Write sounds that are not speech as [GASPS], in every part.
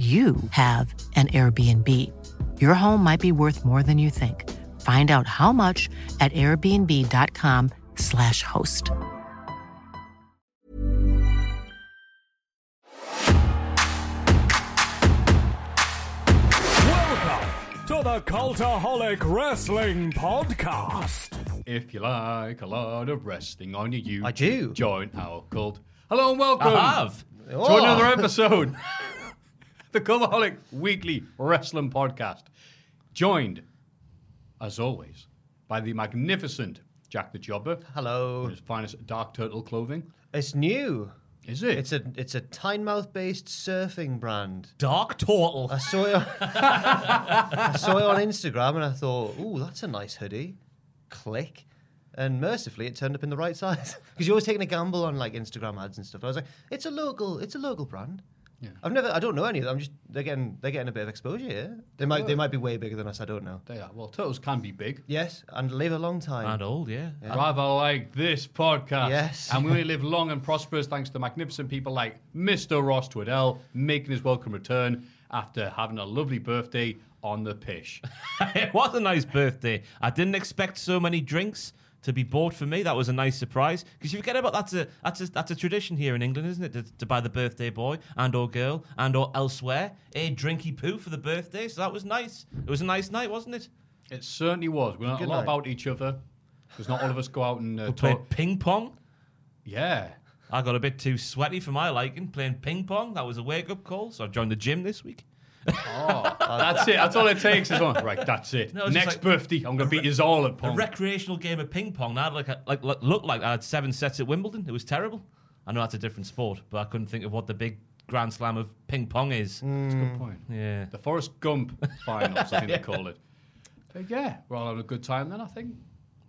you have an Airbnb. Your home might be worth more than you think. Find out how much at airbnb.com/slash host. Welcome to the Cultaholic Wrestling Podcast. If you like a lot of wrestling on your YouTube, I do. Join our cult. Hello and welcome. I have. to Oh. [LAUGHS] another episode, the Cultaholic Weekly Wrestling Podcast. Joined, as always, by the magnificent Jack the Jobber in Hello. his finest dark turtle clothing. It's new. Is it? It's a it's a Tynemouth based surfing brand. Dark Turtle. I saw it. On, I saw it on Instagram, and I thought, "Ooh, that's a nice hoodie." Click, and mercifully, it turned up in the right size [LAUGHS] because you're always taking a gamble on like Instagram ads and stuff. I was like, "It's a local. It's a local brand." Yeah. I've never. I don't know any of them. I'm just they're getting they're getting a bit of exposure here. They might they might be way bigger than us. I don't know. They are. Well, turtles can be big. Yes, and live a long time. and old, yeah. Rather like this podcast. Yes. And we only live long and prosperous thanks to magnificent people like Mr. Ross Twiddell making his welcome return after having a lovely birthday on the [LAUGHS] pish. [LAUGHS] it was a nice birthday. I didn't expect so many drinks to be bought for me. That was a nice surprise. Because you forget about that's a that's a that's a tradition here in England, isn't it? To, to buy the birthday boy and or girl and or elsewhere a drinky poo for the birthday. So that was nice. It was a nice night, wasn't it? It certainly was. We learned a Good lot night. about each other because not all of us go out and uh, We played talk. ping pong. [LAUGHS] Yeah. I got a bit too sweaty for my liking playing ping pong. That was a wake up call. So I've joined the gym this week. Oh, that's it. That's all it takes is one. Right, that's it. No, it's Next just like- birthday, I'm gonna beat you all at A pong. recreational game of ping pong. Now, like, like, like looked like I had seven sets at Wimbledon. It was terrible. I know that's a different sport, but I couldn't think of what the big Grand Slam of ping pong is. That's a good point. Yeah, The Forrest Gump finals, [LAUGHS] I think they call it. But yeah, we're all having a good time then. I think.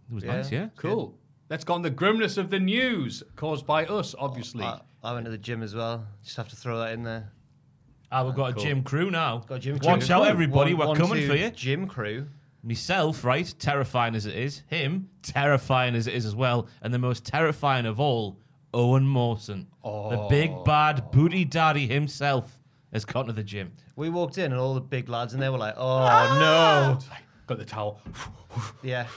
it was Yeah. nice. Yeah, Cool. Let's go on the grimness of the news caused by us, obviously. I, I went to the gym as well. Just have to throw that in there. Ah, we've got a gym crew now. Got a gym Watch crew. out, everybody. One- We're one, coming two, for you. Gym crew. Myself, right? Terrifying as it is, him terrifying as it is as well, and the most terrifying of all, Owen Mawson, the big Oh. bad booty daddy himself, has gone to the gym. We walked in and all the big lads and they were like, Ah! "Oh Got the towel. [LAUGHS] no, yeah,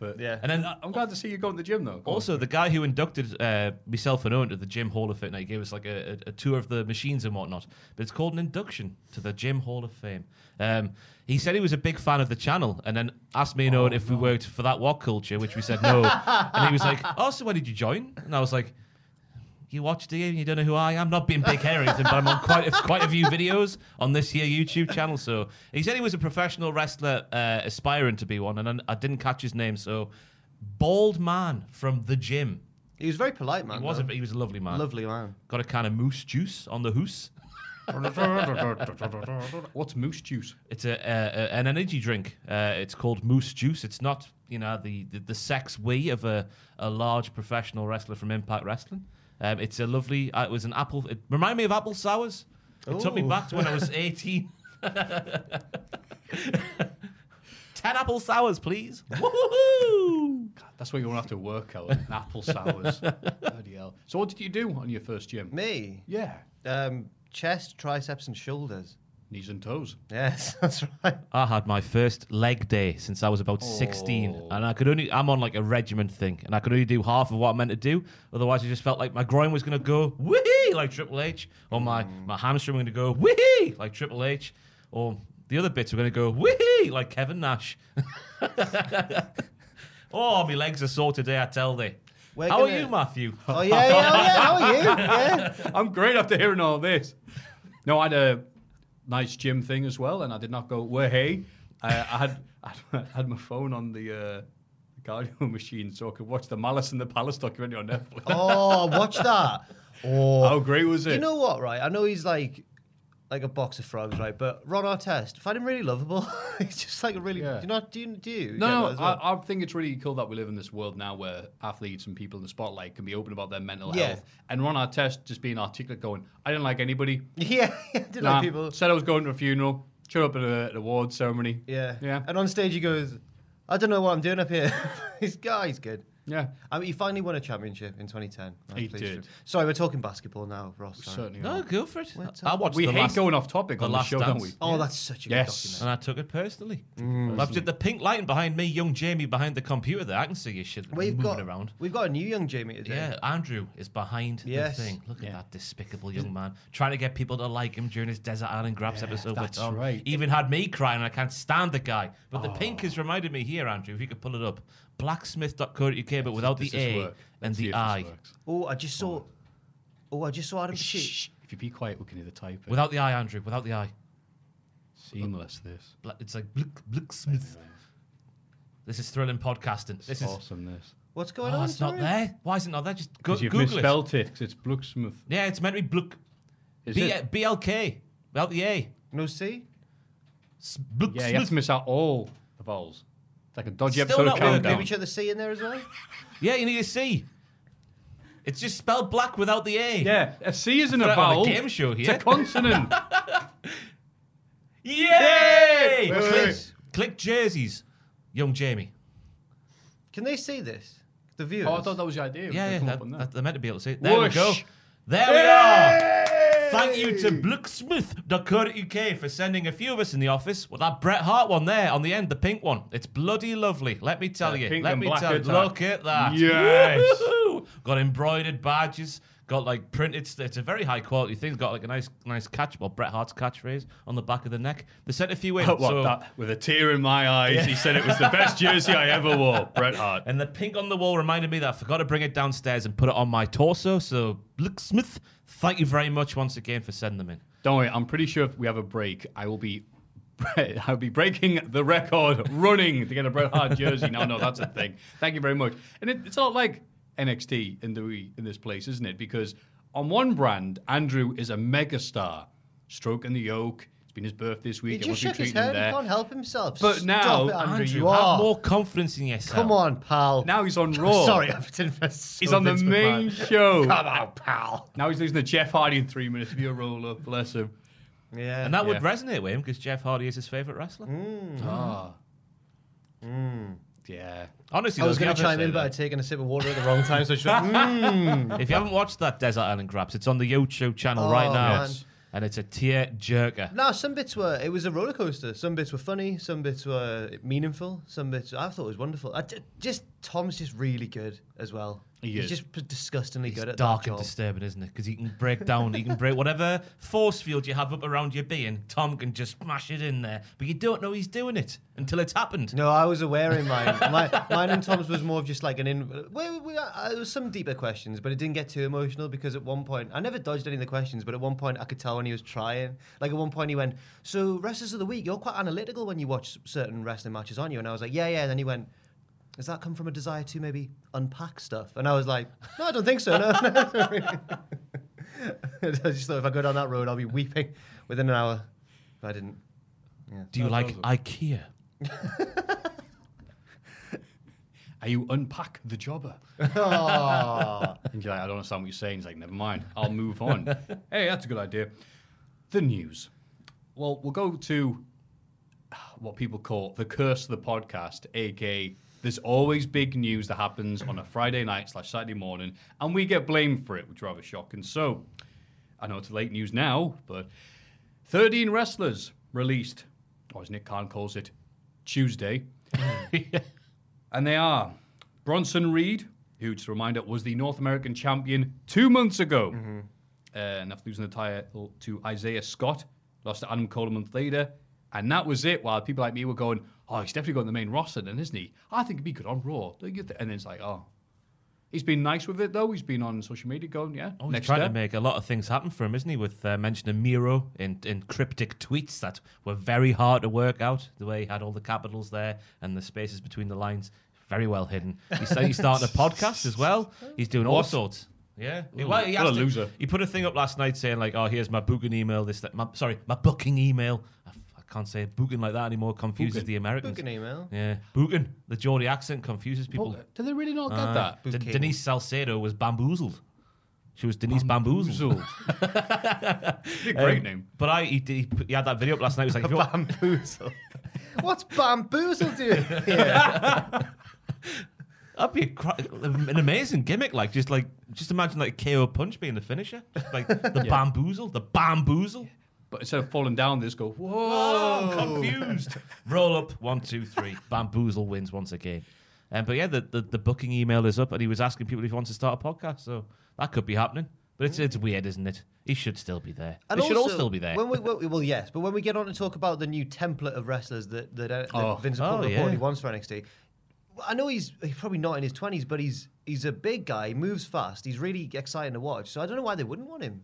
But yeah." And then I'm glad to see you go to the gym though. Go on. Also, the guy who inducted uh, myself and Owen to the Gym Hall of Fame, like, he gave us like a, a, a tour of the machines and whatnot. But it's called an induction to the Gym Hall of Fame. Um, he said he was a big fan of the channel, and then asked me and Owen if we worked for that walk culture, which we said no. and he was like, "Oh, so when did you join?" And I was like. You watch do you? You don't know who I am. Not being big Harrington, but I'm on quite a, quite a few videos on this here YouTube channel. So he said he was a professional wrestler, uh, aspiring to be one, and I, I didn't catch his name. So bald man from the gym. He was very polite, man. He was a, though. he was a lovely man. lovely man. Got a can of moose juice on the hoose. What's moose juice? It's a, a, a- an energy drink. Uh, it's called Moose Juice. It's not you know the the, the sex we of a, a large professional wrestler from Impact Wrestling. Um, it's a lovely. Uh, it was an apple. It reminded me of apple sours. It took me Ooh. back to when I was eighteen. [LAUGHS] Ten apple sours, please. Woohoo! That's where you won't have to work out. Apple sours. Bloody hell. So what did you do on your first gym? Me, Yeah. um, chest, triceps, and shoulders. Knees and toes. Yes, [LAUGHS] that's [LAUGHS] right. I had my first leg day since I was about Oh. 16, and I could only, I'm on like a regiment thing, and I could only do half of what I meant to do. Otherwise, I just felt like my groin was going to go, wee like Triple H, or my, Mm. my hamstring, I'm going to go, wee like Triple H, or the other bits are going to go, wee like Kevin Nash. [LAUGHS] oh, my legs are sore today, I tell thee. We're How gonna- are you, Matthew? [LAUGHS] Oh yeah, yeah, oh, yeah. How are you? Yeah. I'm great after hearing all this. No, I had a nice gym thing as well, and I did not go, well, hey. uh, I, I, had, [LAUGHS] I had- I had my phone on the uh, cardio [LAUGHS] machine so I could watch the Malice in the Palace documentary on Netflix. [LAUGHS] Oh, watch that. Oh, How great was Do it? you know what? Right, I know he's like like a box of frogs, right? But Ron Artest, find him really lovable. [LAUGHS] he's just like a really. Yeah. Do you not? Do you? Do you? get no, that as well? I, I think it's really cool that we live in this world now where athletes and people in the spotlight can be open about their mental Yeah. health. And Ron Artest just being articulate, going, I didn't like anybody. [LAUGHS] yeah, I did Nah, like people. Said I was going to a funeral. Showed up at a, an award ceremony. Yeah, Yeah. And on stage, he goes, "I don't know what I'm doing up here." [LAUGHS] he's guy's good. Yeah. I mean, he finally won a championship in 2010. I'm He pleased for did. him. Sorry, we're talking basketball now, Ross. sorry. Certainly. No, not. go for it. What's I up? watched We the hate last, going off topic the on the last show, dance. don't we? Oh, that's such a good Yes. documentary. And I took it personally. Mm. I've did the pink lighting behind me, young Jamie behind the computer there. I can see your shit We've moving got around. we've got a new young Jamie today. Yeah, Andrew is behind Yes. the thing. Look Yeah. at that despicable young man trying to get people to like him during his Desert Island Grabs episode. with that's Tom. right. Oh. Even had me crying. I can't stand the guy. But the pink has reminded me here, Andrew. If you could pull it up, blacksmith.co.uk, but without Does the this A work? and Let's see the if this I. works. Oh, I just saw. Oh, I just saw Adam Shh. Sheep. If you be quiet, we can hear the type. Without the I, Andrew. Without the I. seamless, this Bla- It's like Blick, Blacksmith. This is thrilling podcasting. This is. awesome. This What's going Oh, on? it's not Sorry. there. Why is it not there? Just go, because you've Google it. misspelled it. 'cause it's Brooksmith. Yeah, it's meant to be Bluk. Is B- it? BLK. Without the A. No C. S- Bluk Yeah, you have to Smith. miss out all the vowels. It's like a dodgy Still episode not of working. Countdown. Maybe check the C in there as [LAUGHS] well. Yeah, you need a C. It's just spelled black without the A. Yeah, a C isn't a Put it on a vowel. game show It's [LAUGHS] here. a consonant. Oh, Yay! Wait, wait, click, wait. click jerseys. Young Jamie. Can they see this? The viewers. oh, I thought that was the idea. Yeah, yeah. Come That, up on that. that- they're meant to be able to see it. There Whoosh. we go. There we are. Thank you to Blucksmith.co.uk for sending a few of us in the office. Well, that Bret Hart one there on the end, the pink one. It's bloody lovely. Let me tell Yeah, you. pink Let and me black tell you. at that. Look at that. Yes. Woo-hoo. Got embroidered badges. Got like printed. It's, it's a very high quality thing. It's got like a nice, nice catch. Well, Bret Hart's catchphrase on the back of the neck. They sent a few in. What, so- that, with a tear in my eyes, he said it was the best jersey I ever wore. Bret Hart. And the pink on the wall reminded me that I forgot to bring it downstairs and put it on my torso. So, Blicksmith, thank you very much once again for sending them in. Don't worry, I'm pretty sure if we have a break, I will be. [LAUGHS] I'll be breaking the record running to get a Bret Hart jersey. No, no, that's a thing. Thank you very much. And it, it's not like NXT in the in this place, isn't it? Because on one brand, Andrew is a megastar, stroking the yoke. It's been his birthday this He week. just everyone's been shook his treating him head. He there. can't help himself. But Stop now, it, Andrew, Andrew, you have are. more confidence in yourself. Come on, pal. Now [LAUGHS] he's on Raw. Sorry, I've been for so He's on the Vince main McMahon. show. [LAUGHS] Come on, pal. Now he's losing to Jeff Hardy in three minutes. It'll Be a roll up, bless him. Yeah. And that would [LAUGHS] Yeah. resonate with him because Jeff Hardy is his favourite wrestler. Mm. Mm-hmm. Ah. Yeah. Honestly, I was going though, if to you haven't- chime in, but I'd taken a sip of water at the wrong time, so I just [LAUGHS] went, mm. If you haven't watched that Desert Island Graps, it's on the Yocho channel Oh, right now. man. And it's a tear jerker. No, some bits were, it was a roller coaster. Some bits were funny, some bits were meaningful, some bits I thought was wonderful. I d just, Tom's just really good as well. He he's is. just p- disgustingly good at Dark that and job. disturbing, isn't it? Because he can break down, he can break whatever force field you have up around your being. Tom can just smash it in there, but you don't know he's doing it until it's happened. No, I was aware in mine. My, mine and Tom's was more of just like an in. Well, we, uh, there was some deeper questions, but it didn't get too emotional because at one point I never dodged any of the questions, but at one point I could tell when he was trying. Like at one point he went, "So wrestlers of the week, you're quite analytical when you watch certain wrestling matches, aren't you?" And I was like, "Yeah, yeah." And then he went. Does that come from a desire to maybe unpack stuff? And I was like, no, I don't think so. No, [LAUGHS] I just thought if I go down that road, I'll be weeping within an hour. But I didn't. Do you like IKEA? Are you unpack the jobber? and you're like, I don't understand what you're saying. He's like, never mind. I'll move on. hey, that's a good idea. The news. Well, we'll go to what people call the curse of the podcast, aka there's always big news that happens on a Friday night slash Saturday morning, and we get blamed for it, which is rather shocking. So, I know it's late news now, but 13 wrestlers released, or as Nick Khan calls it, Tuesday. Hmm. [LAUGHS] And they are Mm-hmm. Bronson Reed, who, just a reminder, was the North American champion two months ago. uh, and after losing the title to Isaiah Scott, lost to Adam Cole a month later. And that was it. While people like me were going, oh, he's definitely going to the main roster, then, isn't he? I think he'd be good on Raw. Don't you thi-" And then it's like, oh. He's been nice with it, though. He's been on social media going, yeah. Oh, he's next trying step. to make a lot of things happen for him, isn't he? With uh, mention of Miro in, in cryptic tweets that were very hard to work out. The way he had all the capitals there and the spaces between the lines, very well hidden. He's, he's starting a [LAUGHS] podcast as well. He's doing all What? sorts. Yeah, he, Ooh, well, he what a asked- loser. He put a thing up last night saying like, "Oh, here's my booking email. This, that, my, sorry, my booking email. I, f- I can't say booking like that anymore. Confuses Booking. the Americans. Book an email. Yeah, booking. The Geordie accent confuses people. Uh, Oh, did they really not get Aye. that? D- Bouquet. Denise Salcedo was bamboozled. She was Denise bamboozled. Be a great Um, name. But I, he, did- he, put- he had that video up last night. He [LAUGHS] was like, [LAUGHS] if you want, Bamboozle. What's bamboozle [LAUGHS] doing here? that'd be a cra- an amazing gimmick. Like, just like, just imagine like KO punch being the finisher, like the bamboozle, the bamboozle. But instead of falling down, they just go, whoa. Oh, confused. Roll up, one, two, three. Bamboozle wins once again. Um, but yeah, the, the the booking email is up, and he was asking people if he wants to start a podcast. So that could be happening. But it's it's weird, isn't it? He should still be there. And we should all also, still be there. When we, well, well, yes, but when we get on and talk about the new template of wrestlers that that, uh, that Oh. Vince Oh, McMahon yeah. reportedly wants for NXT, well, I know he's, he's probably not in his twenties, but he's he's a big guy. He moves fast. He's really exciting to watch. So I don't know why they wouldn't want him.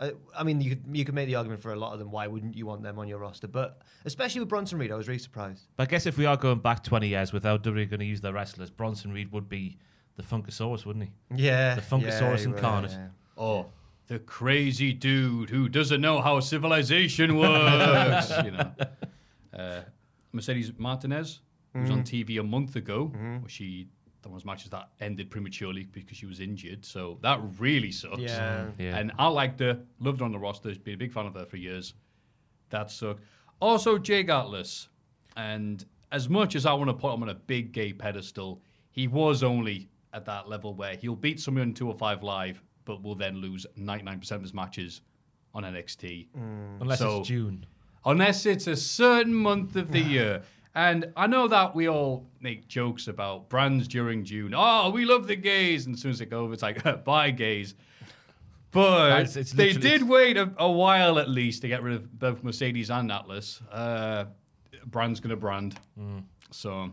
I, I mean, you could you could make the argument for a lot of them. Why wouldn't you want them on your roster? But especially with Bronson Reed, I was really surprised. But I guess if we are going back 20 years without WWE going to use their wrestlers, Bronson Reed would be the Funkasaurus, wouldn't he? Yeah, The Funkasaurus incarnate. Oh, the crazy dude who doesn't know how civilization works. you know, uh, Mercedes Martinez was on TV a month ago. where She that was matches that ended prematurely because she was injured. So that really sucks. Yeah. Yeah. And I liked her, loved her on the roster. Been a big fan of her for years. That sucked. Also, Jake Atlas, and as much as I want to put him on a big gay pedestal, he was only at that level where he'll beat someone in 205 Live, but will then lose 99% of his matches on NXT. Unless So- it's June. Unless it's a certain month of the year. And I know that we all make jokes about brands during June. Oh, we love the gays. And as soon as they go over, it's like, [LAUGHS] bye, gays. But It's- it's they literally- did wait a, a while at least to get rid of both Mercedes and Atlas. Uh, brand's going to brand. Mm. So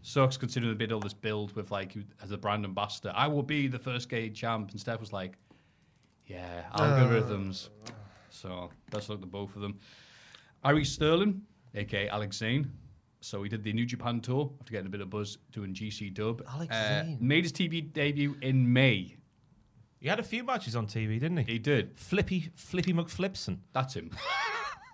sucks considering they did all this build with like you- as a brand ambassador. I will be the first gay champ. And Steph was like, yeah, Uh, algorithms. So let's look at both of them. Ari Sterling, aka Alex Zane. So he did the New Japan tour after getting a bit of buzz doing GC dub. Uh, Alex Zane. Made his TV debut in May. He had a few matches on TV, didn't he? He did. Flippy, [LAUGHS] Flippy McFlipson. That's him.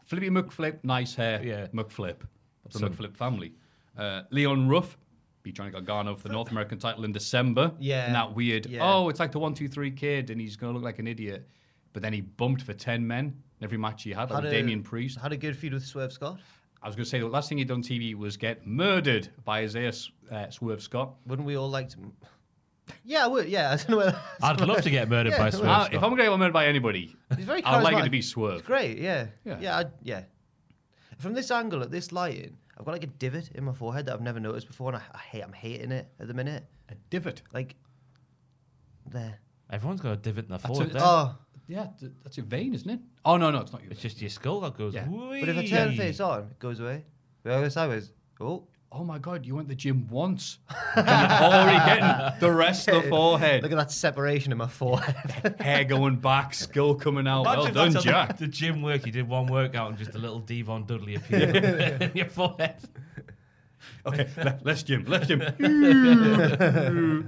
Flippy McFlip, nice hair. Yeah. McFlip. Of the McFlip family. Uh, Leon Ruff, be trying to get Gargano for the North American title in December. Yeah. And that weird, Yeah. oh, it's like the 123 kid and he's going to look like an idiot. But then he bumped for 10 men in every match he had, like with Damien Priest. had a good feud with Swerve Scott. I was going to say the last thing he'd done on TV was get murdered by Isaiah uh, Swerve Scott. Wouldn't we all like to? Yeah, I would. Yeah, [LAUGHS] I don't know. Whether... I'd love to get murdered Yeah, by well, Swerve Uh, Scott. if I'm going to get murdered by anybody, He's very I'd like it to charismatic. be Swerve. It's great, yeah. Yeah. Yeah, yeah, I, yeah. From this angle, at this lighting, I've got like a divot in my forehead that I've never noticed before, and I, I hate, I'm hating it at the minute. A divot. Like, there. Everyone's got a divot in their That's forehead it. there. Oh, Yeah, th- that's your vein, isn't it? Oh, no, no, it's not your It's vein. just your skull that goes, Yeah. "Whee!" but if I turn face on, it goes away. But I go sideways. Oh, Oh, my God, you went to the gym once. [LAUGHS] and you're already getting the rest of the look forehead. at that separation in [LAUGHS] my forehead. Hair going back, skull coming out. Imagine well if done, that's how Jack. [LAUGHS] The, the gym work, you did one workout and just a little [LAUGHS] Devon Dudley appeared [LAUGHS] in your forehead. Okay, le- less Jim, less Jim. [LAUGHS]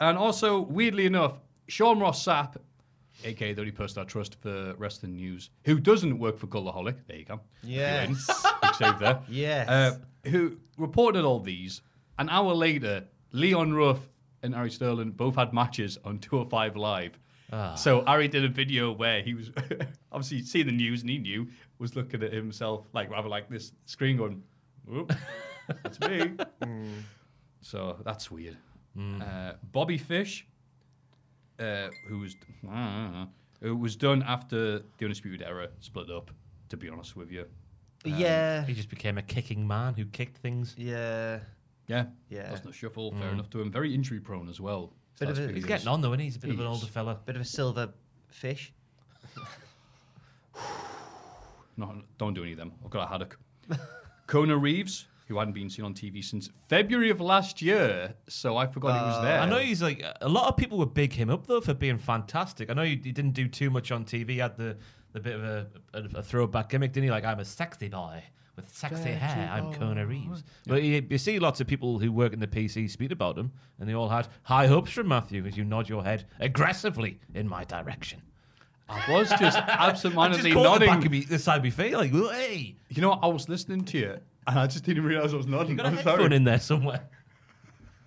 and also, weirdly enough, Sean Ross Sapp, aka the only person I trust for wrestling news, who doesn't work for Gullaholic, there you go. Yes. Big save there. [LAUGHS] Yes. Uh, who reported all these. An hour later, Leon Ruff and Ari Sterling both had matches on [LAUGHS] 205 Live. Ah. So Ari did a video where he was [LAUGHS] obviously seeing the news and he knew was looking at himself like rather like this screen going, Whoop, that's [LAUGHS] me. Mm. So that's weird. Uh, Bobby Fish, uh, who was who was done after the Undisputed Era split up. To be honest with you, [LAUGHS] yeah. He just became a kicking man who kicked things. Yeah. yeah, Yeah. Doesn't shuffle. Mm. Fair enough to him. Very injury prone as well. So Bit of that's a- pretty He's good. getting on though, isn't he? He's a bit of an Jeez. older fella. Bit of a silver Fish. No, don't do any of them. I've got a haddock. [LAUGHS] Kona Reeves, who hadn't been seen on TV since February of last year, so I forgot Uh, he was there. I know he's like a lot of people would big him up though for being fantastic. I know he, he didn't do too much on TV. He had the, the bit of a, a, a throwback gimmick, didn't he? Like I'm a sexy boy with sexy hair. I'm Kona Reeves. But you, you see lots of people who work in the PC speak about him, and they all had high hopes from Matthew as you nod your head aggressively in my direction. I was [LAUGHS] just absentmindedly Just caught the back of nodding. me, the side of me face, like hey, You know, I was listening to you, and I just didn't realize I was nodding. you got a I'm headphone sorry. in there somewhere.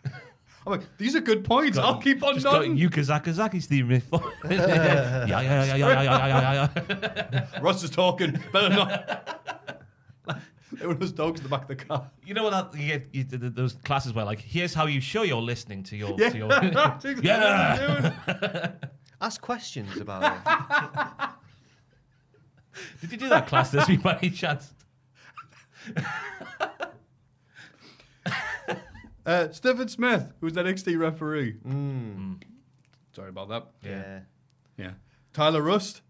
I'm like, these are good points. I'll keep on Just got nodding. Yukazakazaki's theme riff. [LAUGHS] yeah, yeah, yeah, yeah, yeah, yeah, yeah, yeah. Russ is talking. Better not. [LAUGHS] they were those dogs in the back of the car. You know what? That, you get you, th- th- those classes where like, here's how you show you're listening to your. Yeah. [LAUGHS] To your That's exactly what [LAUGHS] I was doing. Ask [LAUGHS] questions about it. Did you do that class this week by any chance? Uh, Stephen Smith, who's the NXT referee. Mm. Sorry about that. Hmm. yeah. Yeah. Tyler Rust.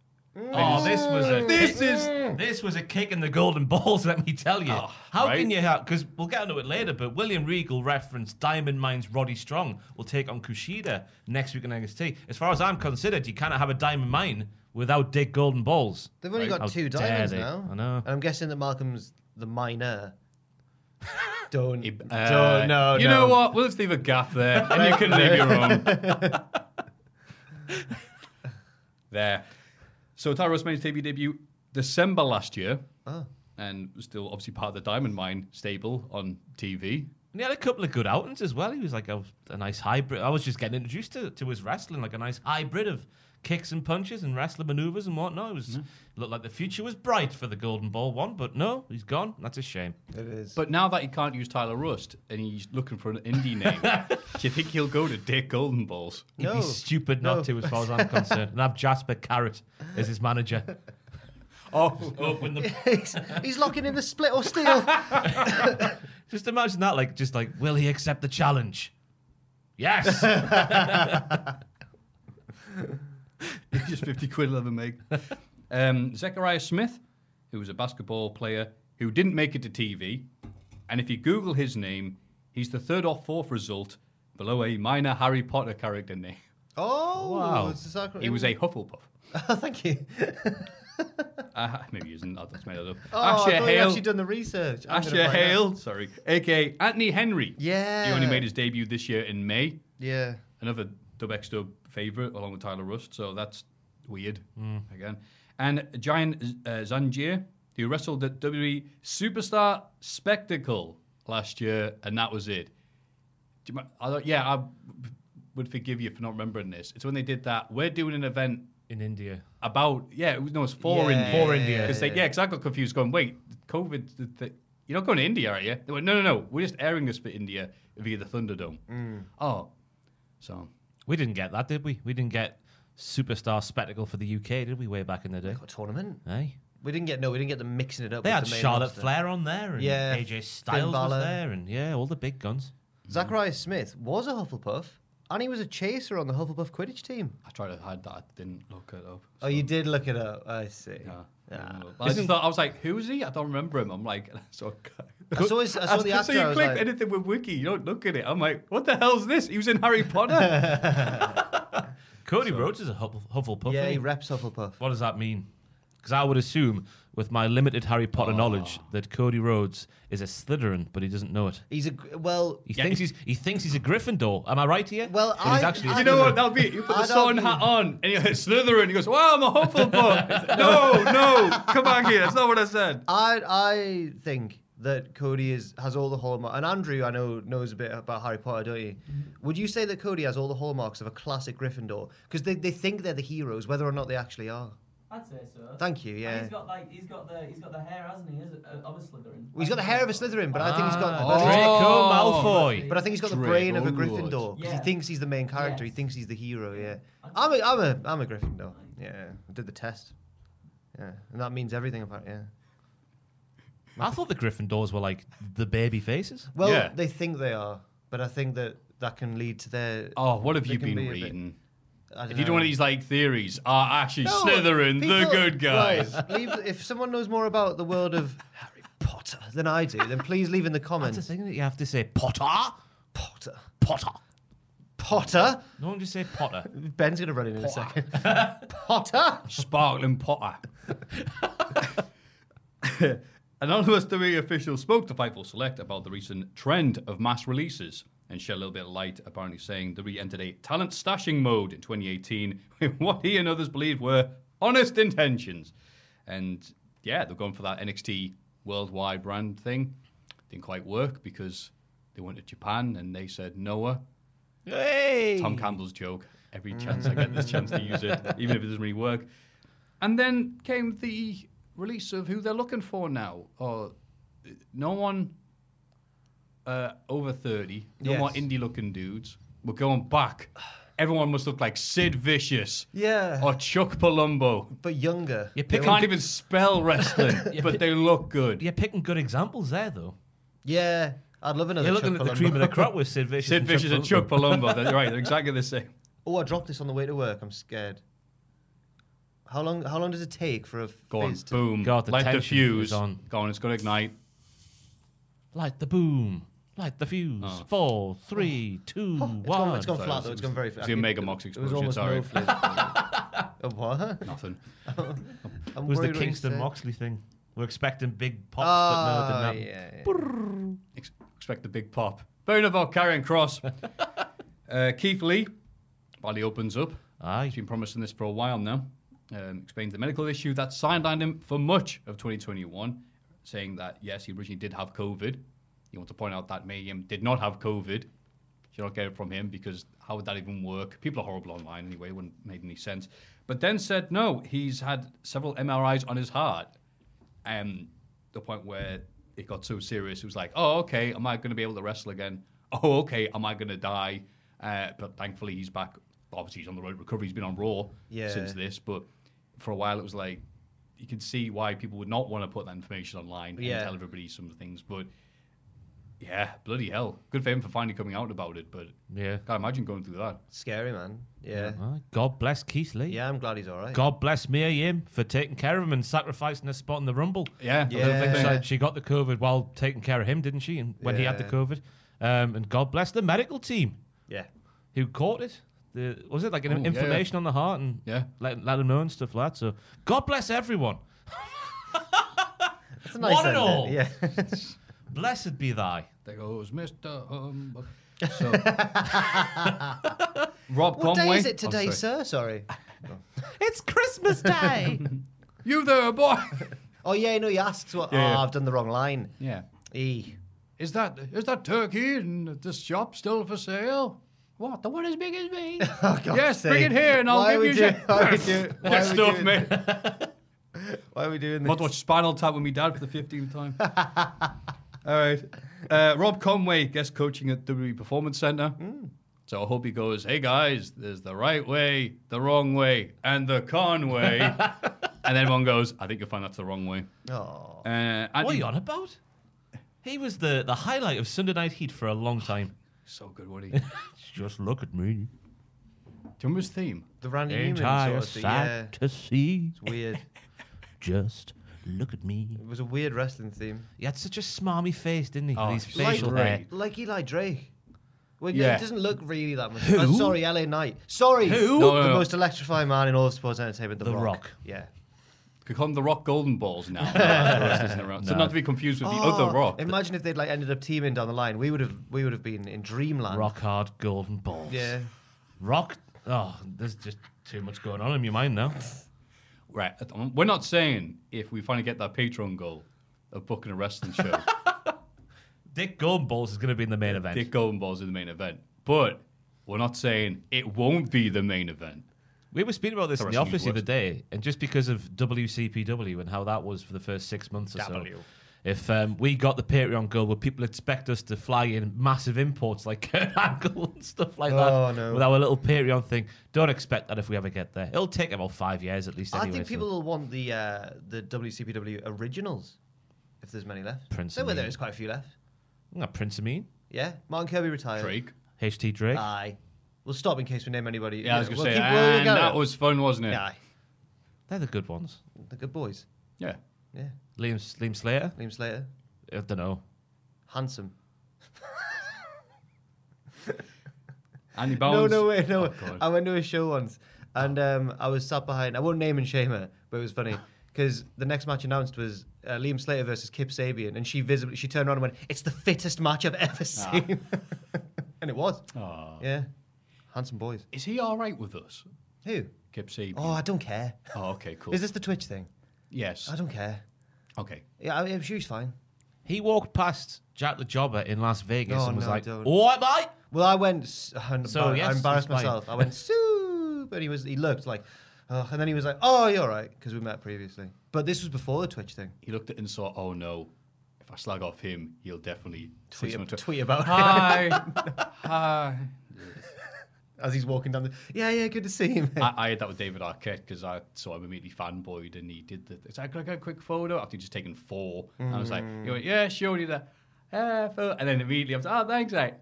Oh, this was a This is. Oh, this was a kick in the golden balls. [LAUGHS] Let me tell you. how right. can you help? Because we'll get onto it later. But William Regal referenced Diamond Mines Roddy Strong will take on Kushida next week in NXT. As far as I'm concerned, you cannot have a Diamond Mine without Dick Golden Balls. They've only Like, got how two dare diamonds they. now. I know. And I'm guessing that Malcolm's the minor. Don't. Uh, don't no, You no. know what? We'll just leave a gap [LAUGHS] there, and you can leave your own. there. So Tyler Rust made his TV debut December last year, Oh. and was still obviously part of the Diamond Mine stable on TV. And he had a couple of good outings as well. He was like a, a nice hybrid. I was just getting introduced to, to his wrestling, like a nice hybrid of kicks and punches and wrestler maneuvers and whatnot. It was looked like the future was bright for the Golden Ball one, but no, he's gone. That's a shame. It is. [LAUGHS] But now that he can't use Tyler Rust and he's looking for an indie [LAUGHS] name, do you think he'll go to Dick Golden Balls? He'd No. be stupid not to, as far as I'm concerned. And have Jasper Carrot as his manager. [LAUGHS] Oh, Open the he's, he's locking in the split or steal. Just imagine that, like, just like, will he accept the challenge? [LAUGHS] Yes. just 50 quid will ever make. Um, Zechariah Smith, who was a basketball player who didn't make it to TV. And if you Google his name, he's the third or fourth result below a minor Harry Potter character name. oh, Wow. it's a sacri- He was a Hufflepuff. Oh, [LAUGHS] thank you. Uh, maybe he isn't. I just made it up. Oh, I Asher thought you'd Hale. actually done the research. I'm gonna Asher find out. Hale. Sorry. AKA Anthony Henry. Yeah. He only made his debut this year in May. Yeah. another dub X dub favorite along with Tyler Rust. So that's weird Hmm. again. And Giant uh, Zangier, who wrestled at WWE Superstar Spectacle last year, and that was it. Do you, mi- I, don't- yeah, I would forgive you for not remembering this. It's when they did that. We're doing an event In India. about yeah, it was no, it's for Yeah. India. For India. Because they yeah, because I got confused. Going wait, COVID. The, the, you're not going to India, are you? They went no, no, no. We're just airing this for India via the Thunderdome. Hmm. Oh, so We didn't get that, did we? We didn't get superstar spectacle for the UK, did we, way back in the day? Got a tournament. Hey. We didn't get no. We didn't get them mixing it up. They with had the main Charlotte roster. Flair on there, and Yeah, AJ Finn Styles was Balor. there, and yeah, all the big guns. Zachariah Smith was a Hufflepuff, and he was a chaser on the Hufflepuff Quidditch team. I tried to hide that. I didn't look it up. Oh, you did look it up. I see. Yeah. Yeah. I, just thought, I was like, who is he? I don't remember him. I'm like, [LAUGHS] so I saw, his, [LAUGHS] I saw the actor. so you I was click like, anything with Wiki, you don't look at it. I'm like, what the hell's this? He was in Harry Potter. [LAUGHS] Cody Rhodes is a Huffle, Hufflepuff. yeah, isn't he he? reps Hufflepuff. what does that mean? Because I would assume, with my limited Harry Potter knowledge, that Cody Rhodes is a Slytherin, but he doesn't know it. He's a gr- well. He thinks he's he thinks he's a Gryffindor. Am I right here? Well, But he's I- actually a I- you know Slytherin. what? That'll be. You put the I don't Slytherin mean- hat on, and you're Slytherin. He goes, wow, I'm a Hufflepuff. [LAUGHS] no, no, come back here. That's not what I said. I I think that Cody is has all the hallmarks. And Andrew, I know, knows a bit about Harry Potter, don't you? Mm-hmm. Would you say that Cody has all the hallmarks of a classic Gryffindor? Because they, they think they're the heroes, whether or not they actually are. I'd say so. Thank you. And Yeah. he's got like he's got the he's got the hair, hasn't he? Is it, uh, of a Slytherin. Well, he's got the hair of a Slytherin, but I think he's Ah, got. but I think he's- Oh. Draco Oh. Malfoy. But I think he's got the Draco brain of a Oh, Lord. Gryffindor because Yeah. he thinks he's the main character. He Yes. thinks he's the hero. Yeah, I'm a, I'm a, I'm a Gryffindor. Yeah, I did the test. Yeah, and that means everything about yeah. I thought the Gryffindors were like the baby faces. Well, Yeah. they think they are, but I think that that can lead to their. Oh, what have They you can been be a bit- reading? I If you do one of these like theories, are actually No, Slytherin the people- good guys? Right, leave, if someone knows more about the world of Harry Potter than I do, then please leave in the That's the comments. thing that you have to say. Potter, Potter. Potter. Potter? No one just say Potter. Ben's going to run in in a second. [LAUGHS] Potter? Sparkling Potter. Anonymous WWE official spoke to Fightful Select about the recent trend of mass releases and shed a little bit of light, apparently saying the re entered a talent stashing mode in 2018 with [LAUGHS] what he and others believed were honest intentions. And yeah, they've gone for that NXT worldwide brand thing. Didn't quite work because they went to Japan and they said Noah, Hey. Tom Campbell's joke. Every chance I get this chance to use [LAUGHS] it, even if it doesn't really work. And then came the release of who they're looking for now. Or uh, no one uh, over thirty, no more Yes. indie-looking dudes. We're going back. Everyone must look like Sid Vicious Yeah. or Chuck Palumbo. But younger. They You're picking, can't even spell [LAUGHS] wrestling, but they look good. you're picking good examples there, though. Yeah. I'd love another You're looking Chuck at the cream Palumbo. of the crop [LAUGHS] with Sid Vicious. Sid Vicious and Chuck Palumbo. Palumbo. They're right. They're exactly the same. Oh, I dropped this on the way to work. I'm scared. How long How long does it take for a Go on, fizz to... boom. God, the Light the tension is fuse. on. Go on, it's going to ignite. Light the boom. Light the fuse. Four, three, two, one. Oh, It's gone, it's gone flat, though. It's gone very flat. It's the Omega Mox It was explosion. almost sorry, no fizz. A what? [LAUGHS] nothing. I'm It was the worried what you Kingston said. Moxley thing. We're expecting big pops, but no, Oh, it didn't happen. yeah, yeah. Ex- expect the big pop. Fair enough about Karrion [LAUGHS] Cross. uh, Keith Lee, while he opens up, Oh, Aye. he's been promising this for a while now. Um, explains the medical issue that sidelined him for much of 2021, saying that yes, he originally did have COVID. He wants to point out that Mayhem did not have COVID. You don't get it from him because how would that even work? People are horrible online anyway. It wouldn't make any sense. But then said no, he's had several MRIs on his heart um, the point where it got so serious, it was like, oh, okay, am I going to be able to wrestle again? [LAUGHS] Oh, okay, am I going to die? Uh, but thankfully, he's back. Obviously, he's on the road to recovery. He's been on Raw Yeah. since this, but for a while, it was like you can see why people would not want to put that information online Yeah. and tell everybody some things. But yeah, bloody hell, good for him for finally coming out about it. But Yeah. can't imagine going through that. Scary, man. Yeah. Aye. God bless Keith Lee. Yeah, I'm glad he's all right. God bless Mia Yim for taking care of him and sacrificing her spot in the Rumble. Yeah, I don't think Yeah. so. She got the COVID while taking care of him, didn't she? And when he had the Yeah. COVID. Um, and God bless the medical team Yeah. who caught it. The, was it like an Oh, yeah, inflammation on the heart and Yeah. let, let them know and stuff like that? So God bless everyone. That's a nice One ending. and all. Yeah. Blessed be thy. There goes Mr. [LAUGHS] Humbug. So, Rob What Conway. day is it Oh, today, sorry. sir? [LAUGHS] Sorry. It's Christmas Day. You there, boy? [LAUGHS] Oh yeah, no, he asks what. Yeah, oh, yeah. I've done the wrong line. yeah. E. Is that is that turkey in this shop still for sale? What? The one as big as me? [LAUGHS] [LAUGHS] Oh, God's yes, bring it sake. here and I'll Why give we you. do- shit. [LAUGHS] why we do- why Good we stuff, do- mate. Why are we doing Must watch Spinal Tap with me dad for the 15th [LAUGHS] time. All right. Uh, Rob Conway, guest coaching at WWE Performance Center. Hmm. So I hope he goes, hey guys, there's the right way, the wrong way, and the [LAUGHS] Conway. and everyone goes, I think you'll find that's the wrong way. Oh, Uh, Andy- [LAUGHS] what are you on about? He was the, the highlight of Sunday Night Heat for a long time. So good, Woody. Do you Just look at me. remember his theme? the Randy Newman Entire sort of thing. Yeah, sight to see. it's [LAUGHS] weird. Just look at me. It was a weird wrestling theme, He had such a smarmy face, didn't he? Oh, With his it's facial great. hair. like Eli Drake. Well, Yeah. it doesn't look really that much. Who? Oh, sorry, LA Knight. Sorry, Who? No, no, the no. most electrifying man in all of sports entertainment, The, The Rock. Rock. Yeah. Could call them the Rock Golden Balls [LAUGHS] now. No, that's the rest isn't around. So No. not to be confused with the Oh, other Rock. Imagine if they'd like ended up teaming down the line. We would have. We would have been in dreamland. Rock hard golden balls. Yeah. Rock. Oh, there's just too much going on in your mind now. Right. We're not saying if we finally get that Patreon goal of booking a wrestling show, [LAUGHS] Dick Golden Balls is going to be in the main event. Dick Golden Balls in the main event. But we're not saying it won't be the main event. We were speaking about this in the Wrestling office the News other day, and just because of WCPW and how that was for the first six months or W. so. If um, we got the Patreon goal, would people expect us to fly in massive imports like [LAUGHS] Kurt Angle and stuff like that Oh, no. with our little Patreon thing? Don't expect that if we ever get there. It'll take about five years at least. Anyway, I think so- people will want the uh, the WCPW originals if there's many left. Prince So and well, Ian. there is quite a few left. Ah, Prince Amin, Yeah, Martin Kirby retired. Drake. Ah. HT Drake. Aye. We'll stop in case we name anybody. Yeah, I was we'll going to say, keep- we'll and go- that was fun, wasn't it? Nah, They're the good ones. the good boys. Yeah. Yeah, Liam, Liam Slater? Liam Slater, I don't know. handsome. Andy Bowens. No, no way, no. Oh, way. God. Oh. I went to a show once, and um, I was sat behind. I won't name and shame her, but it was [LAUGHS] funny because the next match announced was uh, Liam Slater versus Kip Sabian, and she visibly she turned around and went, "It's the fittest match I've Ah. ever seen," [LAUGHS] and it was. Aw. Yeah, handsome boys. Oh. Is he all right with us? Who? Kip Sabian. Oh, I don't care. Oh, okay, cool. Is this the Twitch thing? yes. I don't care. Okay. Yeah, I, I'm sure he's fine. He walked past Jack the Jobber in Las Vegas Oh, and was no, like, don't. "All right, mate." Well, I went. s- I'm So, embar- yes, I embarrassed it's fine. myself. I went soup, and he was. He looked like, "Ugh," and then he was like, "Oh, you're right," because we met previously. But this was before the Twitch thing. He looked at it and saw, oh no, if I slag off him, he'll definitely Tweet, someone to- tweet about it Hi. [LAUGHS] Hi. [LAUGHS] as he's walking down the. Yeah, yeah, good to see you, mate. I, I had that with David Arquette because I saw him immediately fanboyed and he did the. It's like, can I get a quick photo? After he'd just taken 4 And I was like, he went, yeah, sure, you that. Uh, photo. and then immediately I was like, oh, thanks, mate.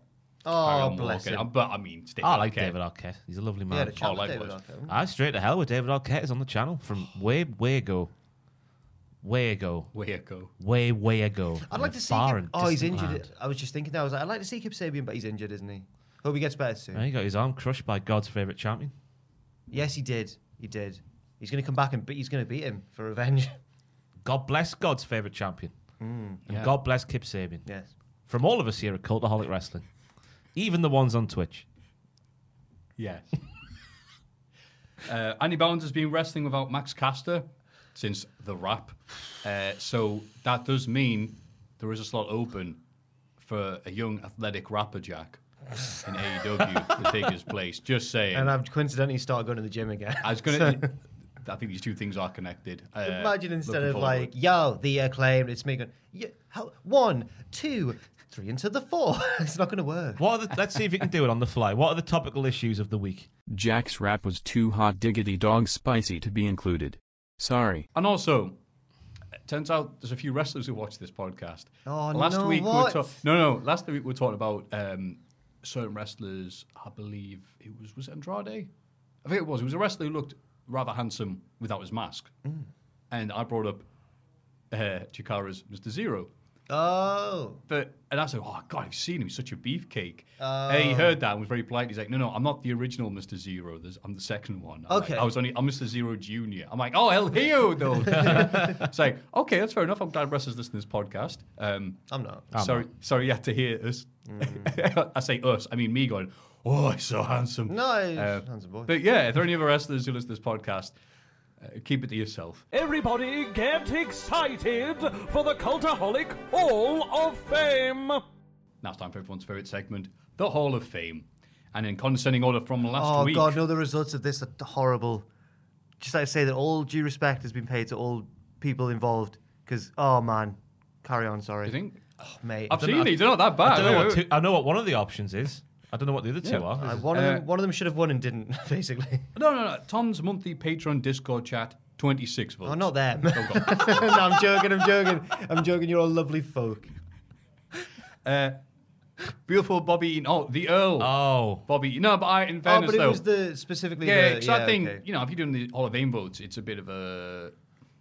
Carry oh, on bless walking. him. But I mean, it's David I like Arquette. David Arquette. He's a lovely Yeah, man. the channel likewise. David Arquette. I straight to hell with David Arquette is on the channel [SIGHS] from way, way ago, way ago, Way ago. way, way ago. I'd In like a to see. far Kip- and oh, he's distant injured. land. I was just thinking that. I was like, I'd like to see Kip Sabian, but he's injured, isn't he? Hope he gets better soon. And he got his arm crushed by God's favorite champion. Yes, he did. He did. He's going to come back and beat. He's going to beat him for revenge. [LAUGHS] God bless God's favorite champion, Mm, and God bless Kip Sabian. yes. From all of us here at Cultaholic Wrestling, even the ones on Twitch. Yes. [LAUGHS] uh, Andy Bowens has been wrestling without Max Caster since the wrap. Uh, so that does mean there is a slot open for a young athletic rapper Jack [LAUGHS] in AEW to take his place. Just saying. And I've coincidentally started going to the gym again. I was [LAUGHS] gonna. I think these two things are connected. Uh, Imagine instead looking of forward. like, yo, the acclaimed, it's me going, "Yo, how, one, two, three into the four. [LAUGHS] it's not going to work. What are the, let's see if you can do it on the fly. What are the topical issues of the week? Jack's rap was too hot diggity dog spicy to be included. Sorry. And also, it turns out there's a few wrestlers who watch this podcast. Oh, last no, week what? we were talk- no no last week we were talking about um, certain wrestlers. I believe it was was it Andrade. I think it was. It was a wrestler who looked rather handsome without his mask. Mm. And I brought up uh, Chikara's Mr. Zero. Oh, But and I said, "Oh God, I've seen him. He's such a beefcake." Oh. And he heard that and was very polite. He's like, "No, no, I'm not the original Mr. Zero. There's, I'm the second one. I'm like, Okay. I was only I'm Mr. Zero Junior. I'm like, oh hell, hell, [LAUGHS] though. it's like, okay, that's fair enough. I'm glad wrestlers listen to this podcast. Um, I'm not. Mm. sorry, sorry, you had to hear us. [LAUGHS] I say us. I mean me going. Oh, he's so handsome. No, he's Uh, a handsome boy. But yeah, if there are any other wrestlers who listen to this podcast, uh, keep it to yourself. Everybody get excited for the Cultaholic Hall of Fame! Now it's time for everyone's favorite segment, the Hall of Fame. And in condescending order from last oh, week. God, no, the results of this are horrible. Just like to say that all due respect has been paid to all people involved because, oh, man, carry on, sorry. You think? Mate, I've seen these. They're not that bad. I don't know what two, I know what one of the options is. I don't know what the other two Yeah. are. I- one, of uh, them, one of them should have won and didn't, [LAUGHS] basically. no, no, no. Tom's monthly Patreon Discord chat, 26 votes. Oh, [LAUGHS] not them. [LAUGHS] no, I'm joking, I'm joking. I'm joking, you're all lovely folk. Beautiful Bobby Eaton. Oh, the Earl. Oh, Bobby Eaton. No, but I, in fairness, oh, but it though. was the specifically yeah, the- because I think, okay. you know, if you're doing the Hall of Fame votes, it's a bit of a.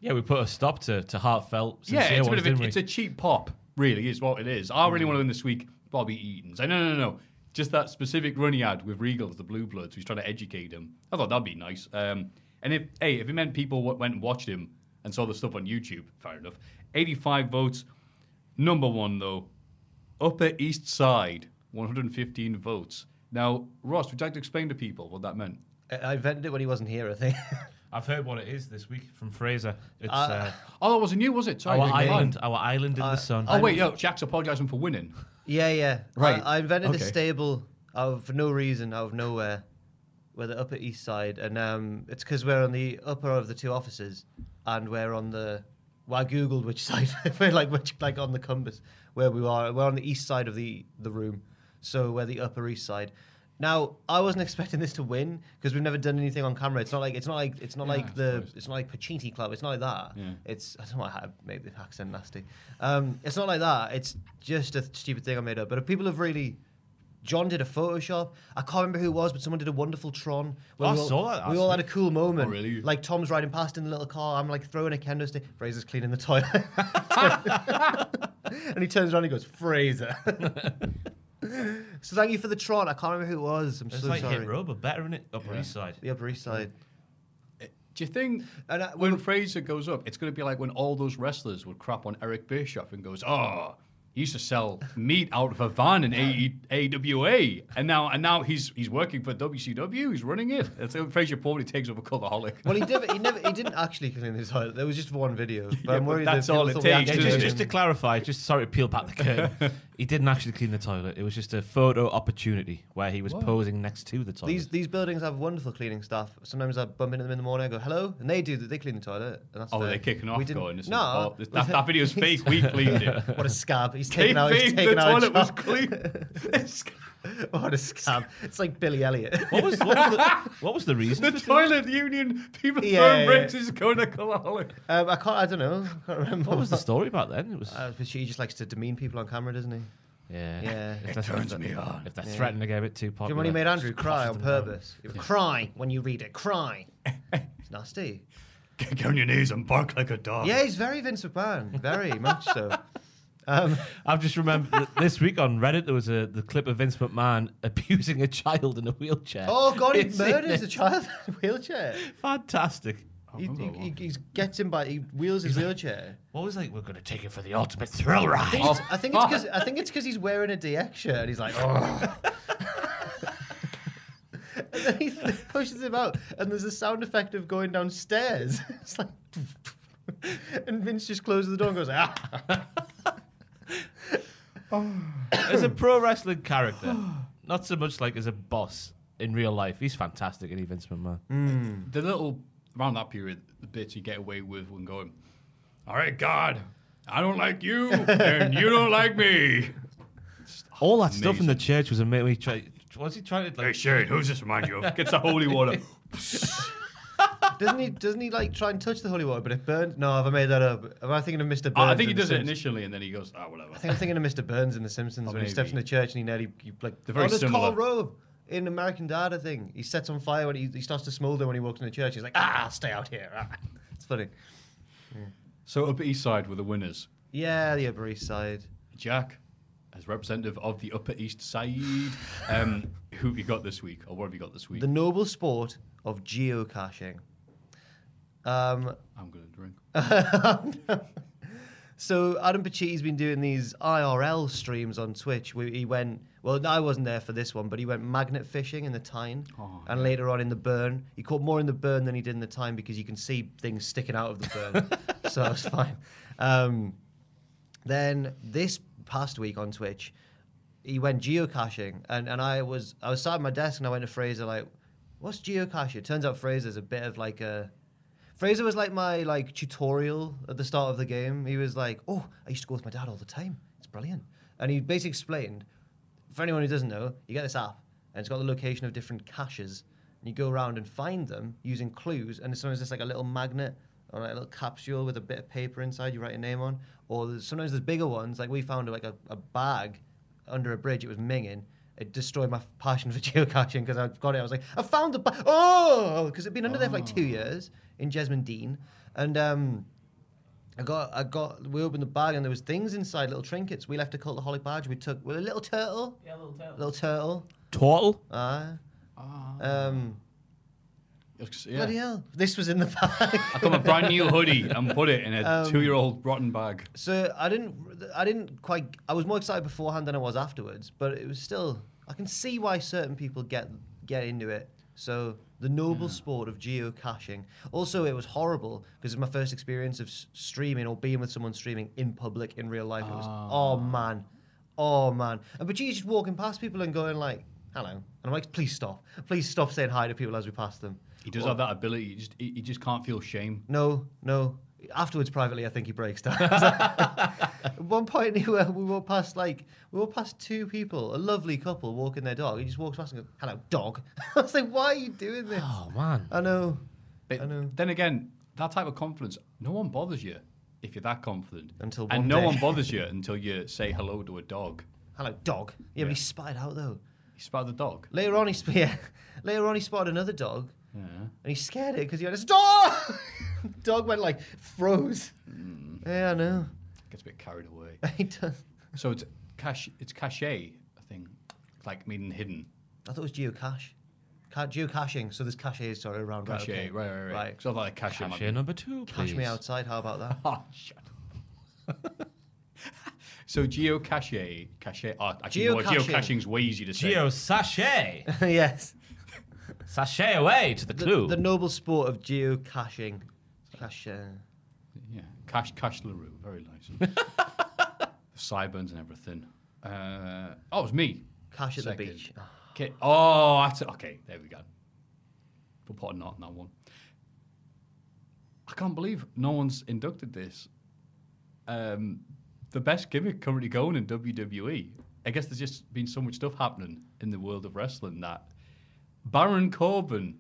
yeah, we put a stop to, to heartfelt, sincere yeah, it's a ones, bit of didn't a, we? Hmm. it's a cheap pop, really, is what it is. I really want to win this week, Bobby Eaton's. I no, no, no. Just that specific run he had with Regals, the Blue Bloods, who's trying to educate him. I thought that'd be nice. Um, and if hey, if it meant people w- went and watched him and saw the stuff on YouTube, fair enough. 85 votes. Number one though, Upper East Side, 115 votes. Now, Ross, would you like to explain to people what that meant? Uh, I I invented it when he wasn't here, I think. [LAUGHS] I've heard what it is this week from Fraser. [LAUGHS] It's uh, Oh, that wasn't you, was it? Sorry, our beg your pardon. island, our island in the sun. Oh wait, yo, Jack's apologising for winning. yeah, yeah. Right. I, I invented Okay. this stable out of no reason, out of nowhere. We're the Upper East Side, and um, it's because we're on the upper of the two offices, and we're on the. Well, I googled which [LAUGHS] side, we're like which, like on the compass where we are. We're on the east side of the the room, so we're the Upper East Side. Now, I wasn't [LAUGHS] expecting this to win because we've never done anything on camera. It's not like it's not like it's not like the it's not like Pachinti Club. It's not like that. It's I don't know why I made the accent nasty. Um, it's not like that. It's just a stupid thing I made up. But if people have really John did a Photoshop. I can't remember who it was, but someone did a wonderful Tron. where I we all- saw that We all last had a cool moment. Oh, really? Like Tom's riding past in the little car. I'm like throwing a kendo stick. Fraser's cleaning the toilet. [LAUGHS] and he turns around and goes, Fraser. [LAUGHS] so thank you for the Tron. I can't remember who it was. I'm It's so like sorry. Hit Row, but better in it. Upper East Side. The Upper East Side. Do you think And I- when Fraser goes up, it's going to be like when all those wrestlers would crap on Eric Bischoff and goes, "Oh, he used to sell meat out of a E, van in AE AWA, and now and now he's he's working for WCW. He's running it." It's like Fraser probably takes over Cultaholic. Well, he never, he never, he didn't actually clean the toilet. There was just one video. But I'm but worried that's that people all it thought we takes, Yeah, actually just, did. just to clarify, just sorry to peel back the [LAUGHS] curtain. he didn't actually clean the toilet. It was just a photo opportunity where he was posing next to the toilet. These these buildings have wonderful cleaning staff. Sometimes I bump into them in the morning. I go hello, and they do. They clean the toilet. And that's Oh, the- they're kicking we off, didn't- going, this is- no, oh, this- [LAUGHS] that, that video's fake. We cleaned it. what a [LAUGHS] scab! He's They taking out. He's think the taking out. a toilet was [LAUGHS] job. [LAUGHS] clean. What a scab! It's like Billy Elliot. [LAUGHS] what was what [LAUGHS] was the, what was the the reason? for doing- toilet union, people Yeah, throwing yeah, bricks is going to Cultaholic. um, I can't. I don't know. I can't remember. What was the story about then? It was Uh, but he just likes to demean people on camera, doesn't he? Do yeah. yeah. If they're, Turns me on. if they're threatening to get a bit too you popular. remember when he made Andrew just cry on crosses them down. purpose? He would Cry when you read [LAUGHS] it. Cry. It's nasty. Get on your knees and bark like a dog. Yeah, he's very Vince McMahon. Very much so. [LAUGHS] Um, I've just remembered that this week on Reddit there was a the clip of Vince McMahon [LAUGHS] abusing a child in a wheelchair. oh God, he You've seen murders it? a child in a wheelchair. Fantastic. He, he, he, he's- gets him by. He wheels his wheelchair. What was like? We're gonna take it for the ultimate thrill ride. I think it's because I think it's because he's wearing a DX shirt and he's like, oh. [LAUGHS] and then he [LAUGHS] pushes him out, and there's a sound effect of going downstairs. [LAUGHS] it's like, and Vince just closes the door and goes, ah. as a pro wrestling character, not so much like as a boss in real life. He's fantastic in Vince McMahon. the little around that period, the bits you get away with when going, "All right, God, I don't like you, and you [LAUGHS] don't like me." All that stuff in the Amazing. church was amazing. He tried, was he trying to Hey like? Shane, who's this remind you of? Gets the holy water. Doesn't he? Doesn't he like try and touch the holy water, but it burns? No, have I made that up? Am I thinking of Mr. Burns? Ah, [LAUGHS] I think he in The does it Simpsons? initially, and then he goes, "Ah, whatever." I think I'm thinking of Mr. Burns in The Simpsons Oh, when he maybe. steps in the church and he nearly he, like They're very oh, there's similar. Karl Rove in American Dad. I think he sets on fire when he, he starts to smolder when he walks in the church. He's like, ah, I'll stay out here. Ah. It's funny. So Upper East Side were the winners. Yeah, the Upper East Side. Jack, as representative of the Upper East [LAUGHS] Side, um, who have you got this week, or what have you got this week? The noble sport of geocaching. Um, I'm gonna drink. So Adam Pachitti's been doing these IRL streams on Twitch. Where he went, well, I wasn't there for this one, but he went magnet fishing in the Tyne, and later on in the burn, he caught more in the burn than he did in the Tyne because you can see things sticking out of the burn. so that was fine. Um, then this past week on Twitch, he went geocaching, and, and I was I was sat at my desk and I went to Fraser like, "What's geocaching?" It turns out Fraser's a bit of like a Fraser was like my like tutorial at the start of the game. He was like, "Oh, I used to go with my dad all the time. It's brilliant." And he basically explained, for anyone who doesn't know, you get this app and it's got the location of different caches, and you go around and find them using clues. And sometimes it's like a little magnet or like a little capsule with a bit of paper inside you write your name on. Or there's, sometimes there's bigger ones like we found like a, a bag under a bridge. It was minging. It destroyed my passion for [LAUGHS] geocaching because I got it. I was like, I found the bag. Oh, because it'd been under there for like two years in Jesmond Dean, and um, I got, I got. We opened the bag and there was things inside, little trinkets. We left a cultaholic badge. We took well, a little turtle, Yeah, little tail. little turtle. Total. Ah. Um, Ah. Yeah. bloody hell! This was in the [LAUGHS] bag. I got my brand new hoodie and put it in [LAUGHS] a Um, two-year-old rotten bag. So I didn't, I didn't quite. I was more excited beforehand than I was afterwards, but it was still. I can see why certain people get get into it. So the noble sport of geocaching. Also, it was horrible because it's my first experience of s- streaming or being with someone streaming in public in real life. It was oh man, oh man. And but you just walking past people and going like, hello, and I'm like, please stop, please stop saying hi to people as we pass them. He does Or- have that ability. He just, he, he just can't feel shame. no, no. Afterwards, privately, I think he [LAUGHS] breaks down. At one point, he, went- we walked past like we walked past two people, a lovely couple walking their dog. He just walks past and goes, "Hello, dog." [LAUGHS] I was like, "Why are you doing this?" Oh man. I know. But I know. Then again, that type of confidence, no one bothers you if you're that confident. Until one and no day. [LAUGHS] one bothers you until you say hello to a dog. Hello, dog. Yeah, but he spotted out though. He spotted the dog. Later on, he sp- [LAUGHS] yeah, later on he spotted another dog, Yeah. and he scared it because he went, "It's a dog!" [LAUGHS] dog went like froze. Mm. Yeah, I know. [LAUGHS] Gets a bit carried away. He does. so it's cache. It's cachet. I think, like meaning hidden. I thought it was geocache. Ca- geocaching. So there's caches, sorry, around. Cachet. okay. Right, right, right. Right. So like cachet. might Cashier be- [LAUGHS] number two, Cache please. me outside. How about that? Oh, shut up. [LAUGHS] so geocache, cache. Oh, actually, geocaching. Geocaching. geocaching's way easier to say. Geo sachet. [LAUGHS] yes. sachet away to the The, clue. the noble sport of geocaching. Cache. uh, yeah, cache, cache Larue, very [LAUGHS] nice. Sideburns and everything. Uh, oh, it was me. Cache at the Second. beach. Oh, Okay. Oh, that's okay. There we go. We'll put a knot in that one. I can't believe no one's inducted this. Um, the best gimmick currently going in WWE. I guess there's just been so much stuff happening in the world of wrestling that Baron Corbin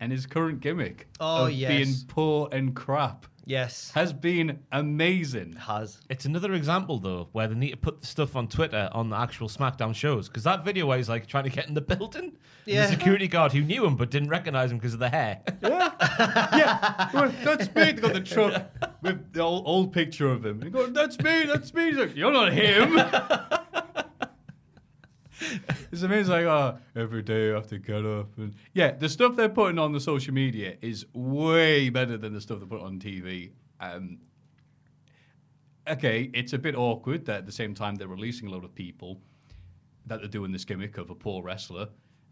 and his current gimmick Oh, of yes. being poor and crap Yes. has been [LAUGHS] amazing. Has. It's another example, though, where they need to put the stuff on Twitter on the actual SmackDown shows. Because that video where he's like trying to get in the [LAUGHS] building, Yeah. the security guard who knew him but didn't recognize him because of the hair. [LAUGHS] yeah, well, that's me. They got the truck with the old, old picture of him. They go, that's me, that's me. He's like, you're not him. [LAUGHS] it's amazing. Like, oh, every day I have to get up. And yeah, the stuff they're putting on the social media is way better than the stuff they put on TV. Um, okay, it's a bit awkward that at the same time they're releasing a lot of people that they're doing this gimmick of a poor wrestler.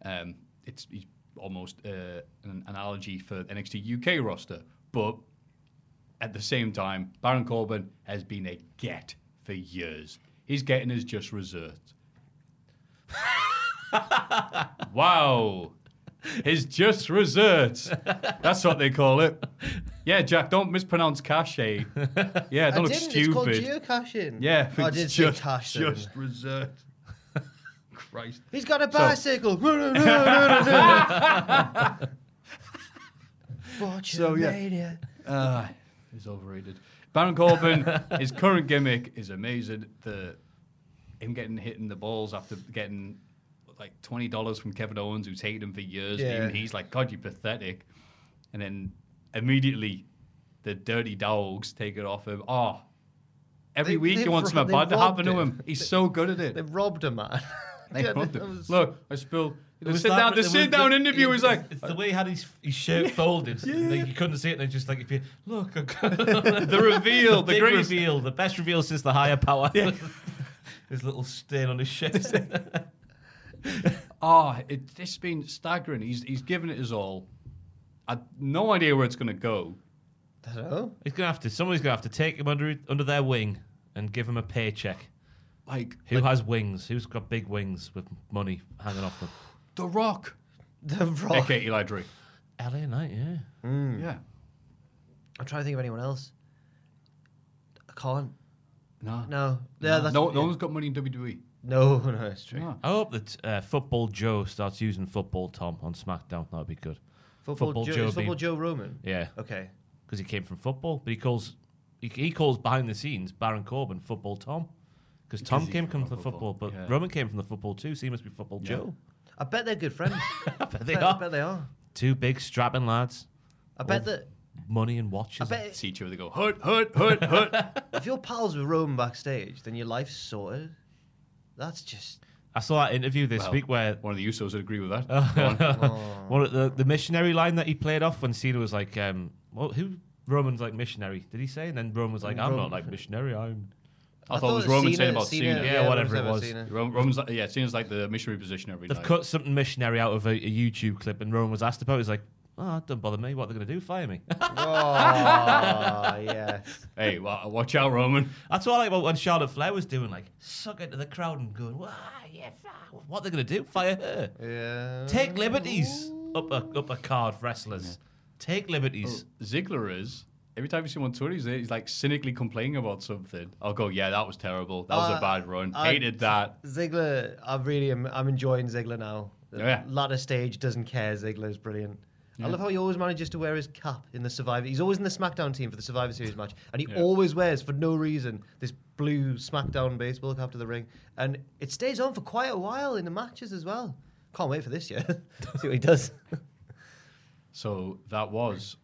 Um, it's, it's almost uh, an analogy for NXT UK roster, but at the same time, Baron Corbin has been a get for years. He's getting his just reserved. wow. His just reserves. That's what they call it. Yeah, Jack, don't mispronounce cachet. Yeah, don't I look didn't. stupid. It's called geocaching. Yeah, Oh, I it's did say just, cache. then. Just reserved. [LAUGHS] Christ. He's got [LAUGHS] a bicycle. Watch So, yeah. Mania. Ah, he's overrated. Baron Corbin, [LAUGHS] his current gimmick is amazing. The him getting hit in the balls after getting like twenty dollars from Kevin Owens, who's hated him for years. and Yeah. even he's like, God, you're pathetic. And then immediately, the dirty dogs take it off him. Oh, every They- week they he wants ro- something they bad to happen robbed to him. him. He's so good at it. They robbed [LAUGHS] a man. They Yeah, robbed that him. was- Look, I spilled. It The was sit that- down, the it was sit down the- interview it- was like, it's the way he had his, his shirt folded. and, like, you couldn't see it, and it just like appeared. Look, [LAUGHS] the the reveal, the big greatest reveal, the best reveal since the higher power. [LAUGHS] his little stain on his shirt. [LAUGHS] Oh, it, it's been staggering. He's he's given it his all. I no idea where it's going to go. I don't know. He's gonna have to. Somebody's gonna have to take him under under their wing and give him a paycheck. Like Who has wings? Who's got big wings with money hanging off them? The Rock, The Rock. aka Eli Drake. LA Knight, yeah. Yeah. I'm trying to think of anyone else. I can't. No. No. Yeah, that's, no, no one's got money in E. WWE. no, no, it's true. No. I hope that uh, Football Joe starts using Football Tom on SmackDown. That'd be good. Football, Football Joe, Joe is Football being- Joe Roman. Yeah, Okay. because he came from football, but he calls he, he calls behind the scenes Baron Corbin Football Tom. Because Tom he came came from the from football, football, but yeah. Roman came from the football too, so he must be Football Joe. I bet they're good friends. [LAUGHS] I bet they I, bet, I are. bet they are. Two big strapping lads, I bet that. money and I watches. bet See each other. They go hut hut hut hut. if you're pals with Roman backstage, then your life's sorted. That's just. I saw that interview this Well, week where [LAUGHS] One of the Usos would agree with that. Go on. Well, the, the missionary line that he played off when Cena was like, um, well, who Roman's like missionary? Did he say? And then Roman was like, I'm not Roman- like missionary. I'm. I, thought it was Roman saying about Cena. Yeah, whatever it was. Cena. Rom- Roman's like, yeah, it seems like the missionary position every They've night. cut something missionary out of a, a YouTube clip, and Roman was asked about. it. He's like, oh, don't bother me. What are they gonna do? Fire me? [LAUGHS] Ah, Oh, yes. Hey, wa- watch out, Roman. That's what I like about when Charlotte Flair was doing, like suck into the crowd and going, wow, yeah, fuck. what are they gonna do? Fire her? Yeah. Take liberties. Up a up a card wrestlers. Take liberties. Oh. Ziggler is. Every time you see him on Twitter, he's, he's like cynically complaining about something. I'll go, yeah, that was terrible. That was Uh, a bad run. I- Hated that. Ziggler, I really am. I'm enjoying Ziggler now. The Oh, Yeah. latter stage doesn't care. Ziggler's brilliant. I love how he always manages to wear his cap in the Survivor. He's always in the SmackDown team for the Survivor Series match, and he always wears, for no reason, this blue SmackDown baseball cap to the ring. And it stays on for quite a while in the matches as well. Can't wait for this year. [LAUGHS] See what he does. [LAUGHS] So that was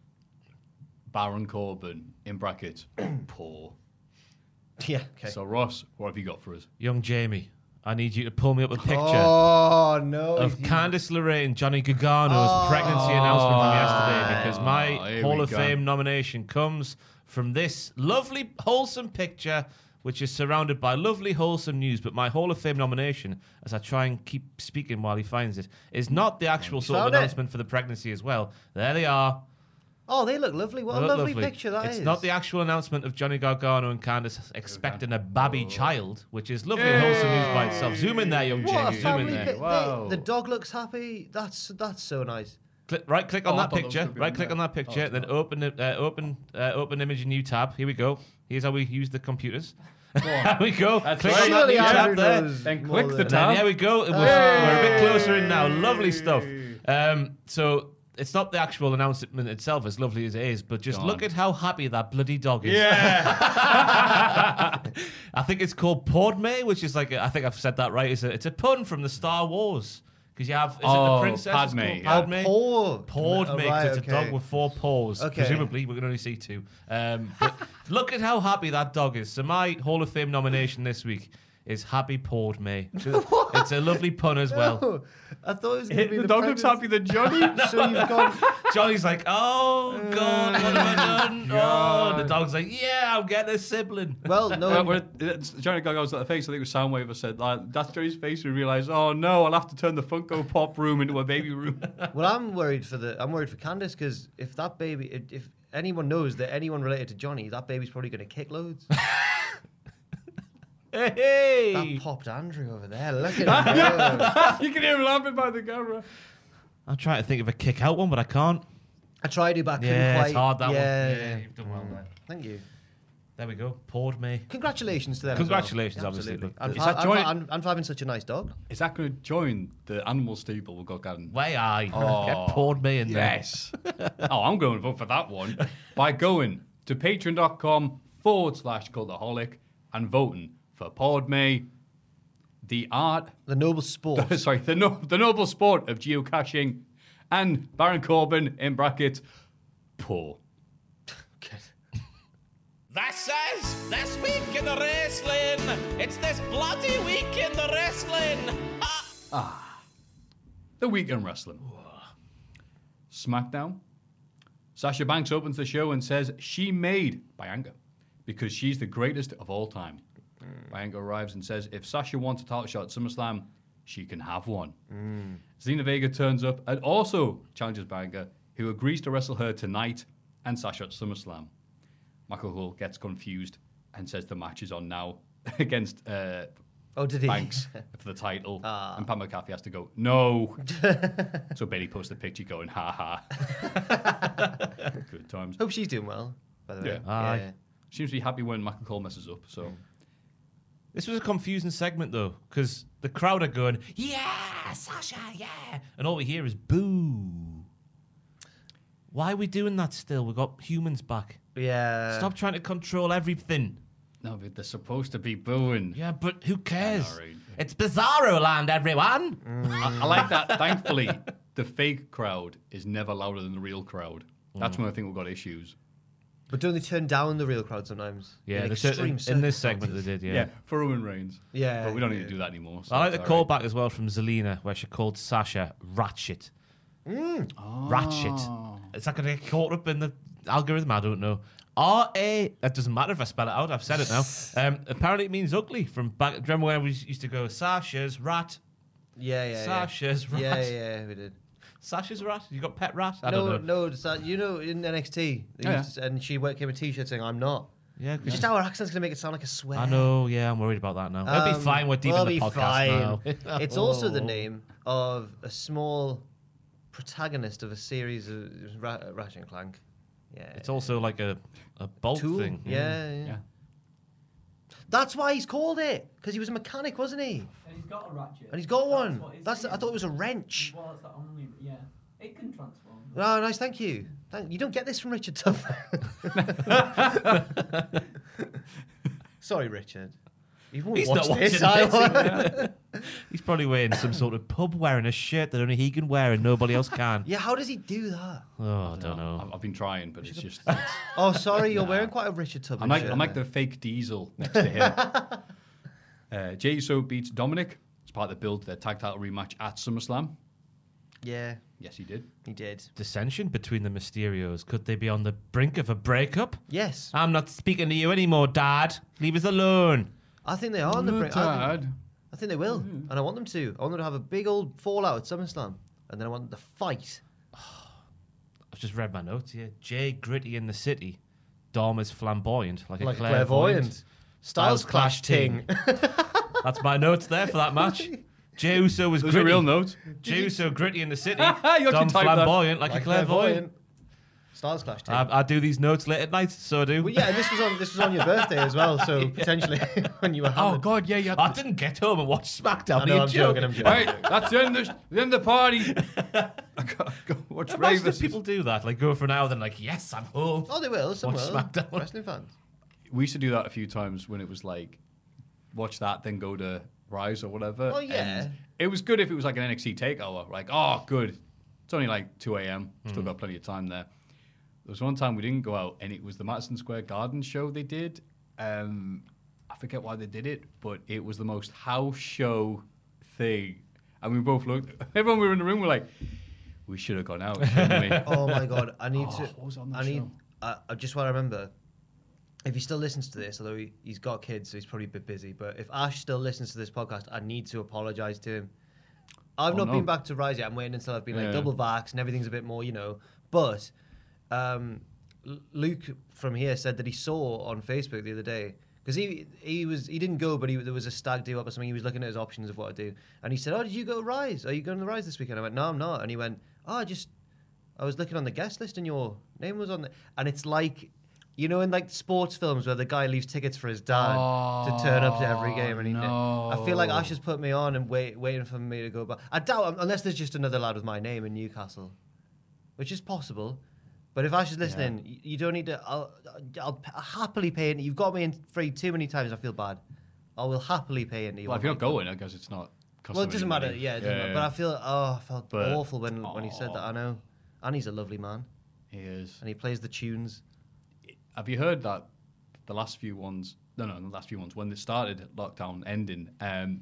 Baron Corbin in brackets poor. yeah. Okay. So Ross, what have you got for us? Young Jamie, I need you to pull me up a picture oh no. of Candice LeRae and Johnny Gargano's Oh, pregnancy announcement from yesterday because my here Hall we of go. Fame nomination comes from this lovely, wholesome picture, which is surrounded by lovely, wholesome news. But my Hall of Fame nomination, as I try and keep speaking while he finds it, is not the actual sort of Found it. announcement for the pregnancy as well. There they are. oh, they look lovely. What They a look lovely, picture that is. it's not the actual announcement of Johnny Gargano and Candice expecting Oh. a babby child, which is lovely and wholesome news by itself. Zoom in there, young What a Jamie. Zoom in family there. pic- Wow. they- The dog looks happy. That's that's so nice. Click, right click Oh, on I that thought that was picture. gonna be Right on click there. on that Oh, picture. it's then not. open it- uh, open uh, open image in new tab. Here we go. Here's how we use the computers. [LAUGHS] there we go. right. click on that new Surely Andrew tab there. knows Then more click the than- And then, tab. there we go. It was- We're a bit closer in now. Lovely stuff. Um, so it's not the actual announcement itself, as lovely as it is, but just Go look on. at how happy that bloody dog is. Yeah. [LAUGHS] I think it's called Podme, which is like a, I think I've said that right. It's a it's a pun from the Star Wars because you have is it Oh, the princess It's Padme, called yeah. Padme. Oh, Pawed Oh, me right, 'cause it's a okay. dog with four paws. Okay. Presumably, we can only see two. Um, but [LAUGHS] look at how happy that dog is. So my Hall of Fame nomination this week is Happy [LAUGHS] Pawed Me. it's a lovely pun as well. Oh, I thought it was going to be the, the dog looks happy than Johnny. [LAUGHS] pregnancy. So you've gone. [LAUGHS] Johnny's like, oh God, what Uh, have I [LAUGHS] done? Oh, the dog's like, yeah, I'm getting a sibling. [LAUGHS] Well, Well, no. well, it's- Johnny Gargano's at the face. I think it was Soundwave who said that. That's Johnny's face. We realised, oh no, I'll have to turn the Funko Pop room into a baby room. [LAUGHS] well, I'm worried for the. I'm worried for Candice because if that baby, if- if anyone knows that anyone related to Johnny, that baby's probably going to kick [LAUGHS] loads. Hey, that popped Andrew over there. Look at [LAUGHS] him. go. you can hear him laughing by the camera. I'm trying to think of a kick out one, but I can't. I tried to, but I couldn't Yeah, quite. it's hard that yeah, one. yeah. you've done well there. Thank you. There we go. Pawed me. Congratulations to them. as well. Congratulations, obviously. Absolutely. Look, Is And, fa- that and, joint- fa- and, and for having such a nice dog. Is that going to join the animal staple we've got garden? Way I Oh, get poured me in there. Yes. oh, I'm going to vote for that one by going to patreon.com forward slash cultaholic and voting for Podme, the art, [LAUGHS] The noble sport. [LAUGHS] sorry, the, no, the noble sport of geocaching, and Baron Corbin in brackets, poor. That says this week in the wrestling. It's this bloody week in the wrestling. Ah. The weekend wrestling. SmackDown. Sasha Banks opens the show and says she made Bianca because she's the greatest of all time. Bianca arrives and says if Sasha wants a title shot at SummerSlam, she can have one. Xena Vega turns up and also challenges Bianca, who agrees to wrestle her tonight and Sasha at SummerSlam. Michael Hall gets confused and says the match is on now [LAUGHS] against uh, Oh, did he? Banks for the title. Ah. And Pat McAfee has to go, [LAUGHS] no. so Bailey posts the picture going, ha ha. Good times. Hope she's doing well, by the way. Yeah. Aye. Seems to be happy when Michael Cole messes up. So Hmm. This was a confusing segment though, because the crowd are going, "Yeah, Sasha, yeah," and all we hear is "boo." Why are we doing that still? We got humans back. Yeah. Stop trying to control everything. no, but they're supposed to be booing. Yeah, but who cares? alright. It's Bizarro Land, everyone. I, I like that. Thankfully, the fake crowd is never louder than the real crowd. That's Hmm. when I think we've got issues. But don't they turn down the real crowd sometimes? Yeah, in, they said- in, extreme in circumstances? this segment they did. Yeah. for Roman Reigns. Yeah, But we don't need yeah. to do that anymore. so I like the it's callback alright. as well from Zelina, where she called Sasha Ratchet. Mm. Ratchet. It's not going to get caught up in the algorithm. I don't know. R A. That doesn't matter if I spell it out. I've said it now. Um, apparently, it means ugly. From back, remember when we used to go Sasha's rat, Yeah, yeah. Sasha's yeah. rat. Yeah, yeah, we did. Sasha's rat. You got pet rat? I no, don't know. no, it's that- you know, in NXT, they Oh, yeah. used to- and she went, came a T-shirt saying, "I'm not." Yeah, 'cause- Just how her accent's gonna make it sound like a swear. I know. Yeah, I'm worried about that now. It'll Um, be fine. We're deep we'll in the be podcast now. [LAUGHS] Oh. fine. it's also the name of a small protagonist of a series of Ra- Ratchet and Clank. Yeah, It's also like a a bolt Tool. thing. Yeah, yeah. Yeah. That's why he's called it because he was a mechanic, wasn't he? And he's got a ratchet. And he's got one. what his That's name I thought it is. was a wrench. Well, that's the only. Yeah. It can transform. Oh, nice. Thank you. Thank, you don't get this from Richard Tuffer. [LAUGHS] Sorry, Richard. You've He's watched not watching this. this. [LAUGHS] He's probably wearing some sort of pub wearing a shirt that only he can wear and nobody else [LAUGHS] can. [LAUGHS] yeah, how does he do that? Oh, I don't know. I've, I've been trying, but it's [LAUGHS] just. Oh, sorry, you're wearing quite a Richard Tubman I like shirt. I like the fake diesel next to him. uh, Jey Uso beats Dominic as part of the build to their tag title rematch at SummerSlam. Yeah, Yes, he did. he did. Dissension between the Mysterios. Could they be on the brink of a breakup? Yes, I'm not speaking to you anymore, Dad. Leave us alone. I think they are on the brink. I, think- Dad. I think they will, Mm-hmm. and I want them to. I want them to have a big old fallout at SummerSlam, and then I want them to fight. I've just read my notes here. Jay gritty in the city. Dom is flamboyant, like, Like a a clairvoyant. clairvoyant. Styles clash ting. [LAUGHS] That's my notes there for that match. Jey Uso was Those gritty. are real notes. Jey Uso gritty in the [LAUGHS] city. actually Dom typed that. flamboyant, like, a clairvoyant. Styles clash ting. I, I do these notes late at night, so I do. well, [LAUGHS] yeah, and this was on this was on your birthday as well, so potentially [LAUGHS] when you were Oh hammered. God, yeah, yeah. I didn't get home and watch SmackDown. I know, You're I'm joking. I'm joking. All right, that's the end of the, the end of the party. I got go watch Ray Imagine if versus- people do that, like go for an hour, then like, yes, I'm home. Oh, they will. Some will. Watch SmackDown. Wrestling fans. We used to do that a few times when it was like, watch that, then go to Rise or whatever. Oh, yeah. And it was good if it was like an NXT takeover. Like, oh, good. It's only like 2 a.m. Still got plenty of time there. There was one time we didn't go out, and it was the Madison Square Garden show they did. Um, I forget why they did it, but it was the most house show thing. And we both looked. [LAUGHS] Everyone we were in the room were like, we should have gone out. shouldn't we? [LAUGHS] Oh my god, I need to. what was on that I need. show? I, I just want to remember. If he still listens to this, although he, he's got kids, so he's probably a bit busy. But if Ash still listens to this podcast, I need to apologise to him. I've Oh, not no. been back to Rise yet. I'm waiting until I've been like Yeah. double vaxxed and everything's a bit more, you know. But um, L- Luke from here said that he saw on Facebook the other day because he he was he didn't go, but he, there was a stag do up or something. He was looking at his options of what to do, and he said, "Oh, did you go to Rise? Are you going to the Rise this weekend?" I went, "No, I'm not." And he went, "Oh, I just I was looking on the guest list, and your name was on there." And it's like. You know, in like sports films where the guy leaves tickets for his dad to turn up to every game, and he Oh, I feel like Ash has put me on and wait, waiting for me to go back. I doubt, unless there's just another lad with my name in Newcastle which is possible. But if Ash is listening, y- you don't need to. I'll, I'll, p- happily pay into. You've got me in free too many times. I feel bad. I will happily pay into you. Well, one if you're night. not going, I guess it's not. costing well, it doesn't anybody. matter. Yeah, it doesn't matter. But I feel. Oh, I felt But- awful when when he said that. I know. And he's a lovely man, He is. and he plays the tunes. Have you heard that the last few ones? No, no, the last few ones when it started lockdown ending, um,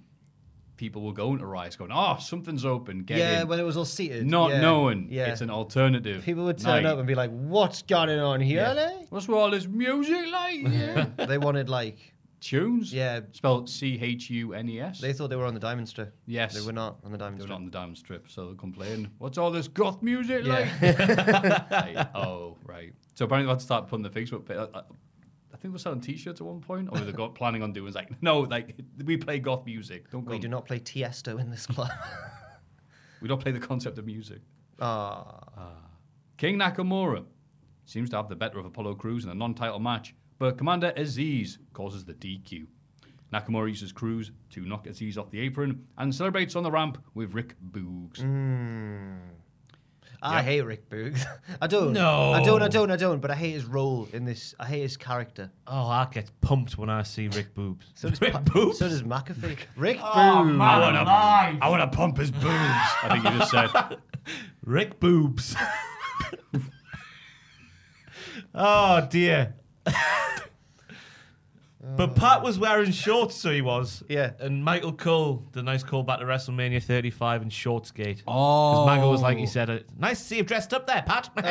people were going to riots, going, "Oh, something's open, get yeah, in." when it was all seated, not yeah, knowing Yeah, it's an alternative. people would turn night. up and be like, "What's going on here?" [LAUGHS] What's with all this music like? Yeah. [LAUGHS] eh?" they wanted like Tunes. Yeah. Spelled C H U N E S. they thought they were on the diamond strip. Yes. they were not on the diamond They're strip. not on the diamond strip, so they'll complain. What's all this goth music [LAUGHS] like? Like, Oh, right. So apparently they had to start putting the Facebook. pa- I, I- I think they were selling T-shirts at one point, or they [LAUGHS] got planning on doing. It's like, no, like we play goth music. Don't go. we do not play Tiesto in this [LAUGHS] club. We don't play the concept of music. Ah. King Nakamura seems to have the better of Apollo Crews in a non-title match, but Commander Aziz causes the DQ. Nakamura uses Cruz to knock Aziz off the apron and celebrates on the ramp with Rick Boogs. Mm. I hate Rick Boogs. [LAUGHS] I don't. No. I don't. I don't. I don't. But I hate his role in this. I hate his character. Oh, I get pumped when I see Rick Boobs. So [LAUGHS] Rick Pa- Boobs? So does McAfee. Rick Boogs. I want to. I want to pump his boobs. I think you just said. Rick Boobs. oh, dear. but Pat was wearing shorts, so he was. Yeah. And Michael Cole, the nice call back to WrestleMania 35 and Shortsgate. Oh, Michael was like, he said, uh, nice to see you dressed up there, Pat. [LAUGHS]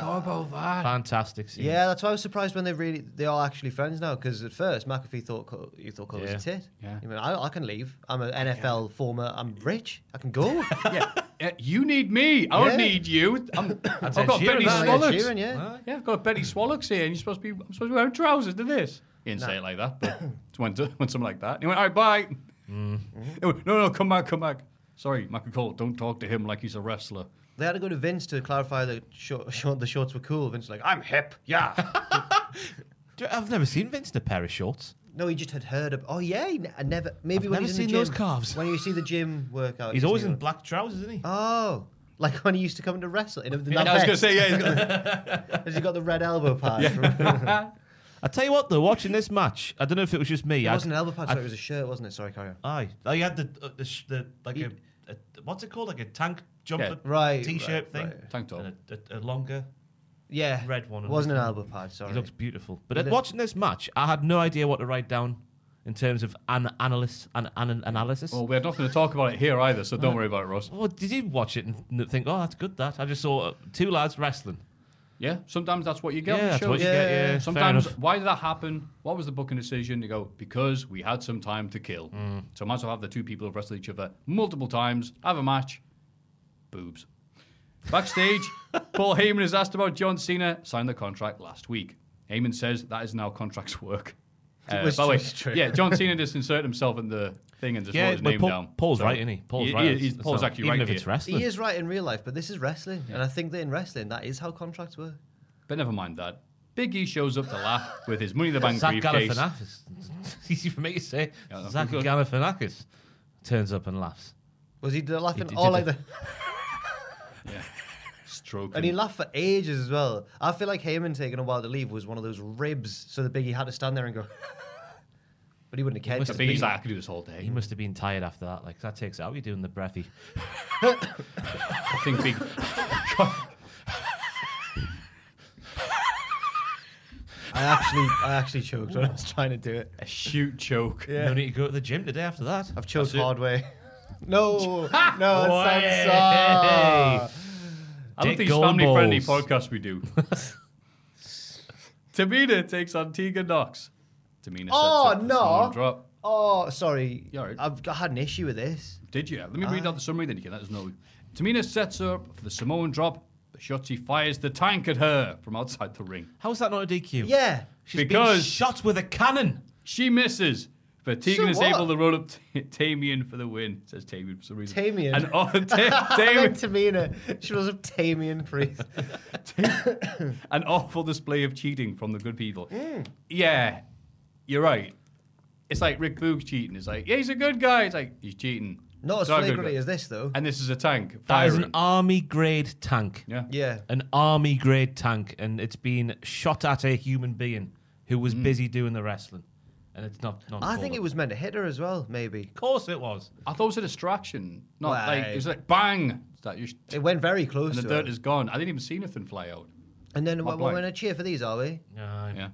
Ah. about that. Fantastic scene. yeah, that's why I was surprised when they really they are actually friends now. Because at first McAfee thought Cole, he thought Cole was a Yeah. tit. Yeah. He went, I, I can leave. I'm an NFL former. I'm rich. I can [LAUGHS] go. Yeah, yeah, you need me. I don't Yeah. need you. I'm, I've Ed got Sheeran, Betty that. Ed Swallocks. Sheeran, yeah. Yeah, I've got Betty Swallocks here, and you're supposed to be. I'm supposed to be wearing trousers to this. He didn't say it like that, but it's went to went something like that. And he went, "All right, bye." He went, no, no, come back, come back. Sorry, Michael Cole, don't talk to him like he's a wrestler. They had to go to Vince to clarify that short, [LAUGHS] short, the shorts were cool. Vince was like, I'm hip. Yeah. Do- [LAUGHS] I've never seen Vince in a pair of shorts. no, he just had heard of. Oh yeah, he ne- I never. Maybe I've when never he's in seen the gym, those calves. When you see the gym workout, He's you always see in what- black trousers, isn't he? Oh, Like when he used to come into wrestle in, a- in [LAUGHS] that I was going to vest. say, yeah, he's got- Has he got the red elbow [LAUGHS] pad? from- [LAUGHS] I tell you what, though, watching this match, I don't know if it was just me. it I- wasn't an elbow pad, sorry, it was a shirt, wasn't it? Sorry, carry on. Aye, Oh, you had the uh, the, sh- the like a, a what's it called, like a tank jumper, Yeah, right, t-shirt right, thing, right. Tank top. and a, a, a longer. Yeah. Red one. It wasn't an elbow pad, sorry. It looks beautiful. But It at is. watching this match, I had no idea what to write down in terms of an analyst an, an analysis. well, we're not going to talk about it here either, so don't worry about it, Ross. Well, did you watch it and n- think, oh, that's good? That I just saw uh, two lads wrestling. Yeah, sometimes that's what you get. on Yeah, the that's show. what you get, Yeah. yeah, fair sometimes enough. why did that happen? What was the booking decision? You go because we had some time to kill, Mm. so might as well have the two people who've wrestled each other multiple times, have a match, boobs. Backstage, [LAUGHS] Paul Heyman is asked about John Cena signed the contract last week. Heyman says that is now contract's [LAUGHS] work. Uh, Which by the way, is true. Yeah, John [LAUGHS] Cena just inserted himself in the thing and just Yeah, wrote his but name Paul- down. Paul's right, isn't he? Paul's He- right. he- It's- he's- it's Paul's not- actually even right if here. it's wrestling. He is right in real life, but this is wrestling. And I think that in wrestling, that is how contracts work. But never mind that. Big E shows up to laugh with his Money in the Bank Zach briefcase. Galifianakis. [LAUGHS] It's Easy for me to say. Yeah, that's Zach good. Galifianakis turns up and laughs. Was he laughing He did all the- like that? Stroke. [LAUGHS] And he laughed for ages as well. I feel like Heyman taking a while to leave was one of those ribs, so the Biggie had to stand there and go. [LAUGHS] but he wouldn't have cared. must So have Biggie's been- like, I could do this all day. He must have been tired after that. Like that takes out you doing the breathy. I think [LAUGHS] Big. I actually, I actually choked when I was trying to do it. a shoot choke. No need to go to the gym today after that. [LAUGHS] I've choked That's it. hard way. No, no, it's Hey! I Sansa. love Dick these Gold family friendly Balls. podcasts we [LAUGHS] do. Tamina takes on Tegan Knox. Tamina Oh, sets up for no. someone drop. Oh, sorry. You all right? I've I had an issue with this. Did you? Let me Uh. read out the summary, then you can let us know. Tamina sets her up for the Samoan drop. The Shotzi fires the tank at her from outside the ring. How is that not a DQ? Yeah. She's Because- being shot with a cannon. She misses, but Tegan So is what? able to [LAUGHS] roll up T- Tamian for the win. Says Tamian for some reason. Tamian? And oh, Ta- [LAUGHS] I meant Tamian, Tamina. She was a Tamian [LAUGHS] priest. an awful display of cheating from the good people. Hmm. Yeah, you're right. It's like Rick Boog's cheating. It's like, yeah, he's a good guy. It's like, he's cheating. Not as He's a good flagrantly guy. as this, though. And this is a tank. That is Firing. an army grade tank. yeah. Yeah. An army grade tank, and it's been shot at a human being who was busy doing the wrestling, and it's not. not Mm. I called think up. it was meant to hit her as well, maybe. Of course, it was. I thought it was a distraction. Not Well, like, it was like bang. It's like, you It uh, went very close and the to dirt her. is gone. I didn't even see nothing fly out. And then Hot we're, we're boy. going to cheer for these, are we? Yeah. Yeah.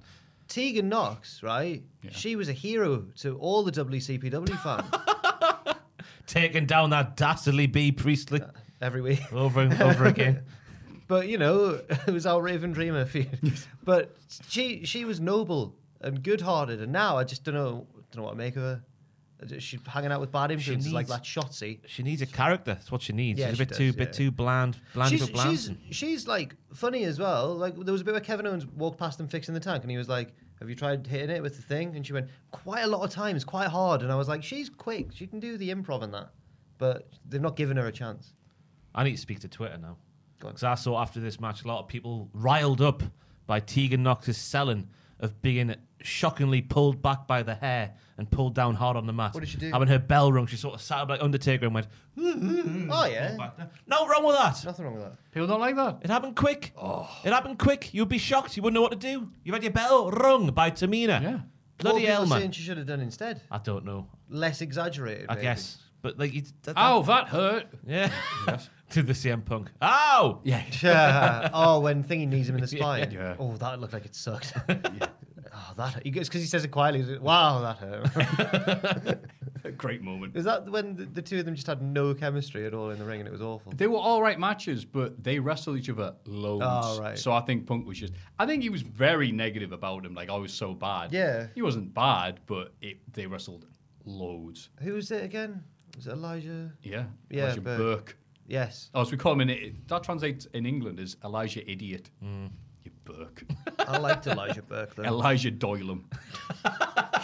Tegan Knox, right? She was a hero to all the WCPW fans Taking down that dastardly [LAUGHS] B Priestley every week. over and over again. But you know, [LAUGHS] it was our Raven Dreamer feud. But she she was noble and good-hearted, and now I just don't know don't know what to make of her. I just- She's hanging out with bad influences like that needs- Shotzi. She needs a character. That's what she needs. Yeah, she's a she bit too, does, yeah. bit too bland, bland She's, for she's Blanton. she's like funny as well. Like there was a bit where Kevin Owens walked past them fixing the tank, and he was like, "Have you tried hitting it with the thing?" And she went, "Quite a lot of times, quite hard." And I was like, "She's quick. She can do the improv and that." But they've not given her a chance. I need to speak to Twitter now. Go on. Because I saw after this match a lot of people riled up by Tegan Knox's selling of being shockingly pulled back by the hair and pulled down hard on the mat. What did she do? Having her bell rung, she sort of sat up like Undertaker and went, Oh yeah, No wrong with that. nothing wrong with that. People don't like that. It happened quick. Oh. It happened quick. You'd be shocked. You wouldn't know what to do. You had your bell rung by Tamina. Yeah. What Bloody people hell, are man. saying she should have done instead. I don't know. Less exaggerated. I maybe. guess. But like, you, that, that- Oh, that hurt. yeah. [LAUGHS] to the CM Punk. Oh! Ow! Yeah. [LAUGHS] Yeah. Oh, when Thingy knees [LAUGHS] him in the spine. Yeah. Oh, that looked like it sucked. Oh, that hurt. Because he says it quietly. he's like, Wow, that hurt. [LAUGHS] A [LAUGHS] great moment. Is that when the, the two of them just had no chemistry at all in the ring and it was awful? They were all right matches, but they wrestled each other loads. Oh, right. So I think Punk was just. I think he was very negative about him. Like I was so bad. Yeah. He wasn't bad, but it, they wrestled loads. Who was it again? Was it Elijah? Yeah. Yeah, Elijah Burke. Burke. Yes. Oh, so we call him an. It, that translates in England as Elijah Idiot. Mm. You Burke. [LAUGHS] I liked Elijah Burke though. Elijah Doylem.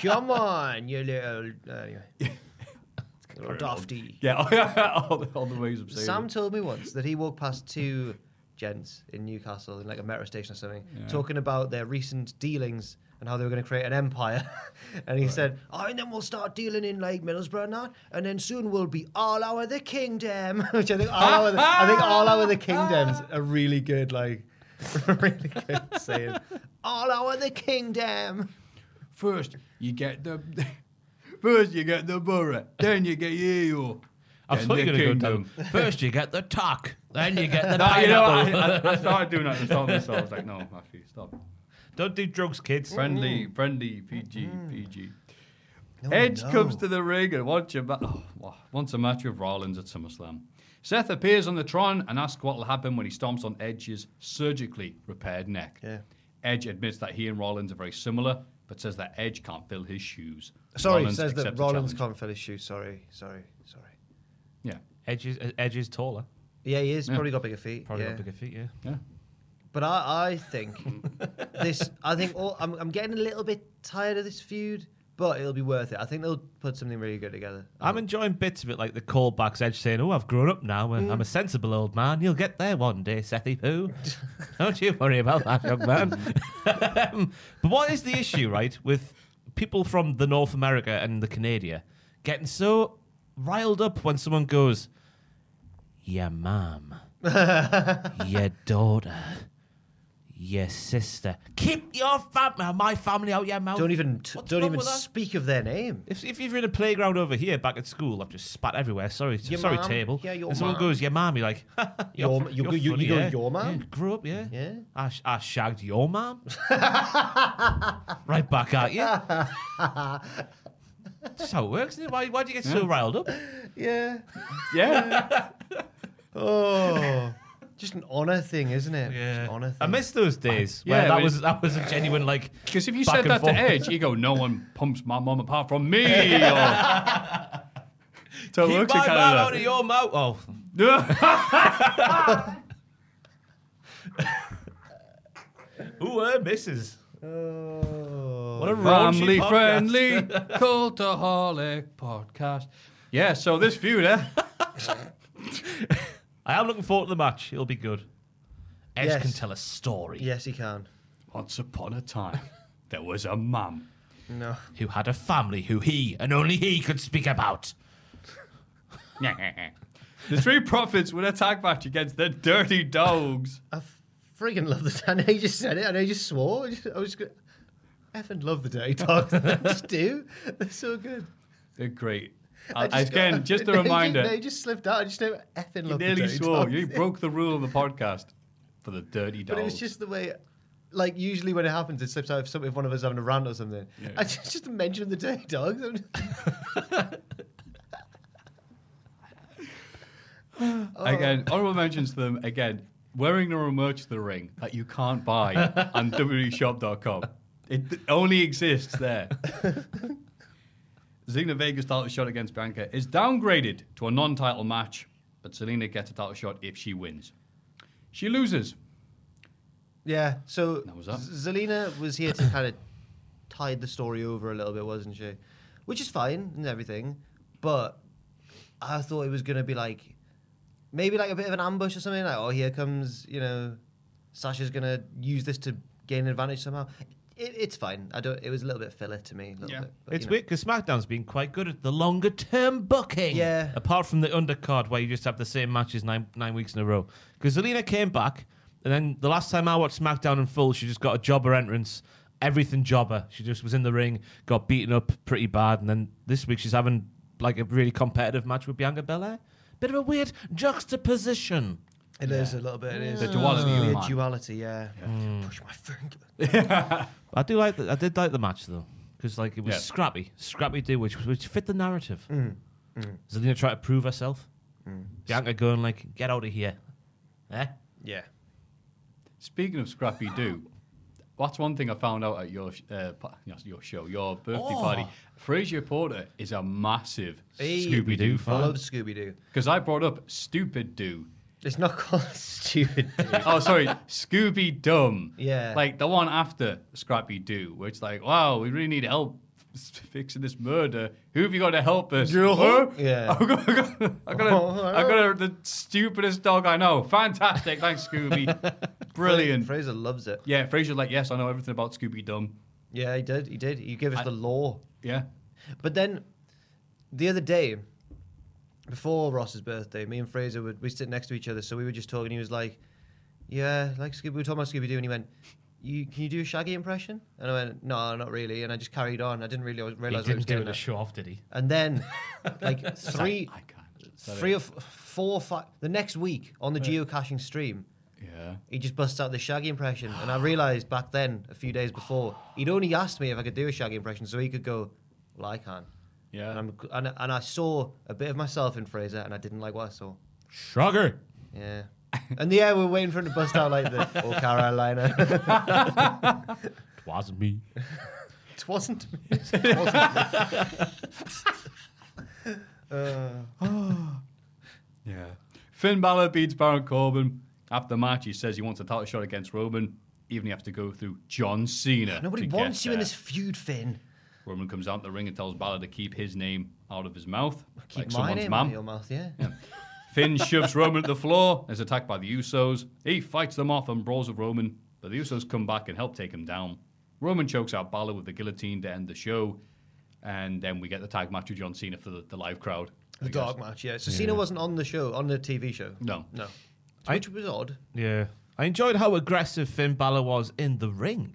Come on, you little. uh, Anyway. little dofty. Yeah. [LAUGHS] all, the, all the ways of saying. Sam it. told me once that he walked past two gents in Newcastle in like a metro station or something, talking about their recent dealings and how they were going to create an empire. [LAUGHS] and he said, "Oh, and then we'll start dealing in like Middlesbrough and that, and then soon we'll be all over the kingdom." [LAUGHS] Which I think all over the, I think all over the [LAUGHS] kingdoms a really good like [LAUGHS] really good saying. All over the kingdom. First, you get the. [LAUGHS] First, you get the borough. Then you get you. I then thought you the were going to go kingdom. down. [LAUGHS] First you get the tuck, then you get [LAUGHS] the No, you know, pineapple. I, I, I started doing that to stop myself. I was like, no, Matthew, stop. Don't do drugs, kids. Friendly, friendly, PG, Mm. PG. Edge comes to the ring and wants a, ma- oh, wa- wants a match with Rollins at SummerSlam. Seth appears on the Tron and asks what will happen when he stomps on Edge's surgically repaired neck. Yeah. Edge admits that he and Rollins are very similar, but says that Edge can't fill his shoes. Sorry, Rollins says that accepts the Rollins challenge. can't fill his shoe. Sorry, sorry, sorry. Yeah, Edge is, uh, edge is taller. Yeah, he is. Probably got bigger feet. Probably yeah. got bigger feet, yeah. yeah. But I, I think [LAUGHS] this. I think all, I'm, I'm getting a little bit tired of this feud, but it'll be worth it. I think they'll put something really good together. I'm enjoying bits of it, like the callbacks, Edge saying, Oh, I've grown up now. and Mm. I'm a sensible old man. You'll get there one day, Sethy [LAUGHS] Pooh. Don't you worry about that, young man. Um, but what is the issue, right, with people from the North America and the Canada getting so riled up when someone goes, [LAUGHS] Your mum, your daughter, your sister. Keep your fam- my family out your mouth. Don't even t- What's don't wrong even with that? speak of their name. If, if you're in a playground over here, back at school, I've just spat everywhere. Sorry, Your sorry, mum. table. Yeah, your and someone mum. goes, "Your mom." You're like, [LAUGHS] Your- you go- you- you go, "Your mum?" Yeah, grew up, yeah. Yeah. I, sh- I shagged your mom. [LAUGHS] right back at [LAUGHS] you. That's how it works, isn't it? Why, why do you get so riled up? Yeah. Yeah. [LAUGHS] Oh, just an honor thing, isn't it? Just an honor thing. I miss those days Yeah, where that but- was that [LAUGHS] was a genuine like. Because if you back said and that forth. to Edge, you go, no one pumps my mum apart from [LAUGHS] me. or- so it Keep works in my mum Canada. out of your mouth. Oh, [LAUGHS] who were Mrs. Oh. What a Family raunchy podcast. friendly cultaholic podcast. Yeah, so this feud, eh? I am looking forward to the match. It'll be good. Edge Yes. can tell a story. Yes, he can. Once upon a time, there was a mum. No. Who had a family who he and only he could speak about. [LAUGHS] the three prophets win a tag match against the dirty dogs. I freaking love the [LAUGHS] I know you just said it. I know you just swore. I, just, I was just I effing love the [LAUGHS] dirty dogs. I just do. They're so good. They're great. Uh, I just [LAUGHS] Again, got- just a No, you- reminder. No, you just slipped out. I just know effing you love the nearly dirty [LAUGHS] swore. dogs. You broke the rule of the podcast for the dirty dogs. But it was just the way, like usually when it happens, it slips out if, some, if one of us having a rant or something. I [LAUGHS] just, just the mention of the dirty dogs. [LAUGHS] I'm just- Again, honorable mentions to them. Again, wearing their own merch to the ring that you can't buy on E WWEshop.com. It th- only exists there. Zelina Vega's title shot against Bianca is downgraded to a non-title match, but Selena gets a title shot if she wins. She loses. yeah. So That was that. Z- Zelina was [COUGHS] here to kind of tide the story over a little bit, wasn't she? Which is fine and everything, but I thought it was gonna be like maybe like a bit of an ambush or something. Like, oh, here comes you know, Sasha's gonna use this to gain an advantage somehow. It, it's fine. I don't. It was a little bit filler to me. A little Yeah. bit, but, It's you know. weird because SmackDown's been quite good at the longer term booking. Yeah. Apart from the undercard where you just have the same matches nine nine weeks in a row. Because Zelina came back, and then the last time I watched SmackDown in full, she just got a jobber entrance. Everything jobber. She just was in the ring, got beaten up pretty bad, and then this week she's having like a really competitive match with Bianca Belair. Bit of a weird juxtaposition. It is a little bit. It is The duality of Weird man. duality, yeah. Mm. Push my finger. I do like. The, I did like the match though, because like it was Yeah. scrappy, scrappy do, which which fit the narrative. Zelina trying to prove herself. Bianca going like, "Get out of here," eh? Yeah. Speaking of Scrappy Doo, that's one thing I found out at your sh- uh, pa- yes, your show, your birthday party. Fraser Porter is a massive Scooby Doo I fan love Scooby Doo. because I brought up Stupid Doo It's not [LAUGHS] called Stupid Doo. [LAUGHS] oh, sorry, Scooby Dumb. Yeah. Like the one after Scrappy Doo, where it's like, wow, we really need help [LAUGHS] fixing this murder. Who have you got to help us? You. Huh? [LAUGHS] Yeah. I've got, I've got, I've got, a, I've got a, the stupidest dog I know. Fantastic. Thanks, [LAUGHS] Scooby. Brilliant. Fraser loves it. yeah, Fraser's like, yes, I know everything about Scooby Dumb. Yeah, he did. He did. He gave us I- the lore. Yeah. But then the other day, before Ross's birthday, me and Fraser would we sit next to each other, so we were just talking. He was like, "Yeah, like Scooby." We were talking about Scooby Doo, and he went, "You can you do a Shaggy impression?" And I went, "No, not really." And I just carried on. I didn't really realize what he was didn't do getting it to at. show off, did he? [LAUGHS] And then, like three, I can't. three or f- four, five. The next week on the geocaching stream, Yeah. he just busts out the Shaggy impression, and I realised back then, a few days before, he'd only asked me if I could do a Shaggy impression, so he could go, "Well, I can." Yeah. And, I'm, and, I- and I saw a bit of myself in Fraser, and I didn't like what I saw. Shrugger. [LAUGHS] Yeah. and yeah, we're waiting for him to bust out like this. Oh, Carolina. [LAUGHS] Twasn't me. it wasn't me. It wasn't [LAUGHS] me. Yeah. Finn Balor beats Baron Corbin. After the match, he says he wants a title shot against Roman, even if you have to go through John Cena. Nobody to get wants you in there. this feud, Finn. Roman comes out the ring and tells Balor to keep his name out of his mouth. Keep like my someone's name out of your mum. mouth, yeah. [LAUGHS] Finn shoves Roman to the floor and is attacked by the Usos. He fights them off and brawls with Roman, but the Usos come back and help take him down. Roman chokes out Balor with the guillotine to end the show, and then we get the tag match with John Cena for the, the live crowd. I The guess. dark match, yeah. So Cena wasn't on the show, on the TV show. No. No. I- Which was odd. Yeah. I enjoyed how aggressive Finn Balor was in the ring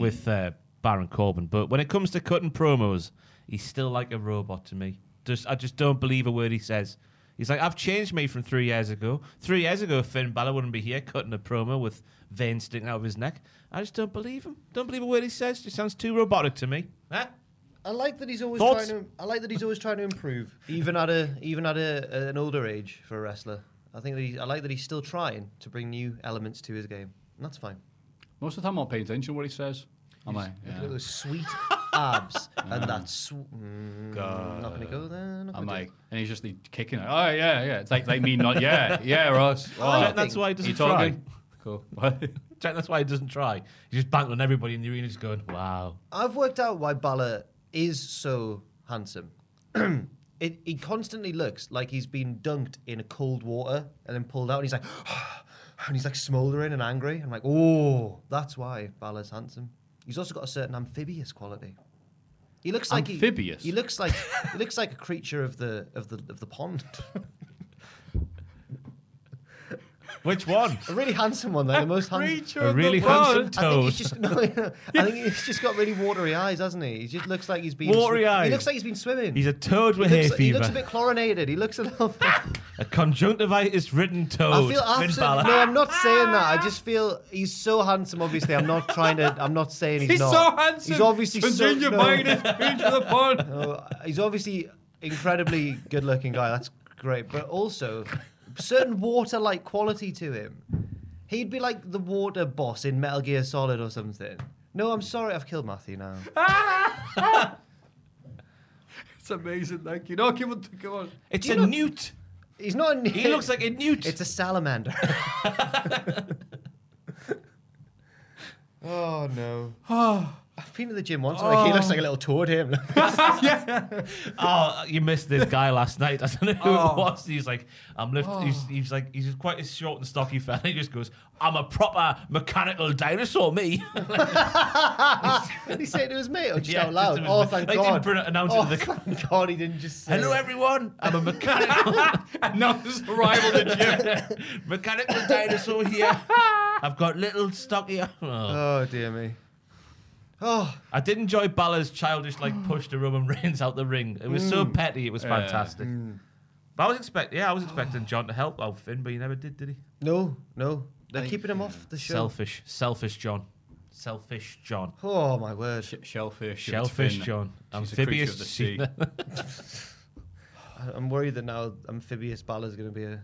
with uh, Baron Corbin, but when it comes to cutting promos, he's still like a robot to me. Just I just don't believe a word he says. He's like, I've changed me from three years ago. Three years ago, Finn Balor wouldn't be here cutting a promo with veins sticking out of his neck. I just don't believe him. Don't believe a word he says. Just sounds too robotic to me. Eh? Huh? I like that he's always Thoughts? trying to. I like that he's always trying to improve, even at a even at a, an older age for a wrestler. I think that he, I like that he's still trying to bring new elements to his game, and that's fine. Most of the time, I'm not paying attention to what he says. Am I? Look at Yeah. those sweet abs and that. Sw- mm, not gonna go there. Not I'm gonna do like, and he's just like, kicking it. Oh yeah, yeah. It's like they mean not. Yeah, yeah, [LAUGHS] Ross. I Oh, think- That's why you he doesn't try. talking? Cool. Why Jack, That's why he doesn't try. He just bangs on everybody in the arena, just going, "Wow." I've worked out why Balor is so handsome. [CLEARS THROAT] it, he constantly looks like he's been dunked in cold water and then pulled out, and he's like, [GASPS] and he's like smoldering and angry. I'm like, oh, that's why Balor's handsome. He's also got a certain amphibious quality. He looks like he- Amphibious? He, looks like he looks like a creature of the of the of the pond. [LAUGHS] Which one? a really handsome one, though. The most handsome. a really Well, handsome I think toad. he's just. No, [LAUGHS] yeah. I think he's just got really watery eyes, hasn't he? He just looks like he's been Watery eyes. He looks like he's been swimming. He's a toad with he hay looks, he fever. looks a bit chlorinated. He looks a little. [LAUGHS] Bit, A conjunctivitis ridden toad. I feel Finn absolutely. Balor. No, I'm not saying that. I just feel he's so handsome. Obviously, I'm not trying to. I'm not saying he's, not. He's obviously so. Continue no. buying [LAUGHS] his into the pond. No, he's obviously incredibly good-looking guy. That's great, but also certain water-like quality to him. He'd be like the water boss in Metal Gear Solid or something. No, I'm sorry, I've killed Matthew now. It's amazing. Thank you. No, give it. Come on. It's Do a you know- newt. He's not. He looks like a newt. It's a [LAUGHS] salamander. oh no. [SIGHS] I've been to the gym once. and Like, he looks like a little toad. Him. oh, you missed this guy last night. [LAUGHS] I don't know who Oh. it was. He's like, I'm lifting. He's, he's like, he's just quite a short and stocky fella. He just goes, I'm a proper mechanical dinosaur, me. [LAUGHS] Did he say it to his mate or just [LAUGHS] Yeah, out loud? just to oh, his mate. thank They didn't God. pr- announce it oh, to the- [LAUGHS] thank God he didn't just say. Hello, it. everyone. I'm a mechanical [LAUGHS] No, this is arrival to gym. mechanical dinosaur here. [LAUGHS] I've got little stocky. Oh. Oh dear me. Oh, I did enjoy Balor's childish Hmm. like push to [LAUGHS] Roman Reigns out the ring. It was so petty. It was fantastic. Hmm. But I was expect, yeah, I was expecting John to help out Finn, but he never did, did he? no, no. They're keeping him off the show. Selfish, selfish John, selfish John, Oh my word. Shellfish. shellfish John, She's a creature amphibious of the sea. Cena. [LAUGHS] I- I'm worried that now amphibious Balor's going to be a,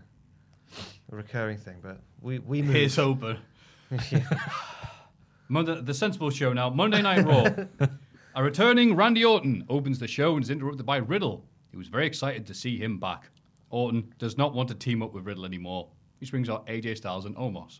a recurring thing, but we we move. It's [LAUGHS] open. Monday, the sensible show now. Monday Night [LAUGHS] Raw. A returning Randy Orton opens the show and is interrupted by Riddle. He was very excited to see him back. Orton does not want to team up with Riddle anymore. He brings out AJ Styles and Omos.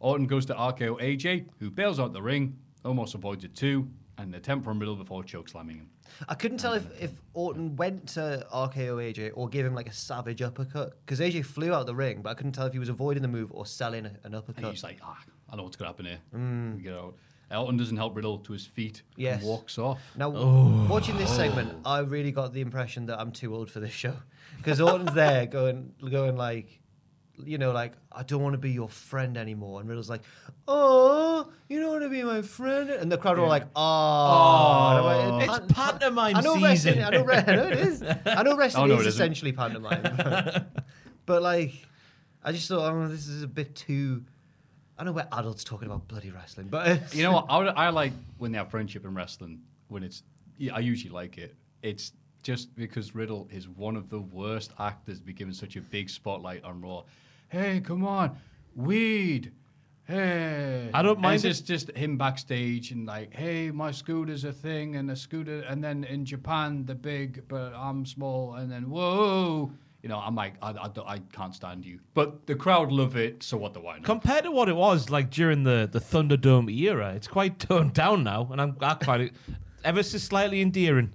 Orton goes to RKO AJ, who bails out the ring. Omos avoids it too. and a temper middle before choke slamming him. I couldn't tell if, if Orton went to RKO AJ or gave him like a savage uppercut because AJ flew out the ring, but I couldn't tell if he was avoiding the move or selling an And uppercut. he's like, ah, I know what's going to happen here. Get out. Elton doesn't help Riddle to his feet Yes. and walks off. Now, watching this segment, I really got the impression that I'm too old for this show because Orton's there [LAUGHS] going, going like, you know, like I don't want to be your friend anymore, and Riddle's like, "Oh, you don't want to be my friend," and the crowd are like, "Oh, It's pantomime I know season. wrestling. I know, re- I know it is. [LAUGHS] I know wrestling Oh, no, it is isn't. essentially [LAUGHS] pantomime, but like, I just thought, oh, this is a bit too. I know we're adults talking about bloody wrestling, but [LAUGHS] You know what? I, would- I like when they have friendship in wrestling. When it's, yeah, I usually like it. It's just because Riddle is one of the worst actors to be given such a big spotlight on Raw. Hey, come on, weed. Hey, I don't And mind It's it. just, just him backstage and like, hey, my scooter's a thing and a scooter, and then in Japan the big, but I'm small, and then whoa. You know, I'm like, I, I, don't- I can't stand you. But the crowd love it, so what do I know? [LAUGHS] Compared to what it was like during the, the Thunderdome era, it's quite toned down now, and I'm I find it ever so slightly endearing.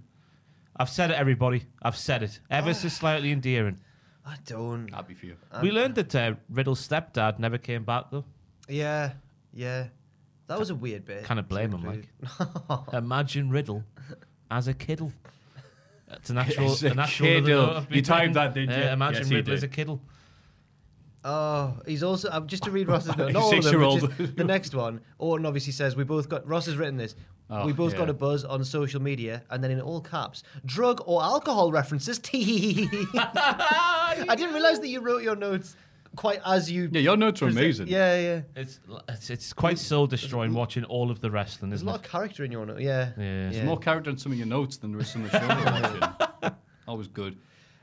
I've said it, everybody. I've said it. Ah. Ever so slightly endearing. I don't. Happy for you. we learned that uh, Riddle's stepdad never came back though. Yeah, yeah, that was a weird bit. Kind of blame him, Included. Imagine Riddle as a kiddle. [LAUGHS] It's an actual, As a an actual kiddle. another note I've been You typed writing. that, did you? Uh, imagine Yes, you Riddle did. as a kiddle. Oh, he's also um, [LAUGHS] just to read Ross's note. Not all of them, Six-year-old. but just the next one. Orton obviously says we both got. Ross has written this. we both got Oh, yeah. a buzz on social media, and then in all caps, drug or alcohol references. [LAUGHS] Tee. I didn't realize that you wrote your notes quite as you. Yeah, your notes are present- amazing. Yeah, yeah. It's it's, it's quite soul destroying watching all of the wrestling, There's a isn't lot it? of character in your note. Yeah. Yeah. There's more character in some of your notes than there is in the show. [LAUGHS] that was good.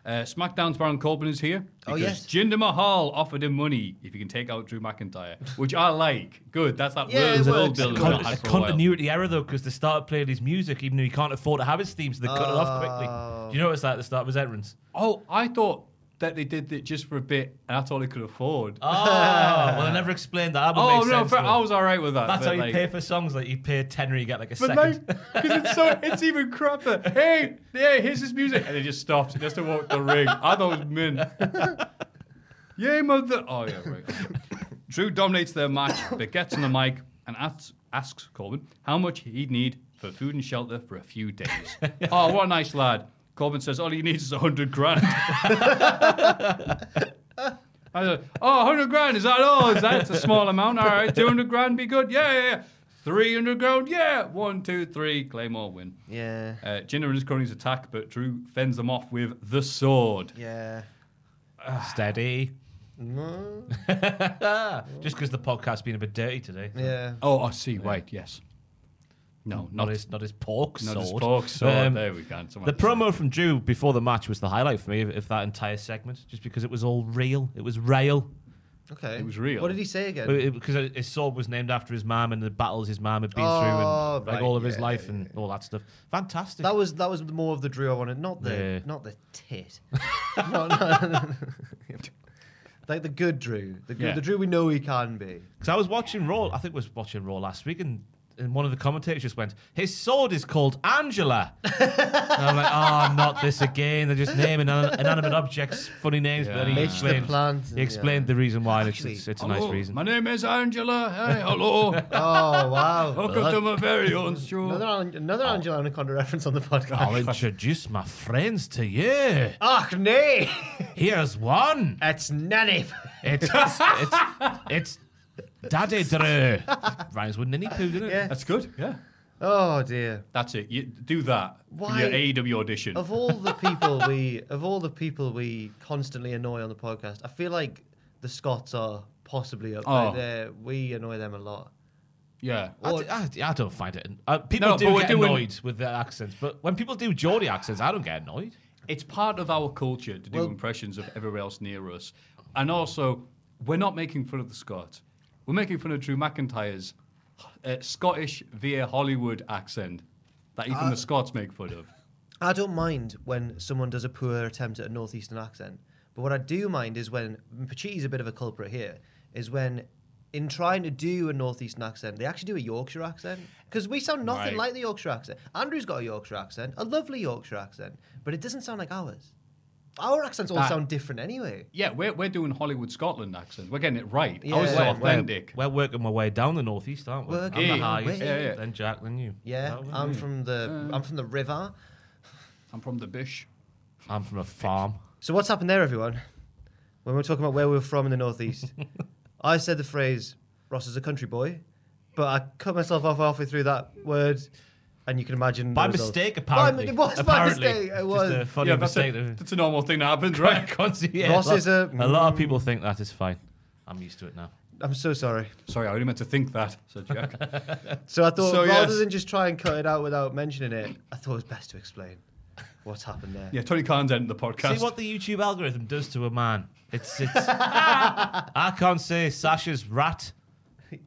Uh, SmackDown's Baron Corbin is here. Oh, because yes. Jinder Mahal offered him money if you can take out Drew McIntyre, which I like. Good. That's that Yeah, it world, world works. building. Con- we've not a had for a while. continuity error though, because they started playing his music even though he can't afford to have his theme, so they cut it off quickly. Do you notice that at the start of his entrance? Oh, I thought that they did it just for a bit, and that's all they could afford. Oh, well, I never explained that. that would oh make no, sense, fair- though. I was all right with that. That's but, how you like- pay for songs. Like you pay a tenner, you get like a But second. because it's so, it's even crapper. Hey, yeah, here's this music, and it just stops just to walk the ring. I thought it was min. Yay, mother! Oh yeah, right. Drew dominates their match, but gets on the mic and asks, asks Corbin how much he'd need for food and shelter for a few days. oh, what a nice lad! Corbin says all he needs is a hundred grand. [LAUGHS] I was like, oh, 100 grand, is that all? Is that it's a small amount? All right, 200 grand, be good. Yeah, yeah, yeah. 300 grand, yeah. One, two, three, Claymore win. Yeah. Uh, Jinder and his cronies attack, but Drew fends them off with the sword. Yeah. [LAUGHS] Steady. [LAUGHS] Just because the podcast's been a bit dirty today. so- Yeah. Oh, I see, right, yes. No, Not not, his, not his pork not sword. his fork sword. Um, there we go. Someone the said promo from Drew before the match was the highlight for me of, of that entire segment, just because it was all real. It was real. Okay. It was real. What did he say again? Because his sword was named after his mom and the battles his mom had been through Oh, and like right, all of his yeah, life yeah, and all that stuff. Fantastic. That was that was more of the Drew I wanted, not the Yeah. not the tit, [LAUGHS] No, no. [LAUGHS] like the good Drew, the good, Yeah. the Drew we know he can be. Because I was watching Raw, I think I was watching Raw last week, and, and one of the commentators just went, His sword is called [LAUGHS] Angela. and I'm like, Oh, not this again. They're just naming inan- inanimate objects funny names. But then he Yeah. Mitch the explained, plant and- he explained yeah. the reason why, and it's, Actually- it's, it's a hello, nice reason. My name is Angela. Hey, [LAUGHS] hello. Oh wow! [LAUGHS] Welcome to Oh. my very own show. another An- another Angela Anaconda reference on the podcast. [LAUGHS] I'll introduce my friends to you. Oh, Ach nee, Here's one. it's Nanny. It's it's it's Daddy Drew. Rhymes with Ninny Poo, doesn't it? Yeah. That's good, yeah. Oh dear! That's it. You do that for Why- your AW audition. Of all the people we, of all the people we constantly annoy on the podcast, I feel like the Scots are possibly up Oh. there. We annoy them a lot. yeah. I, d- I d- I don't find it. Uh, people No, do but we're get doing- annoyed with their accents, but when people do Geordie accents, I don't get annoyed. It's part of our culture to do impressions of everywhere else near us. And also, we're not making fun of the Scots. We're making fun of Drew McIntyre's uh, Scottish via Hollywood accent that even the Scots make fun of. I don't mind when someone does a poor attempt at a northeastern accent, but what I do mind is when Pachiti's a bit of a culprit here. Is when in trying to do a northeastern accent, they actually do a Yorkshire accent because we sound nothing Right. like the Yorkshire accent. Andrew's got a Yorkshire accent, a lovely Yorkshire accent, but it doesn't sound like ours. Our accents all That- sound different anyway. Yeah, we're, we're doing Hollywood Scotland accent. We're getting it right. Yeah. I was Well, authentic. We're working my way down the northeast, aren't we? Working I'm our the highest, way. Yeah, yeah. then Jack, then you. Yeah, That was I'm me. from the I'm from the river. I'm from the Bish. I'm from a farm. So what's happened there, everyone? When we were talking about where we were from in the [LAUGHS] northeast, I said the phrase "Ross is a country boy," but I cut myself off halfway through that word, and you can imagine By the result. mistake, By- apparently. it was apparently. by mistake. It was. Just a funny yeah, that's a, mistake. that- that's a normal thing that [LAUGHS] happens, [LAUGHS] right? Yeah, Ross lo- is a- a lot of people think that is fine. I'm used to it now. I'm so sorry. Sorry, I only meant to think that, said Jack. [LAUGHS] So I thought So, rather yes. than just try and cut it out without mentioning it, I thought it was best to explain what's happened there. yeah, Tony Khan's ending the podcast. See what the YouTube algorithm does to a man. It's [LAUGHS] it's. I can't say Sasha's rat,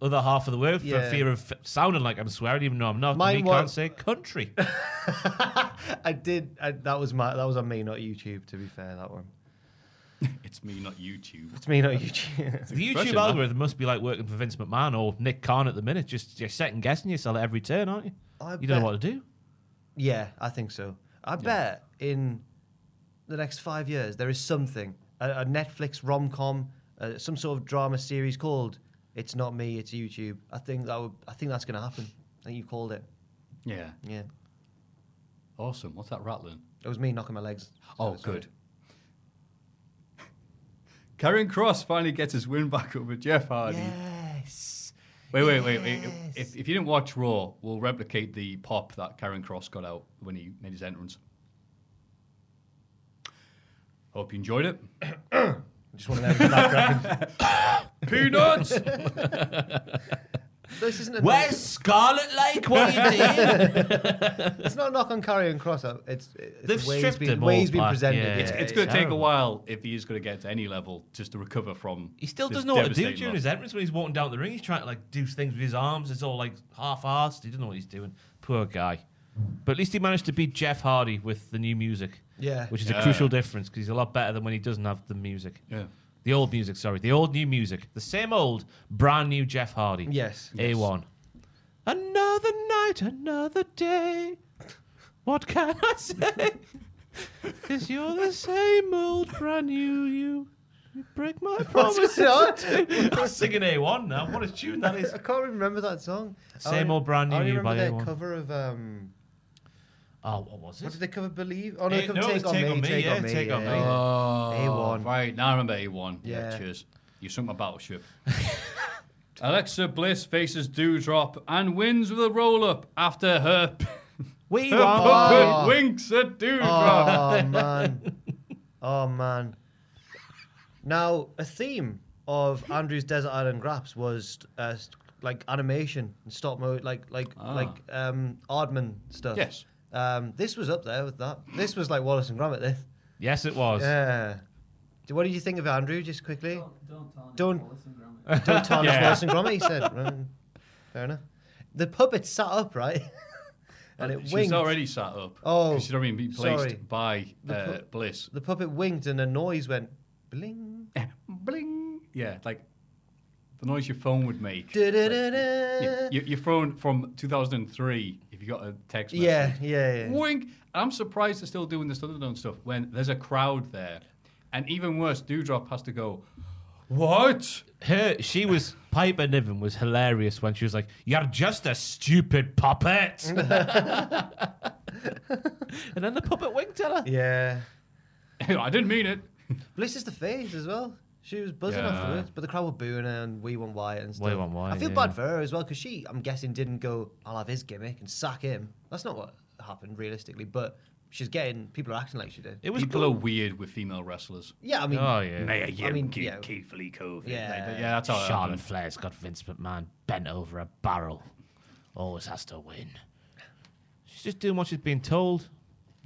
other half of the word, for Yeah. fear of sounding like I'm swearing, even though I'm not. Mine and he wa- can't say [LAUGHS] country. I did. I, that was my. That was on me, not YouTube. To be fair, that one. it's me, not YouTube. It's me, not YouTube. [LAUGHS] the expression, YouTube man. algorithm must be like working for Vince McMahon or Nick Khan at the minute. Just you're second guessing yourself at every turn, aren't you? I you don't bet- know what to do. yeah, I think so. I bet in the next five years there is something a, a Netflix rom com, uh, some sort of drama series called "It's Not Me, It's YouTube." I think that would. I think that's going to happen. I think you called it. Yeah. Yeah, Awesome. What's that rattling? it was me knocking my legs. Oh, Sorry. good. [LAUGHS] Karen Cross finally gets his win back over Jeff Hardy. Yes. Wait, wait, wait, wait. If, if you didn't watch Raw, we'll replicate the pop that Karen Cross got out when he made his entrance. Hope you enjoyed it. Just want to let that Peanuts! This isn't a Where's Scarlet Lake? [LAUGHS] What are you doing? It's not a knock on Carry and Cross. uh, It's, it's They've the way stripped he's been, him way all he's been back, presented. yeah. It's, it's it's going to take a terrible. while if he is going to get to any level just to recover from. He still this doesn't know what to do devastating during loss. his entrance when he's walking down the ring. He's trying to like do things with his arms. It's all like half-assed. He doesn't know what he's doing. Poor guy. But at least he managed to beat Jeff Hardy with the new music. Yeah. which is Yeah. a crucial difference because he's a lot better than when he doesn't have the music. Yeah. The old music, sorry, the old new music, the same old, brand new Jeff Hardy. Yes. a one. Another night, another day. What can I say? Cause you're the same old, brand new you. You break my promise. What's going on? [LAUGHS] I'm singing A1 now. What a tune that is. I can't remember that song. Same I only- old brand new I only you remember by their anyone. cover of um. [LAUGHS] Oh, what was What did it? they cover? Believe? Oh no, they Eh, covered no, it take, was on Take me, On Me, Take yeah, on me. Take On Me. [LAUGHS] Oh, A1. Right, now I remember A1. Yeah, Yeah. cheers. You sunk my battleship. [LAUGHS] Alexa Bliss faces Dewdrop and wins with a roll up after her [LAUGHS] We Her want- puppet winks at Dewdrop. Oh man. [LAUGHS] Oh man. Now a theme of Andrew's Desert Island Graps was uh, st- like animation and stop mode, like like like um Aardman stuff. Ah. Yes. Um, this was up there with that. This was like Wallace and Gromit. This. Yes, it was. Yeah. D- What did you think of Andrew? [LAUGHS] Just quickly. Don't, don't Don't- tarnish Wallace and Gromit. Don't tarnish Yeah. Wallace and Gromit. He said. Mm, Fair enough. The puppet sat up, right? [LAUGHS] and it She's winked. already sat up. Oh, 'cause she'd already been placed sorry. by The uh, pu- Bliss. [LAUGHS] The puppet winked, and a noise went bling. Bling. Yeah, like the noise your phone would make. Du-du-du-du. Yeah, you, your phone from 2003, if you got a text message. Yeah, yeah, yeah. Wink. I'm surprised they're still doing this Thunderdome stuff when there's a crowd there. And even worse, Dewdrop has to go, [LAUGHS] What? Her, she was Piper Niven was hilarious when she was like, "You're just a stupid puppet," and then the puppet winked at her. Yeah. I didn't mean it. Bliss is the face as well. She was buzzing Yeah. afterwards, but the crowd were booing her and we won Wyatt and stuff. We Want Wyatt, I feel yeah. bad for her as well because she, I'm guessing, didn't go. I'll have his gimmick and sack him. That's not what happened realistically, but she's getting people are acting like she did. It was People cool. are weird with female wrestlers. Yeah, I mean, Oh yeah. I mean, yeah, Lee Cove. Yeah. Yeah, that's how it Charlotte happened. Flair's got Vince McMahon bent over a barrel. Always has to win. She's just doing what she's been told.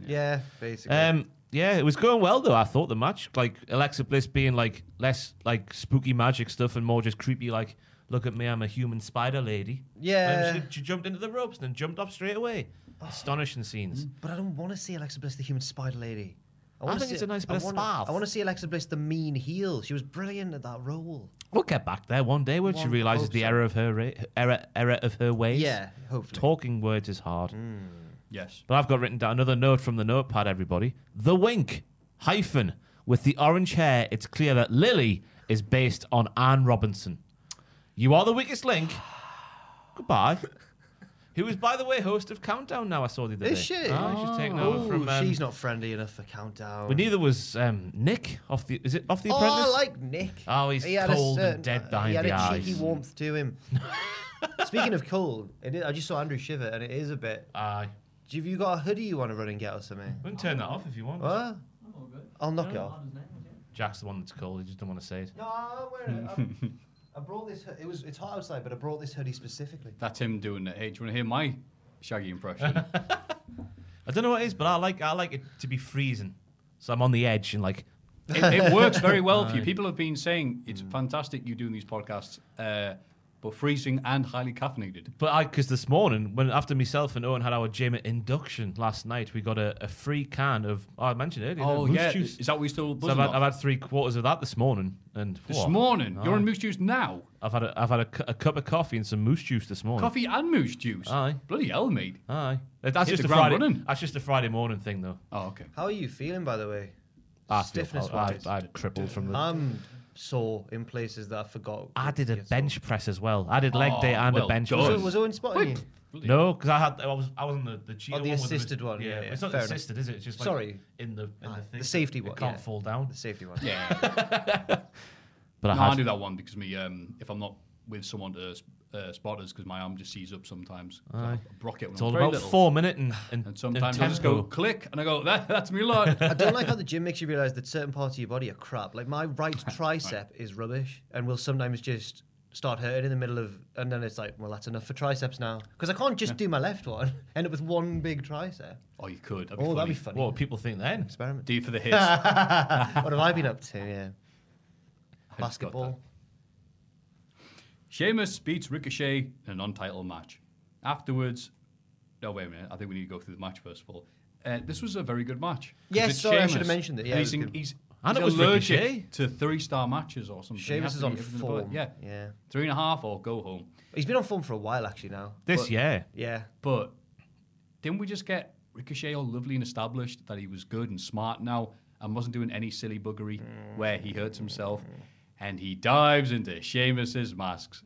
yeah, basically. Um, yeah, it was going well though. I thought the match, like Alexa Bliss being like less like spooky magic stuff and more just creepy, like look at me, I'm a human spider lady. Yeah. And she, she jumped into the [SIGHS] ropes and then jumped up straight away. Astonishing scenes. Mm-hmm. but I don't want to see Alexa Bliss the Human Spider Lady. I wanna I think see- it's a nice bit I of wanna- spark. I want to see Alexa Bliss the mean heel. She was brilliant at that role. We'll get back there one day when she One realizes hopes the so. error of her ra- error error of her ways. Yeah, hopefully. Talking words is hard. Yes. But I've got written down another note from the notepad, everybody. The wink hyphen with the orange hair. It's clear that Lily is based on Anne Robinson. You are the weakest link. Goodbye. Who is, by the way, host of Countdown now? I saw the other Is day. she? Ah, she's taken over Oh, from. Um, she's not friendly enough for countdown. But neither was um, Nick off the. Is it off the Oh, Apprentice? I like Nick. Oh, he's had a cold and dead He behind had the a eyes. cheeky warmth to [LAUGHS] him. Speaking of cold, it is, I just saw Andrew shiver, and it is a bit. Aye. Do you- have you got a hoodie you want to run and get or something? we can turn that off if you want. What? I'm all good. I'll knock it off. Hard as nails, yeah. Jack's the one that's cold. He just don't want to say it. No, I'm wearing it. I brought this. It was. It's hot outside, but I brought this hoodie specifically. That's him doing it. Hey, do you want to hear my Shaggy impression? [LAUGHS] I don't know what it is, but I like I like it to be freezing. So I'm on the edge and like it, it works very well for you. People have been saying Mm. it's fantastic you doing these podcasts, uh, but freezing and highly caffeinated. But I, because this morning, when after myself and Owen had our gym induction last night, we got a, a free can of oh, I mentioned earlier. Oh moose yeah, juice. is that what we still So buzzing I've had, off? I've had three quarters of that this morning, and this whoa, morning? You're on moose juice now. I've had a, I've had a, cu- a cup of coffee and some moose juice this morning. Coffee and moose juice. Aye. Bloody hell, mate. Aye, that's Hit just the a ground Friday. running. That's just a Friday morning thing, though. Ah, Oh okay. How are you feeling, by the way? I feel Stiffness pal- I- wise, I'm crippled from the. I'm sore in places that I forgot. I did a Yeah, so- bench press as well. I did leg Oh, day and well a bench. done. press. Was, was Owen spotting you? No, because I had I was I was on the the cheetah Oh, the one with assisted one, yeah, yeah, it's not fair enough. assisted, is it? It's just like Sorry. in the in Aye, the the, thing. safety It one, can't yeah. fall down. The safety one. Yeah. But I No, had I do that one because me, um, if I'm not with someone to s- uh, spot us, because my arm just sees up sometimes. 'Cause I brock it when It's I'm all very about little. four minute and and, And sometimes I and just go tempo. click, and I go, that, that's me lot. [LAUGHS] I don't like how the gym makes you realize that certain parts of your body are crap. Like my [LAUGHS] right tricep is rubbish and will sometimes just start hurting in the middle of, and then it's like, well, that's enough for triceps now. Because I can't just do my left one, [LAUGHS] end up with one big tricep. oh, you could. That'd be Oh, funny. that'd be funny. What would people think then? [LAUGHS] Experiment. Do you for the hits. [LAUGHS] I what have I been up to? Yeah. just got Basketball. that. Sheamus beats Ricochet in a non-title match. Afterwards, no, wait a minute. I think we need to go through the match first of all. Uh, this was a very good match. 'Cause Yes, it's sorry, I Sheamus, should have mentioned it. Yeah, and it he's, was in- good. he's, And he's it was allergic Ricochet. to three-star matches or something. He Sheamus has is to on be everything above form. it. Yeah. Yeah. Three and a half or go home. He's been on form for a while, actually, now. This year, Yeah. But didn't we just get Ricochet all lovely and established that he was good and smart now and wasn't doing any silly buggery where he hurts himself and he dives into Sheamus's [LAUGHS] masks?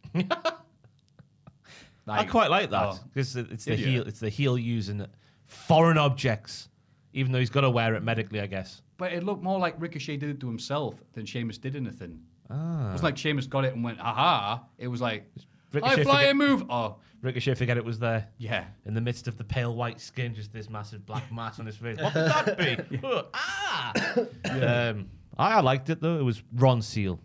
I quite like that Oh. because it's the Did you? heel. It's the heel using foreign objects, even though he's got to wear it medically, I guess. But it looked more like Ricochet did it to himself than Sheamus did anything. It was like Sheamus got it and went, aha. It was like, Ah. Ricochet I fly forget- and move. Oh, Ricochet forget it was there. yeah. In the midst of the pale white skin, just this [LAUGHS] massive black mass on his face. What would that be? Ugh, ah! Um, I, I liked it though. It was Ron Seal.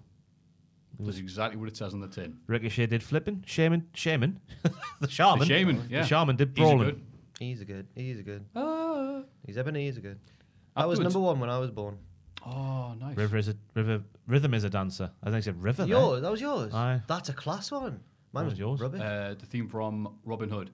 That's exactly what it says on the tin. Ricochet did flipping. Shaman, Shaman, [LAUGHS] the shaman, The shaman, yeah. the shaman did These are brawling. good. He's a good. He's a good. Ah. He's Ebenezer good. I was Afterwards- number one when I was born. Oh, nice. River is a river. Rhythm is a dancer. I think it's a river. there. Yours? That was yours? Aye. That's a class one. Mine was was yours. rubbish. Uh, the theme from Robin Hood.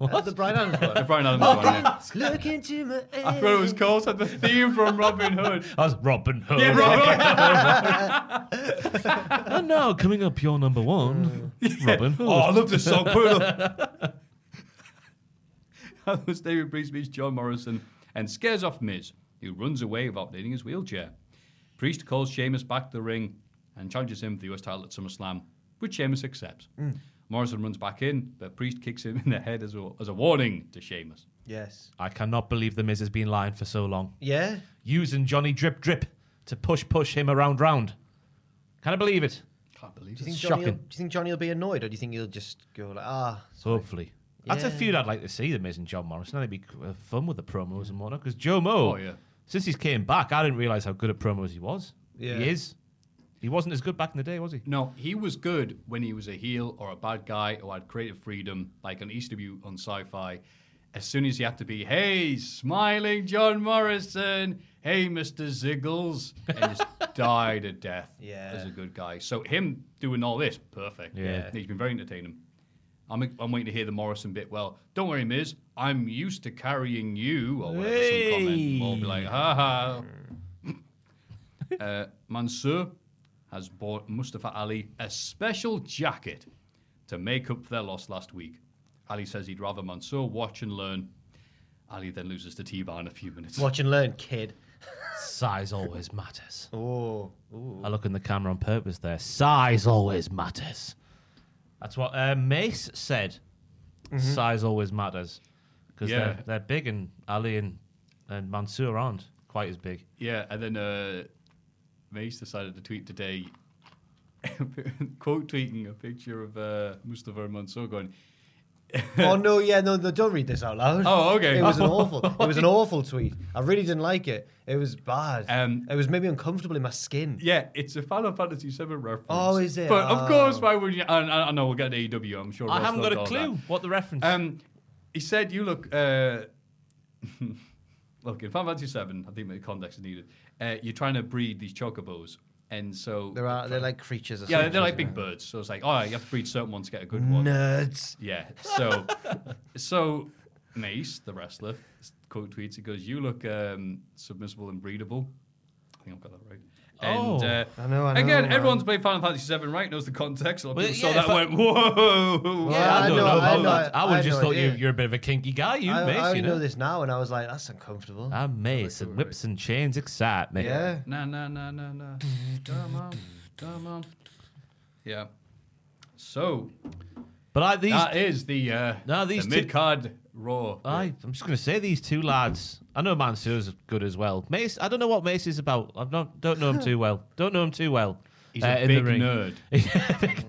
Uh, the Brian Adams [LAUGHS] one. The Brian Oh, Adams one, yeah. Look into my I thought it was eyes. called so the theme from Robin Hood. That was Robin Hood. [LAUGHS] Yeah, Robin Hood. And now coming up, your number one, [LAUGHS] Robin Hood. Oh, I love this song. Put it up. [LAUGHS] that was David Priest meets John Morrison and scares off Miz, who runs away without needing his wheelchair. Priest calls Sheamus back to the ring and challenges him for the US title at SummerSlam, which Sheamus accepts. Morrison runs back in, but Priest kicks him in the head as a, as a warning to Sheamus. Yes. I cannot believe the Miz has been lying for so long, Yeah. using Johnny Drip Drip to push push him around round. Can I believe it? Can't believe Do you it. think Johnny? Will, shocking. do you think Johnny will be annoyed, or do you think he'll just go like, ah? Hopefully. That's a Yeah. feud I'd like to see, The Miz and John Morrison. That'd be uh, fun with the promos and whatnot. Because Joe Mo, Oh, yeah. since he's came back, I didn't realize how good at promos he was. Yeah. He is. He wasn't as good back in the day, was he? No, he was good when he was a heel or a bad guy who had creative freedom, like on EastW on sci fi. As soon as he had to be, hey, smiling John Morrison, hey, Mr. Ziggles, and just died a death Yeah. as a good guy. So, him doing all this, perfect. Yeah. He's been very entertaining. I'm, I'm waiting to hear the Morrison bit. Well, don't worry, Miz. I'm used to carrying you. Or whatever, some comment. We'll be like, ha ha. Uh, Mansoor has bought Mustafa Ali a special jacket to make up for their loss last week. Ali says he'd rather Mansoor watch and learn. Ali then loses to T-Bar in a few minutes. Watch and learn, kid. Size always matters. Oh, [LAUGHS] I look in the camera on purpose there. Size always matters. That's what uh, Mace said. Mm-hmm. Size always matters. Because Yeah. they're, they're big and Ali and, and Mansoor aren't quite as big. Yeah, and then uh, Mace decided to tweet today, [LAUGHS] quote tweeting a picture of uh, Mustafa and Mansour going, oh no, yeah, no, no, don't read this out loud. Oh, okay. It [LAUGHS] was an awful. It was an awful tweet. I really didn't like it. It was bad. Um, it was maybe uncomfortable in my skin. Yeah, it's a Final Fantasy VII reference. Oh, is it? But Oh. of course, why would you? I, I, I know we'll get an AEW, I'm sure. I Ross haven't got loved a all clue what the reference. that. Um, he said, You look. Uh, [LAUGHS] look, in Final Fantasy VII, I think the context is needed. Uh, you're trying to breed these chocobos. And so. There are they're like creatures. Or yeah, something, they're like big isn't birds. So it's like, oh, you have to breed certain ones to get a good one. it? nerds. Yeah. So, [LAUGHS] so Mace, the wrestler, quote tweets. He goes, "You look um, submissible and breedable." I think I've got that right. And Oh. uh, I know, I know, again, man. everyone's played Final Fantasy VII, right? Knows the context. A lot of Well, people saw yeah, that. if I- and went, whoa. Yeah, I I don't know, know I about know, that. I I would had just no thought you, idea. you're a bit of a kinky guy, you, I, I Mace, already you know know. Ah, this now, and I was like, that's uncomfortable. I'm Mace, and whips and chains excite me. yeah. No, no, no, no, no. Come on, come on. Yeah. So But I, these, that is the uh, No, these the two- mid card Raw. I, I'm just going to say these two lads. I know Mansoor's good as well. Mace, I don't know what Mace is about. I don't don't know him [LAUGHS] too well. Don't know him too well. He's uh, a in the big ring. [LAUGHS]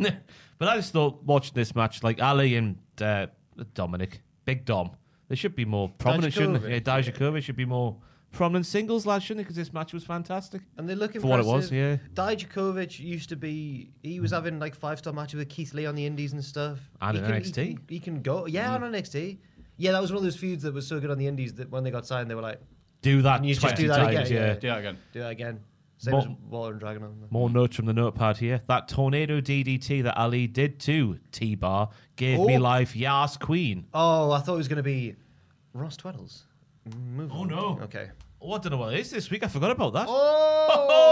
nerd. but I just thought watching this match, like Ali and uh, Dominic, Big Dom, they should be more prominent, shouldn't they? Yeah, Dijakovic, Dijakovic should be more prominent singles lads, shouldn't they? Because this match was fantastic. And they look For what it was, impressive. Dijakovic used to be. He was having like five star matches with Keith Lee on the Indies and stuff. And he in can, NXT. He can, he can go. Mm. Yeah, on NXT. Yeah, that was one of those feuds that was so good on the Indies that when they got signed, they were like, Do that And you should 20 do that times, again, yeah. yeah. Do that again. do that again. Same Mo- as Water and Dragon. on More notes from the notepad here. That tornado DDT that Ali did to T Bar gave me Oh. life, Yas Queen. Oh, I thought it was going to be Ross Tweddles. Move Oh, on. no. Okay. Oh, I don't know what it is this week. I forgot about that.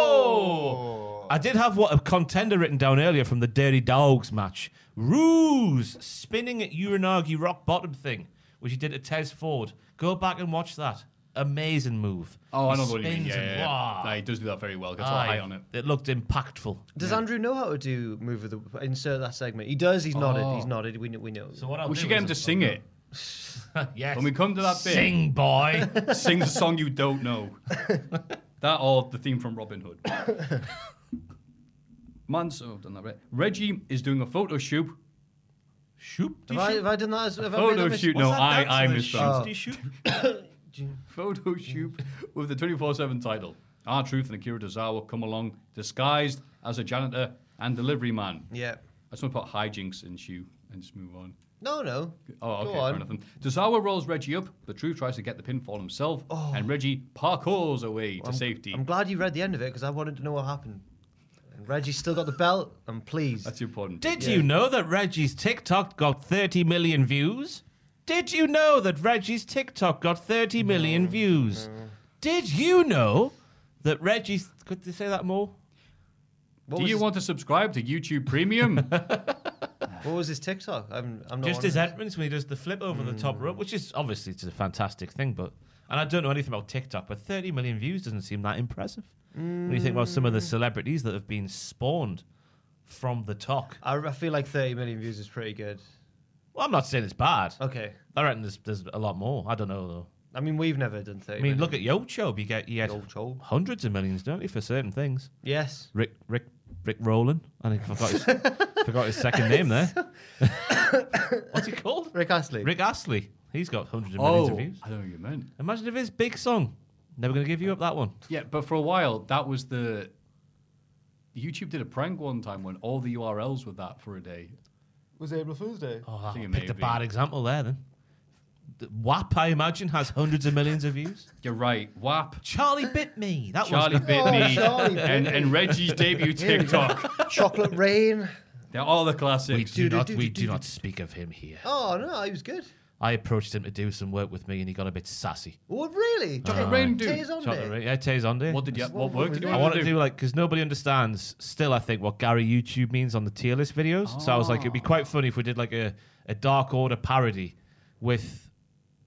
Oh! I did have what a contender written down earlier from the Dirty Dogs match. Ruse spinning at Uranagi rock bottom thing, which he did at Tez Ford. Go back and watch that. Amazing move. Oh, I He know what you mean. spins Yeah, and- yeah, yeah. Wow. No, he does do that very well. Gets all high Aye. on it. It looked impactful. Does Andrew know how to do move of the insert that segment? He does. He's nodded. Oh. He's nodded. We kn- we know. So what I'll We do should get is- him to sing it. [LAUGHS] Yes. When we come to that bit- [LAUGHS] sing boy. Sing the song you don't know. [LAUGHS] that or the theme from Robin [LAUGHS] Hood. Mansoor, I've done that right. Reggie is doing a photo shoot. shoop. have, I, have I done that? As, have I made Photo that mis- shoot. Oh, No, I, I missed that. Oh. Shoop. shoop. Photo shoot with the 24 7 title. R Truth and Akira Tozawa come along disguised as a janitor and delivery man. Yeah. I just want to put hijinks in shoe and just move on. No, no. Oh, okay, Go fair enough. on. then. Tozawa rolls Reggie up, but Truth tries to get the pinfall himself, and Reggie parkours away to safety. Oh. I'm glad you read the end of it because I wanted to know what happened. And Reggie's still got the belt. I'm pleased. That's important. Did you know that Reggie's TikTok got 30 million views? Did you know that Reggie's TikTok got 30 million views? Did you know that Reggie's. Could they say that more? What, Do was you his, want to subscribe to YouTube [LAUGHS] Premium? what was his TikTok? I'm, I'm not. Just on his it. entrance when he does the flip over the Hmm. top rope, which is obviously it's a fantastic thing, but. And I don't know anything about TikTok, but 30 million views doesn't seem that impressive. When you think about some of Hmm. the celebrities that have been spawned from the talk. I, I feel like 30 million views is pretty good. Well, I'm not saying it's bad. Okay. I reckon there's, there's a lot more. I don't know, though. I mean, we've never done 30. I mean, look at Yocho. You get, you get Yocho. hundreds of millions, don't you, for certain things? Yes. Rick, Rick, Rick Rowland. I think I forgot [LAUGHS] his, forgot his second name there. [COUGHS] What's he called? Rick Astley. Rick Astley. He's got hundreds of millions oh, of views. I know what you meant. Imagine if his big song. Never gonna give you up that one. Yeah, but for a while, that was the. YouTube did a prank one time when all the URLs were that for a day. Was April Fool's Day? Oh, think I it picked a may be. bad example there then. The WAP, I imagine, has hundreds of millions of views. You're right. WAP. Charlie bit me. That Charlie was bit me. Charlie bit and, and Reggie's debut TikTok. Chocolate Rain. They're all the We classics. do not, we do not speak of him here. Oh no, he was good. I approached him to do some work with me, and he got a bit sassy. Oh really? Chocolate Tears- rain dude. Tears on Chocolate there. rain- Yeah, Taze on there. What did you? What work did you I want want to do like because nobody understands still. I think what Gary YouTube means on the tier list videos. So I was like, it'd be quite funny if we did like a, a Dark Order parody with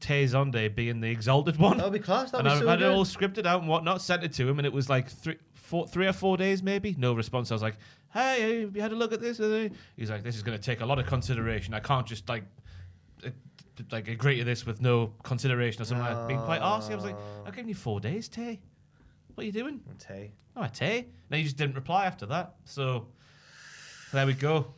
Tay Zonde being the exalted [LAUGHS] one. That'd be class. That'd and be I so had good. it all scripted out and whatnot, sent it to him, and it was like three, four, three or four days maybe. No response. I was like, hey, have you had a look at this? He's like, this is going to take a lot of consideration. I can't just like. uh, Like agree to this with no consideration or something. I've been quite arsy. I was like, I'm giving you four days, Tay. What are you doing? Tay. Oh, I tell you. No, you just didn't reply after that. So there we go.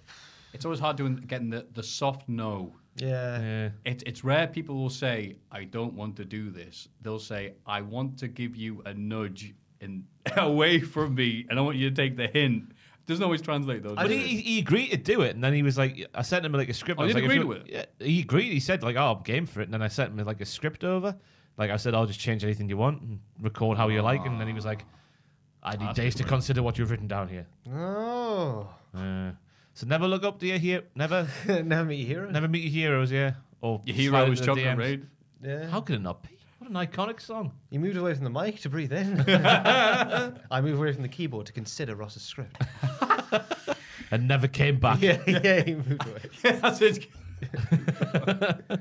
It's always hard doing getting the, the soft no. Yeah. Yeah. It, it's rare people will say, "I don't want to do this." They'll say, "I want to give you a nudge in, [LAUGHS] away from me, and I want you to take the hint." Doesn't always translate though. But does he, it? he he agreed to do it, and then he was like, I sent him like a script. Oh, I he was like, agreed if you- with it? Yeah, he agreed. He said like, "Oh, I'm game for it," and then I sent him like a script over. Like I said, I'll just change anything you want and record how you like. And then he was like, "I need days to consider what you've written down here." Oh. [LAUGHS] Uh, so never look up to your hero. Never, [LAUGHS] Never meet your hero. never meet your heroes. Yeah. Or Your slide hero into was the chocolate DMs. raid. Yeah. How could it not be? What an iconic song. You moved away from the mic to breathe [LAUGHS] in. I moved away from the keyboard to consider Ross's [LAUGHS] script. And never came back. yeah, [LAUGHS] yeah, he moved away. [LAUGHS] That's it. [LAUGHS]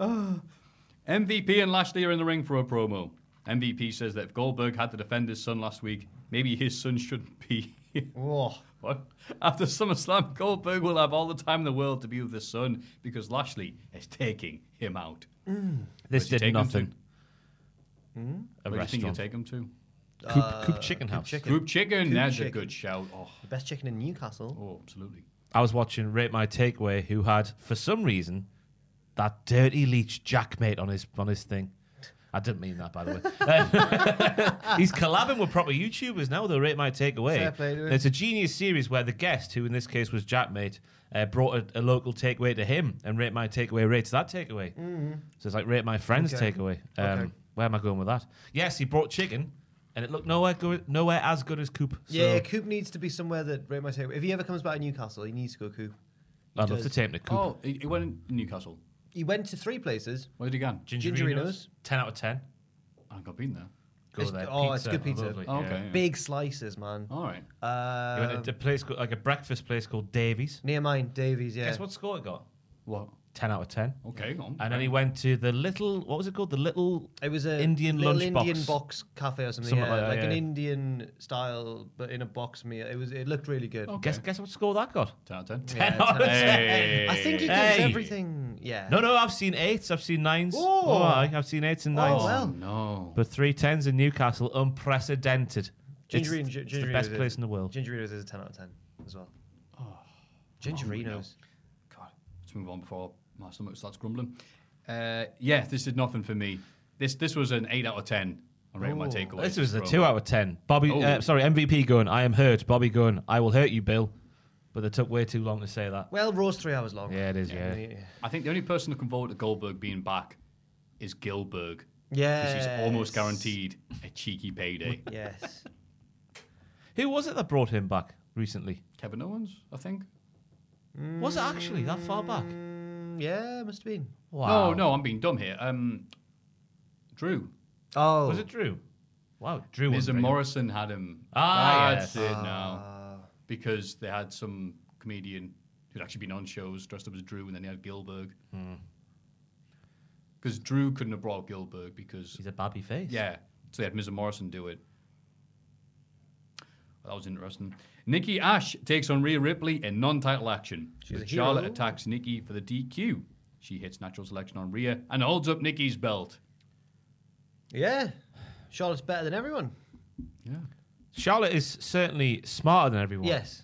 Ah. MVP and Lashley are in the ring for a promo. MVP says that if Goldberg had to defend his son last week, maybe his son shouldn't be. Whoa. [LAUGHS] What? After SummerSlam, Goldberg will have all the time in the world to be with his son because Lashley is taking him out. This Where'd you did take 'em nothing. Where do you A think you'll restaurant. take him to? Coop, Uh, Coop Chicken House. Chicken. Group Chicken. Coop That's a Chicken. good shout. Oh, The best chicken in Newcastle. oh, absolutely. I was watching Rate My Takeaway, who had, for some reason, that dirty leech jackmate on his on his thing. I didn't mean that, by the [LAUGHS] way. [LAUGHS] He's collabing with proper YouTubers now, though. Rate My Takeaway. Fair play to him. It's a genius series where the guest, who in this case was Jackmate, uh, brought a, a local takeaway to him, and Rate My Takeaway rates that takeaway. So it's like Rate My Friend's Mm-hmm. Okay. takeaway. Um, Okay. Where am I going with that? Yes, he brought chicken, and it looked nowhere go- nowhere as good as Coop. So Yeah, Coop needs to be somewhere that Ray might say. If he ever comes back to Newcastle, he needs to go Coop. I'd love does. to take him to Coop. Oh, he, he went to Newcastle. He went to three places. Where did he go? Gingerinos. 10 out of 10. I have not been there. Go It's- there. oh, it's good pizza. lovely, Oh, yeah. Oh. okay. Big slices, man. All right. Uh, You went to a place called, like a breakfast place called Davies. near mine, Davies, yeah. Guess what score it got? What? 10 out of 10. Okay, go on. And then he went to the little, what was it called? The little It was a Indian little lunchbox. Indian box cafe or something, Something yeah, like like, that, an yeah. Indian style, but in a box meal. It was. It looked really good. Guess, guess what score that got? 10 out of 10. Yeah, [LAUGHS] out of it's- Hey. I think he gives Hey. everything. Yeah. No, no, I've seen eights. I've seen nines. Oh. Oh, aye, I've seen eights and nines. Oh, well. no. But three tens in Newcastle, unprecedented. It's, Gingerino- it's Gingerino's the best is- place in the world. Gingerinos is a ten out of ten as well. Gingerinos. God, let's move on before my stomach starts grumbling. Uh, yeah, this did nothing for me. This this was an eight out of ten. I rate my takeaway. Oh, This was a two out of 10. Bobby, Oh. uh, sorry, MVP going, I am hurt. Bobby going, I will hurt you, Bill. But they took way too long to say that. Well, Raw's three hours long. Yeah, it is, yeah. I think the only person who can vote to Goldberg being back is Gilberg. Because Yeah. he's almost guaranteed a cheeky [LAUGHS] payday. Yes. Who was it that brought him back recently? Kevin Owens, I think. Was it actually that far back? Mm, yeah, must have been. Wow. No, no, I'm being dumb here. Um, Drew. Oh. Was it Drew? Wow, Drew was Miz and brilliant. Morrison had him. Ah, That's yes. it now. Because they had some comedian who'd actually been on shows dressed up as Drew, and then they had Gilberg. Because Drew couldn't have brought Gilberg because He's a babby face. yeah, so they had Miz and Morrison do it. Well, that was interesting. Nikki Ash takes on Rhea Ripley in non-title action. She's But a Charlotte hero. attacks Nikki for the DQ. She hits natural selection on Rhea and holds up Nikki's belt. Yeah. Charlotte's better than everyone. Yeah. Charlotte is certainly smarter than everyone. Yes.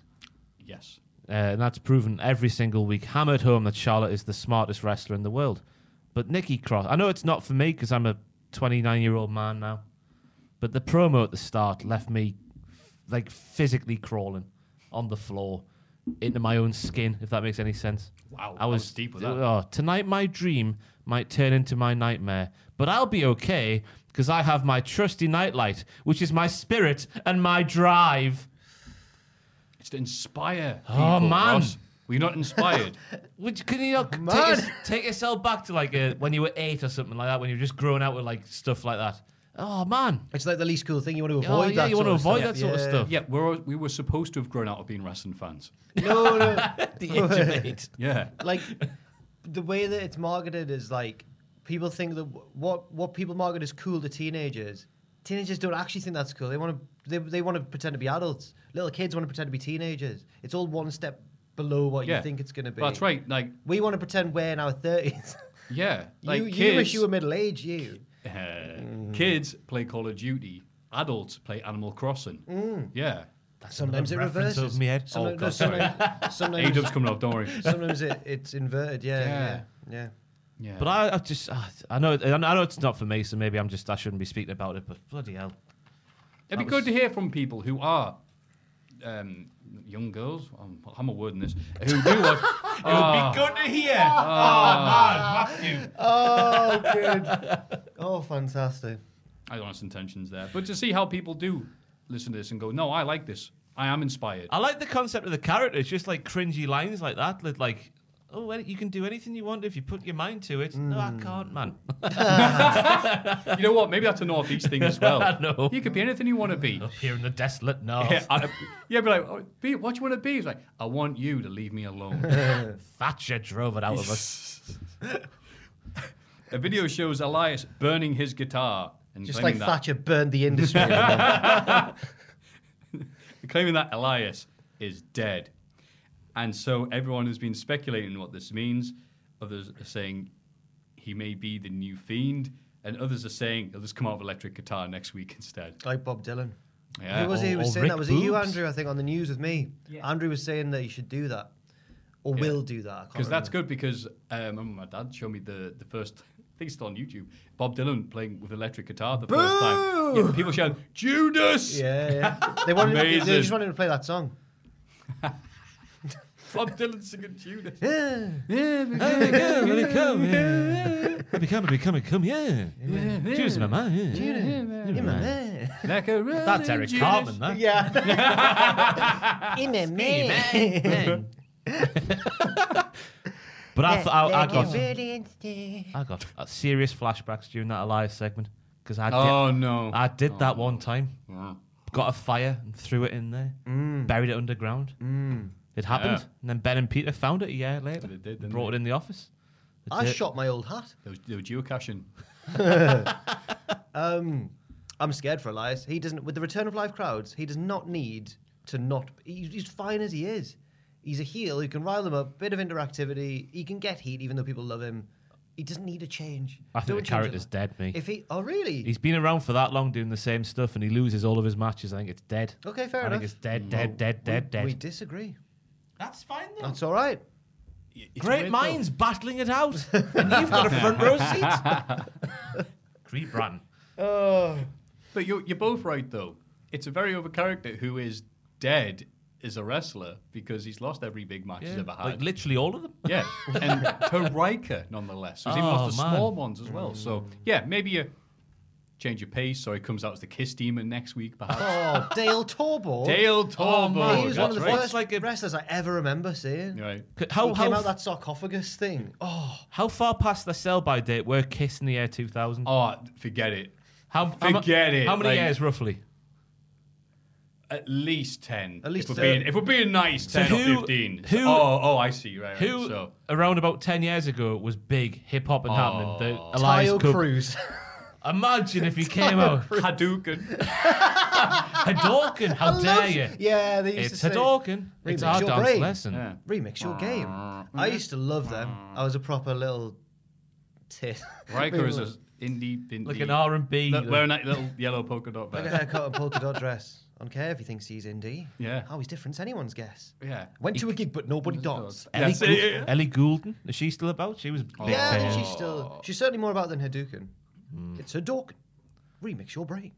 Yes. Uh, and that's proven every single week, hammered home that Charlotte is the smartest wrestler in the world. But Nikki Cross, I know it's not for me because I'm a 29 year old man now, but the promo at the start left me f- like physically crawling on the floor into my own skin, if that makes any sense. Wow, that was deep with that. Oh, tonight my dream might turn into my nightmare, but I'll be okay because I have my trusty nightlight, which is my spirit and my drive. It's to inspire. Ah, Oh, people, man. Ross. Were you not [LAUGHS] inspired? Would you, can you not take, Man. us- take yourself back to like uh when you were eight or something like that, when you were just growing out with like stuff like that? Oh man, It's like the least cool thing you want to avoid. oh, yeah, that you want to sort of avoid stuff. that sort of Yeah. stuff. yeah, we're, all- we were supposed to have grown out of being wrestling fans. No, no. At [LAUGHS] the age of eight. Yeah. like the way that it's marketed is like people think that wh- what what people market as cool to teenagers. Teenagers don't actually think that's cool. They want to they, they want to pretend to be adults. Little kids want to pretend to be teenagers. It's all one step below what yeah. you think it's going to be. That's right. Like, We want to pretend we're in our thirties. [LAUGHS] yeah. Like you, kids, you wish you [LAUGHS] were Mm. middle aged. You. uh, kids play Call of Duty. Adults play Animal Crossing. Mm. [LAUGHS] Yeah. Sometimes it reference reverses. over my head. Oh, Sometimes, no, God, sorry. sometimes, [LAUGHS] A sometimes, Dub's [LAUGHS] coming off. Don't worry. sometimes it, it's inverted. Yeah, yeah, Yeah. yeah. Yeah. But I, I just, ah, I know, I know it's not for me, so maybe I'm just, I shouldn't be speaking about it. But bloody hell, It'd be good to hear from people who are um, young girls. Um, I'm, I'm a word in this. Who [LAUGHS] do watch. Ah, good to hear. Oh, man, Matthew. Oh, good. [LAUGHS] oh, fantastic. I had honest intentions there. But to see how people do listen to this and go, no, I like this. I am inspired. I like the concept of the character. It's just like cringy lines like that. that Like, oh, well, you can do anything you want if you put your mind to it. No, Hmm. I can't, man. [LAUGHS] you know what? Maybe that's a Northeast thing as well. know. Oh. You could be anything you want to [LAUGHS] be. Here in the desolate north, Yeah, I, yeah, be like, oh, be, what do you want to be? It's like, I want you to leave me alone. Thatcher drove it out of us. a video shows Elias burning his guitar and Just like claiming, that, Thatcher burned the industry. [LAUGHS] claiming that Elias is dead. And so everyone has been speculating what this means. Others are saying he may be the new fiend. And others are saying he'll just come out with electric guitar next week instead. like Bob Dylan. Yeah. Who was it who Uh, Or- was or saying that? Rick Was it you, Boobs. Andrew? I think on the news with me. Yeah. Andrew was saying that you should do that, or Yeah. will do that. I can't Because that's remember. good because um, I remember my dad showed me the, the first, I think it's still on YouTube, Bob Dylan playing with electric guitar the first time. Yeah, people shout, Judas! Yeah, yeah. [LAUGHS] They wanted. they Amazing. just wanted to play that song. [LAUGHS] Bob Dylan singing Judas. Yeah. come, let me come, yeah. Let me come, let me come, come, yeah. Choose my mind. yeah. In my man. Like a That's rolling Eric Judas. Cartman, that. Yeah. In my man. [LAUGHS] But I, th- I, I Like a got, brilliant star. I got uh, serious flashbacks during that Elias segment because I did, Oh, no. Mm. I did that one time. Got a fire and threw it in there, buried it underground. It happened, Mm. Yeah. and then Ben and Peter found it a year later. They did, didn't and brought it in the office. They I did. shot my old hat. They were, they were geocaching. I'm scared for Elias. He doesn't. With the return of live crowds, he does not need to not. He's, he's fine as he is. He's a heel who can rile them up. Bit of interactivity. He can get heat, even though people love him. He doesn't need a change. I think Don't the change character's him. dead, me. If he, oh really? He's been around for that long doing the same stuff, and he loses all of his matches. I think it's dead. Okay, fair I enough. think it's dead, dead, dead, we, dead, dead. We disagree. That's fine though. That's all right. Great minds battling it out, [LAUGHS] and you've got a front row seat. [LAUGHS] Great Bratton. But you're, you're both right, though. It's a very over character who is dead as a wrestler because he's lost every big match he's ever had. Like literally [LAUGHS] all of them. Yeah, and to Riker, nonetheless. So he's even Oh, lost the man. small ones as well. So, yeah, maybe you change your pace so he comes out as the Kiss Demon next week, perhaps. [LAUGHS] Oh, Dale Torborg. Dale Torborg. Oh, He was one of the that's right. first like a- wrestlers I ever remember seeing. You're right. C- He How came how, out that sarcophagus thing. Oh, how far past the sell by date were Kiss in the year two thousand? Oh, forget it. how how mu- Oh, forget it, How many like- years roughly? At least 10. At least if we're, 10. being, if we're being nice, 10 who- or 15. who- oh, oh, I see. Right, right. Who [LAUGHS] So, around about ten years ago was big hip hop and happening? Oh. The Elias Kyle [LAUGHS] Cook. Cruz. Imagine [LAUGHS] if he came out Hadouken. Hadouken. How dare you? yeah, they used It's to say. Hadouken. It's Remix our your dance brain. lesson. yeah. remix your game. Mm-hmm. I used to love them. I was a proper little [LAUGHS] tit. Riker is an indie, indie. Like an R and B. Look, Wearing that little yellow polka dot Like a vest. haircut and polka dot dress. I don't care if he thinks he's indie. Yeah. How is difference anyone's guess? Yeah. Went to a gig, but nobody danced. Ellie, That's it, Oh. Gould- Ellie Goulden. Is she still about? She was. big Yeah, time. and she's still. She's certainly more about than Hadouken. Mm. It's Hadouken. Remix your brain.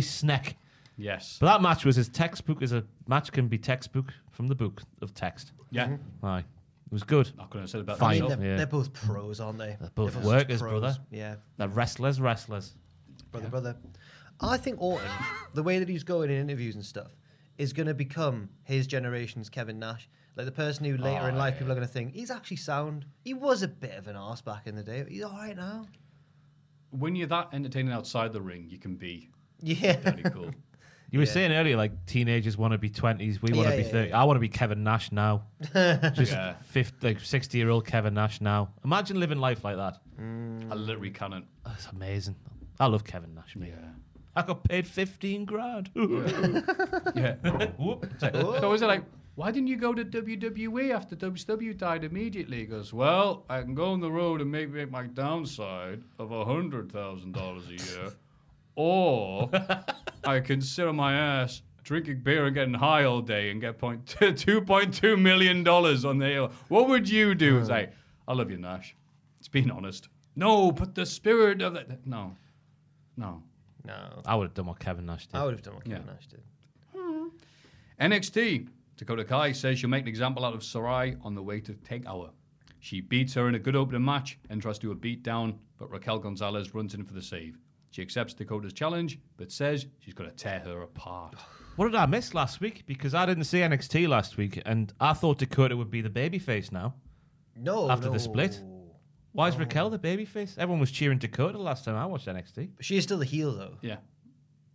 snack. Yes. But that match was as textbook as a match can be textbook from the book of text. Yeah. Aye. It was good. Not going to say about I Fine. mean, myself. [LAUGHS] they're, Yeah. they're both pros, aren't they? They're both such workers, pros. brother. Yeah. The wrestlers, wrestlers. brother, brother. I think Orton, the way that he's going in interviews and stuff, is going to become his generation's Kevin Nash. Like the person who later in life people are going to think he's actually sound. He was a bit of an arse back in the day, but he's all right now. When you're that entertaining outside the ring, you can be Yeah, pretty cool. You were saying earlier, like teenagers want to be twenties. We want to Yeah, be yeah, thirty. I want to be Kevin [LAUGHS] Nash now, just Yeah. 50, like sixty-year-old Kevin Nash now. Imagine living life like that. I literally cannot. That's amazing. I love Kevin Nash. Mate. I got paid fifteen grand. [LAUGHS] Yeah. Whoop. So was it like, why didn't you go to WWE after WCW died immediately? He goes, well, I can go on the road and make, make my downside of $100,000 a year, or I can sit on my ass drinking beer and getting high all day and get point [LAUGHS] $2.2 million on the hill. What would you do? It's like, I love you, Nash. It's being honest. No, but the spirit of that. No. No. No. I would have done what Kevin Nash did. I would have done what Kevin Yeah. Nash did. NXT. Dakota Kai says she'll make an example out of Sarai on the way to Takeover. She beats her in a good opening match and tries to do a beatdown, but Raquel Gonzalez runs in for the save. She accepts Dakota's challenge, but says she's going to tear her apart. What did I miss last week? Because I didn't see NXT last week, and I thought Dakota would be the babyface now No. after no. the split. Why Oh. is Raquel the babyface? Everyone was cheering Dakota last time I watched NXT. She is still the heel, though. Yeah.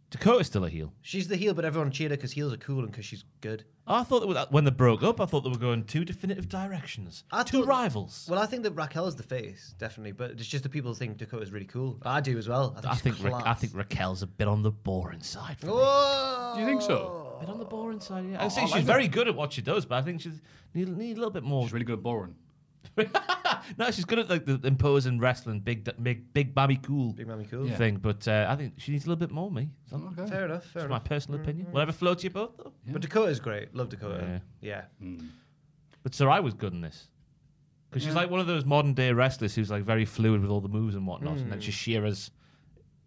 Dakota's still a heel. She's the heel, but everyone cheered her because heels are cool and because she's good. I thought that was- when they broke up, I thought they were going two definitive directions, I two thought- rivals. Well, I think that Raquel is the face, definitely, but it's just that people think Dakota's really cool. I do as well. I think, I she's think Ra- class. I think Raquel's a bit on the boring side. For me. Whoa! Oh, Do you think so? A bit on the boring side. Yeah, I I see she's like that. very good at what she does, but I think she's need, need a little bit more. She's really good at boring. no, she's good at like the imposing wrestling, big d- big big mammy cool Big Mammy cool. Yeah. thing. But uh, I think she needs a little bit more. Me, that's Fair enough. Fair my enough. personal opinion. Whatever floats your boat, though. But Dakota's great. Love Dakota. Yeah. But Sarai was good in this. Because she's like one of those modern day wrestlers who's like very fluid with all the moves and whatnot. Mm. And then she shears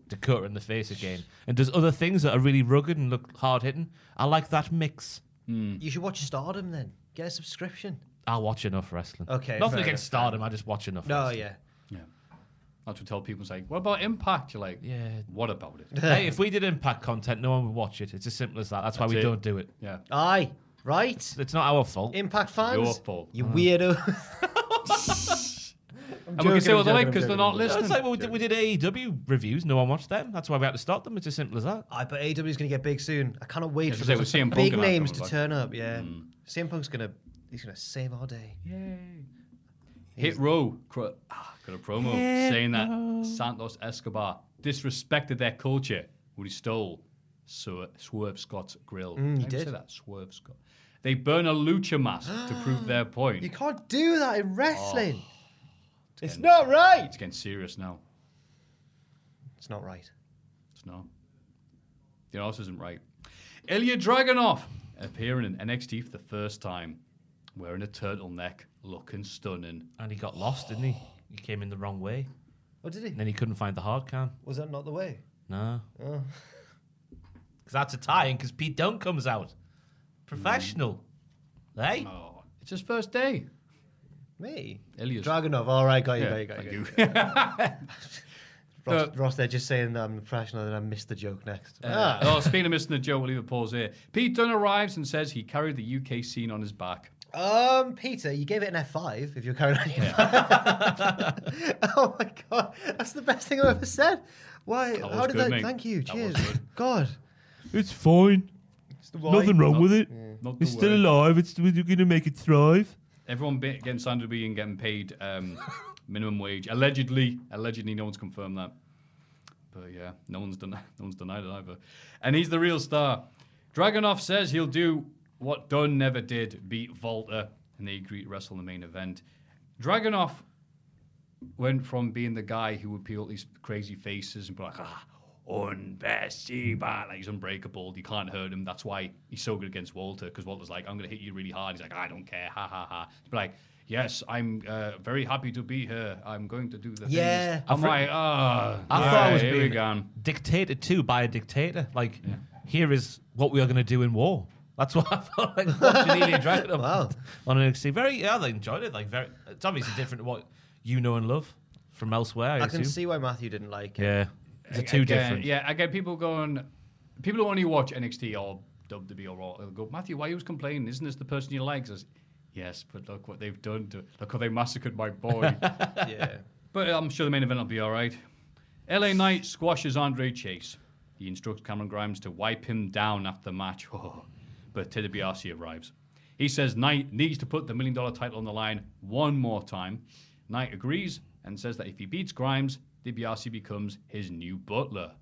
Dakota in the face again and does other things that are really rugged and look hard hitting. I like that mix. Mm. You should watch Stardom then. Get a subscription. I watch enough wrestling. Okay, Nothing fair against enough. stardom, I just watch enough. No, wrestling. yeah. Yeah. That's what I tell people. It's like, what about Impact? You're like, Yeah. what about [LAUGHS] it? hey, if we did impact content, no one would watch it. It's as simple as that. That's, why we it. don't do it. Yeah. Aye. Right? It's not our fault. Impact fans? Your fault. You weirdo. [LAUGHS] and we can say, well, they're joking, I'm like, joking, because I'm they're not joking, I'm listening. It's like when we did, we did AEW reviews, no one watched them. That's why we had to stop them. It's as simple as that. I but AEW is going to get big soon. I cannot wait Yeah, for they were those CM Punk big gonna have names to to look like- Mm. turn up. Yeah, CM Punk's going to he's going to save our day. Hit Row cro- ah, got a promo saying that Santos Escobar disrespected their culture when he stole Swer- Swerve Scott's grill. Mm, he How do you did. Say that Swerve Scott. They burn a lucha mask [GASPS] to prove their point. You can't do that in wrestling. it's not right. It's getting serious now. It's not right. It's not. The answer isn't right. Ilya Dragunov appearing in NXT for the first time, wearing a turtleneck, looking stunning. And he got lost, didn't he? He came in the wrong way. Oh, did he? And then he couldn't find the hard cam. Was that not the way? [LAUGHS] No. Because that's a tie-in. Because Pete Dunne comes out, professional, Mm. right? Oh, it's his first day. Me? Ilya's Dragonov. All right, got you, got you, got Thank you. you. [LAUGHS] Uh, Ross, Ross, they're just saying that I'm professional and I missed the joke next. Uh, ah. oh, speaking of missing the Joe, we'll leave a pause here. Pete Dunne arrives and says he carried the UK scene on his back. Um, Peter, you gave it an F5 if you're carrying on. your [LAUGHS] oh my god, that's the best thing I've ever said. Why? was How did good, that? mate. Thank you. That Cheers. was God. It's fine. Nothing wrong with it. Not the It's still word. alive. It's we're gonna make it thrive. Everyone be- getting signed to be and getting paid [LAUGHS] um, minimum wage. Allegedly, allegedly, no one's confirmed that. But yeah, no one's done. [LAUGHS] No one's denied it either. And he's the real star. Dragunov says he'll do what Dunn never did: beat Volta, and they agree to wrestle in the main event. Dragunov went from being the guy who would peel these crazy faces and be like, ah, unbesiegable, like he's unbreakable. You can't hurt him. That's why he's so good against Walter because Walter's like, I'm going to hit you really hard. He's like, I don't care. Ha ha ha. He's like, yes, I'm uh, very happy to be here. I'm going to do the Yeah. things. I'm like, ah, I thought I was here we being go. dictated to by a dictator. Like, here is what we are gonna do in war. That's what [LAUGHS] I felt like watching [LAUGHS] Ilya Dragunov Wow. on NXT. Very, yeah, I enjoyed it. Like, very. It's obviously different to what you know and love from elsewhere. I, I can assume. see why Matthew didn't like it. Yeah, it's a two Again, different. Yeah, I get people going. People who only watch NXT or WWE or Raw, they'll go, Matthew, why you was complaining? Isn't this the person you like? Says, yes, but look what they've done. To, look how they massacred my [LAUGHS] boy. Yeah. but I'm sure the main event will be all right. LA Knight squashes Andre Chase. He instructs Cameron Grimes to wipe him down after the match. [LAUGHS] but Ted DiBiase arrives. He says Knight needs to put the million dollar title on the line one more time. Knight agrees and says that if he beats Grimes, DiBiase becomes his new butler.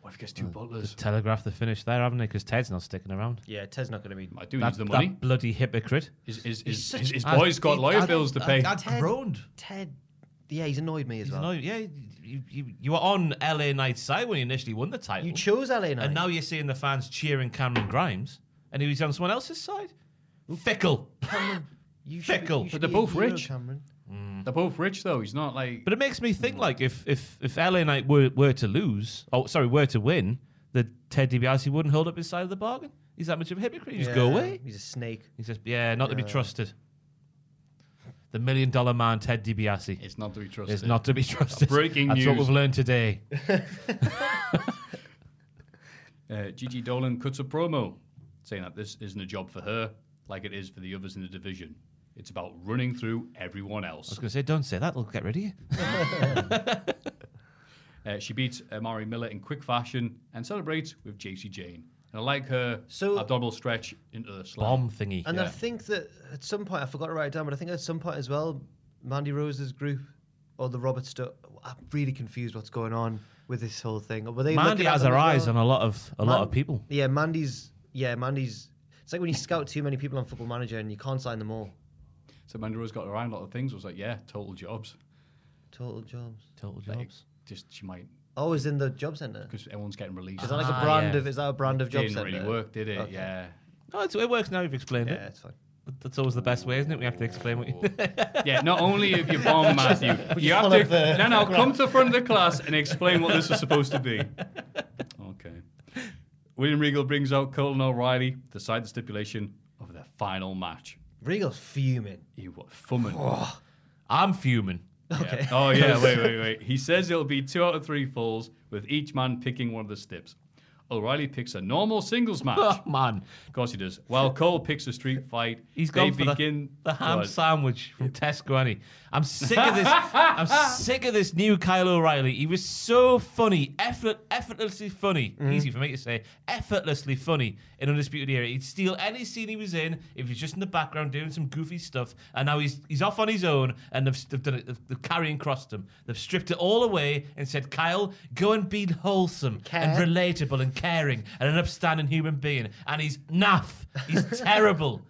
What if he gets two Hmm. butlers? Telegraph the finish there, haven't they? Because Ted's not sticking around. Yeah, Ted's not going to be. I do that, needs the money. That bloody hypocrite. His, his, his, his, his boy's got lawyer bills to pay. Ted, Ted, yeah, he's annoyed me as well. No, yeah, you, you, you were on LA Knight's side when you initially won the title. You chose LA Knight. And now you're seeing the fans cheering Cameron Grimes, and he was on someone else's side. Fickle. You should be- Fickle. you should But they're be a both hero, rich. Cameron. They're both rich though. He's not like. But it makes me Hmm. think like if if if LA Knight were, were to lose, oh sorry, were to win, that Ted DiBiase wouldn't hold up his side of the bargain. He's that much of a hypocrite. He just go Yeah, away. He's a snake. He says, yeah, not to be Yeah. trusted. The million dollar man, Ted DiBiase, It's not to be trusted. is not to be [LAUGHS] trusted. Breaking That's what news. we've learned today. Uh, Gigi Dolan cuts a promo saying that this isn't a job for her like it is for the others in the division. It's about running through everyone I was else. going to say, don't say that. They'll get [LAUGHS] rid of you. Uh, she beats Amari Miller in quick fashion and celebrates with JC Jane. And I like her So- abdominal stretch into the slam. Bomb thingy. And I Yeah. think that at some point, I forgot to write it down, but I think at some point as well, Mandy Rose's group or the Robert Stuck, I'm really confused what's going on with this whole thing. Were they Mandy looking at has them her as eyes well? on a lot of a lot Man- of people. Yeah, Mandy's. Yeah, Mandy's. It's like when you scout too many people on Football Manager and you can't sign them all. So Mandy Rose got around a lot of things. I was like, yeah, total jobs. [LAUGHS] Total jobs. Total Like, jobs. just she might Oh, is in the job centre. because everyone's getting released. Is that like Ah, a brand yeah. of? Is that a brand of job Didn't centre? really work, did it? Okay. Yeah, No, it's, it works now. You've explained Yeah, it. it's fine. That's always the best way, isn't it? We have to explain what you. yeah. Not only have you bombed Matthew, you have pull to up the- no, no. [LAUGHS] Come to the front of the class and explain what this was supposed to be. Okay. William Regal brings out Colin O'Reilly to sign the stipulation of their final match. Regal's fuming. He was fumming. [LAUGHS] [LAUGHS] I'm fuming. [LAUGHS] Okay. Oh yeah, wait, wait, wait. He says it'll be two out of three falls, with each man picking one of the steps. O'Reilly picks a normal singles [LAUGHS] match. Oh of man, course he does. While Cole picks a street fight, he's they gone for the, begin the ham God. sandwich from Tesco. Annie, I'm sick of this. I'm sick of this new Kyle O'Reilly. He was so funny, effort, effortlessly funny. Easy for me to say, effortlessly funny in Undisputed Era. He'd steal any scene he was in if he's just in the background doing some goofy stuff. And now he's he's off on his own, and they've, they've done it. They've, they've carrying crossed him. They've stripped it all away and said, Kyle, go and be wholesome and Care. relatable and caring and an upstanding human being. And he's naff. He's terrible.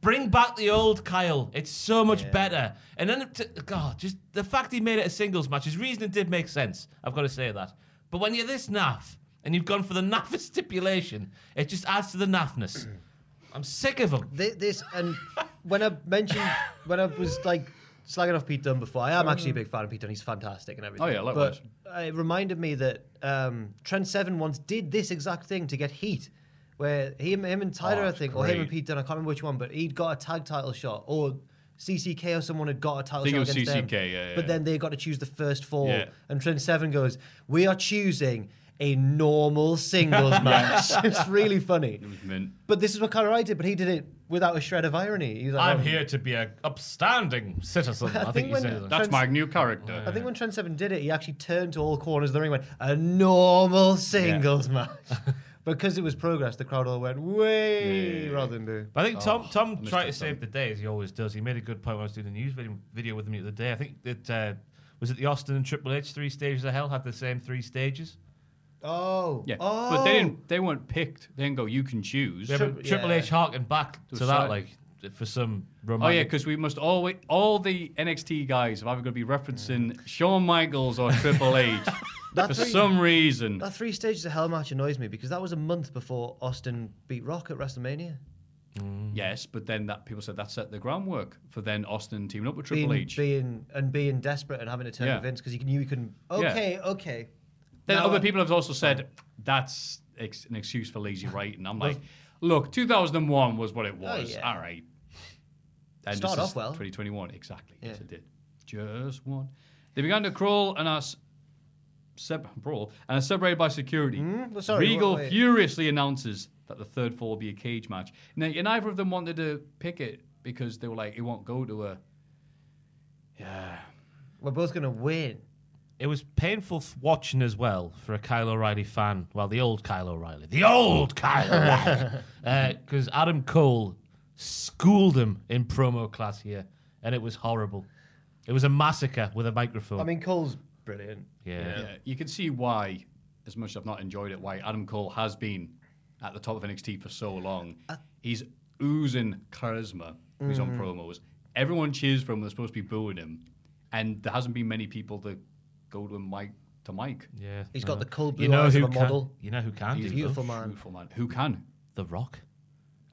Bring back the old Kyle. It's so much better. And then, t- God, just the fact he made it a singles match, his reasoning did make sense. I've got to say that. But when you're this naff and you've gone for the [LAUGHS] naffest stipulation, it just adds to the naffness. [CLEARS THROAT] I'm sick of him. Thi- This and when I mentioned when I was like slagging off Pete Dunne before, I am actually a big fan of Pete Dunne. He's fantastic and everything. Oh, yeah, likewise. But it reminded me that um, Trent Seven once did this exact thing to get heat, where him him and Tyler, Oh, I it's think, or him and great. Pete Dunne, I can't remember which one, but he'd got a tag title shot or. CCK or someone had got a title I think it shot was against them, CCK, yeah, yeah. but then they got to choose the first four, Yeah. and Trent Seven goes, "We are choosing a [LAUGHS] normal singles match." [LAUGHS] it's really funny. It was mint. But this is what Conor did, but he did it without a shred of irony. He's like, oh. I'm here to be an upstanding citizen. I, think, think he when- said that. That's my new character. I think when Trent Seven did it, he actually turned to all corners of the ring and went, a [LAUGHS] normal singles match. because it was progress, the crowd all went, way, rather than boo. But I think Tom Tom missed tried that to save the day as he always does. He made a good point when I was doing the news video, video with him the other day. I think that uh, was it the Austin and Triple H three stages of hell had the same three stages. Oh. Yeah, Oh. but they didn't. They weren't picked. They didn't go. You can choose. Yeah, but Tri- Triple yeah. H harkened back to To that side. like for some Oh yeah, romantic. because we must always all the NXT guys are either going to be referencing Shawn Michaels or Triple H That for three- some reason. That three stages of hell match annoys me because that was a month before Austin beat Rock at WrestleMania. Yes, but then that people said that set the groundwork for then Austin teaming up with Triple Being, H. being and being desperate and having to turn Yeah. to Vince because he knew he couldn't. Yeah. Okay, okay. then now other I- people have also said that's ex- an excuse for lazy writing. I'm like, look, 2001 was what it was. Oh, yeah. All right. And Start this off is well. 2021, exactly. Yes, Yeah. it did. Just one. They began to crawl and are s- sep- brawl and are separated by security. Hmm? Well, sorry, Regal wait, wait. furiously announces that the third fall will be a cage match. Now, and neither of them wanted to pick it because they were like, it won't go to a. Yeah. We're both going to win. it It was painful f- watching as well for a Kyle O'Reilly fan. Well, the old Kyle O'Reilly, the old Kyle O'Reilly, because Adam Cole schooled him in promo class here, and it was horrible. It was a massacre with a microphone. I mean, Cole's brilliant. Yeah. You can see why, as much as I've not enjoyed it, why Adam Cole has been at the top of NXT for so long. Uh, He's oozing charisma. when He's on Mhm. promos. Everyone cheers for him. They're supposed to be booing him, and there hasn't been many people that go to him mic to mic. Yeah, He's got the cold blue eyes of a can, model. You know who can He's do beautiful though? man. Beautiful man. Who can? The Rock.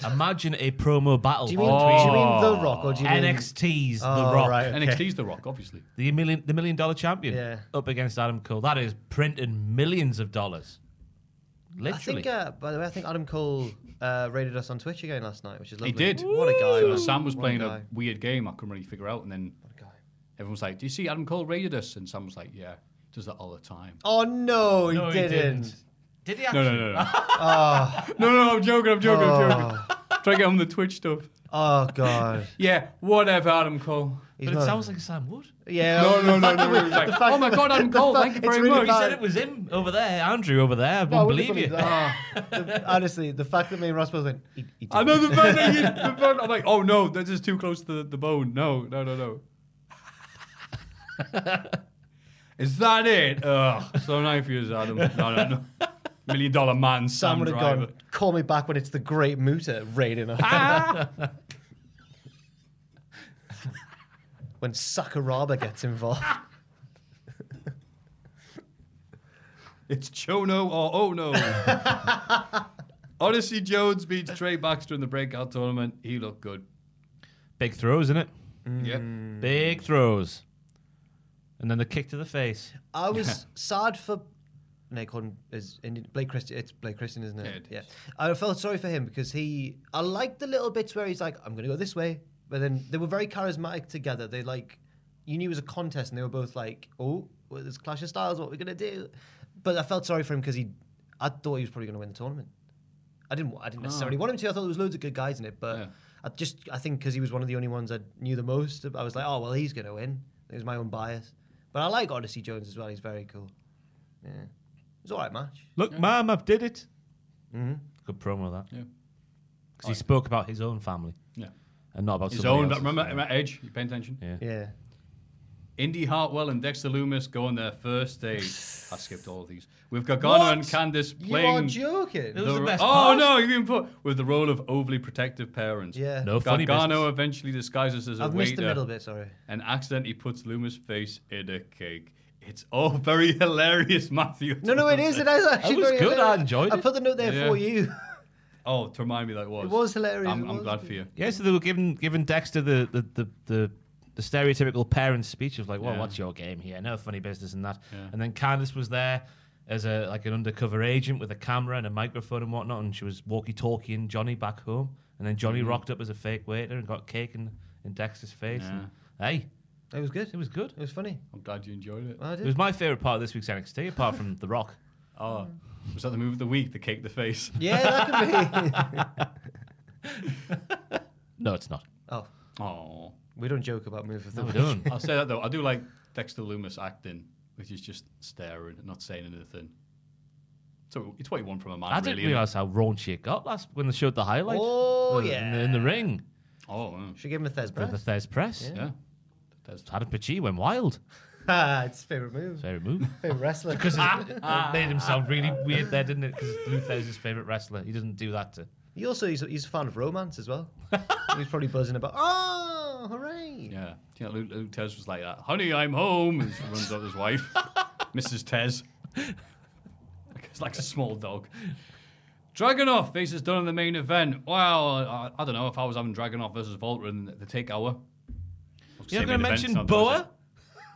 Imagine a promo battle. Do you mean- do you mean Oh. The Rock or do you mean- NXT's Oh, The Rock? right, okay. NXT's The Rock, [LAUGHS] obviously. The million, the million dollar champion Yeah. up against Adam Cole. That is printing millions of dollars. Literally. I think, uh, by the way, I think Adam Cole uh, rated us on Twitch again last night, which is lovely. He did. What a guy! So man. Sam was What playing guy. a weird game I couldn't really figure out, and then everyone was like, "Do you see Adam Cole rated us?" And Sam was like, "Yeah, does that all the time." Oh no, he No, he didn't. didn't. Did he No, actually? no, no, no. [LAUGHS] Oh, No, no, I'm joking. I'm joking. I'm joking. Oh. Try to get on the Twitch stuff. oh [LAUGHS] god. Yeah, whatever, Adam Cole. He's But it not- sounds like Sam Wood. Yeah. oh, No, no, no, no. the fact no, that we- like, the fact oh my that- God, Adam the Cole. fact- Thank you it's very really much. He bad. said it was him over there, Andrew over there. I wouldn't believe you. honestly, ah, the fact that me and Ross both went. He, he I didn't. know the bone. the bone. I'm like, oh no, that is too close to the, the bone. No, no, no, [LAUGHS] no. is that it? Ugh, so nice for you, Adam. No, no, no. Million dollar man, Sam, Sam would have Driver. gone. Call me back when it's the Great Muta raiding us. Ah. [LAUGHS] when Sakuraba gets involved. It's Chono or Oh No. [LAUGHS] Odyssey Jones beats Trey Baxter in the breakout tournament. He looked good. Big throws, isn't it? Mm. Yep. Big throws. And then the kick to the face. I was sad for Nick Horton is Indian, Blake Christian. It's Blake Christian, isn't Yeah, it? it is. I felt sorry for him because he. I liked the little bits where he's like, "I'm going to go this way," but then they were very charismatic together. They like, you knew it was a contest, and they were both like, "Oh, well, this clash of styles. What we're going to do?" But I felt sorry for him because he. I thought he was probably going to win the tournament. I didn't. I didn't necessarily want him to. I thought there was loads of good guys in it, but Yeah. I just. I think because he was one of the only ones I knew the most. I was like, oh well, he's going to win. It was my own bias, but I like Odyssey Jones as well. He's very cool. Yeah, it was all right match. Look, ma'am, I've did it. Mm-hmm. Good promo that. Yeah. Because he spoke about his own family Yeah. and not about His somebody own. else's. Remember, remember Edge? You paying attention? Yeah. Yeah, Indy Hartwell and Dexter Loomis go on their first [LAUGHS] date. I skipped all of these. With Gargano What? and Candice you are playing. joking. It was the ro- best oh part. no, you can put with the role of overly protective parents. Yeah, No funny Gargano business. eventually disguises as a I've missed waiter the middle bit. Sorry. and accidentally puts Loomis' face in a cake. It's all very [LAUGHS] hilarious, Matthew. No, no, it is. It is actually was very good, I hilarious. enjoyed I it. put the note there Yeah. for you. Oh, to remind me that was. It was hilarious, I'm, it I'm was glad good. for you. Yeah, so they were giving giving Dexter the the the, the, the stereotypical parents speech of like, "Well, Yeah. what's your game here? No funny business and that." Yeah. And then Candice was there as a like an undercover agent with a camera and a microphone and whatnot, and she was walkie-talkieing Johnny back home. And then Johnny rocked up as a fake waiter and got cake in, in Dexter's face. Yeah. And, hey, It was good. it was good. It was funny. I'm glad you enjoyed it. Well, I It did. was my favorite part of this week's NXT, apart from The Rock. Oh, was that the move of the week? The cake, the face. [LAUGHS] yeah, that [LAUGHS] could be. No, it's not. oh, Oh, we don't joke about move of the No, we [LAUGHS] week. don't. I'll say that though. I do like Dexter Loomis acting, which is just staring and not saying anything. So it's what you want from a man, I really. didn't isn't it? realize how raunchy it got last when they showed the highlight. Oh, in the- in the, in yeah. the ring, Oh, yeah. Should give him a Thez the press. Thez press. yeah. That's Adam Pachi went wild. Ah, [LAUGHS] it's his favorite move. Favorite move. Favorite wrestler. Because it made him sound really weird there, didn't it? Because Luther's his favourite wrestler. He doesn't do that to. He also he's, he's a fan of romance as well. [LAUGHS] he's probably buzzing about. Oh, hooray! yeah. You know, Luke, Luke Tez was like that. Honey, I'm home, and she runs out to his [LAUGHS] wife, Mrs. Tez. It's like a small dog. Dragunov faces done in the main event. Wow, I, I don't know if I was having Dragunov versus Volta in the take hour. You're Same going to main event, mention it's not Boa?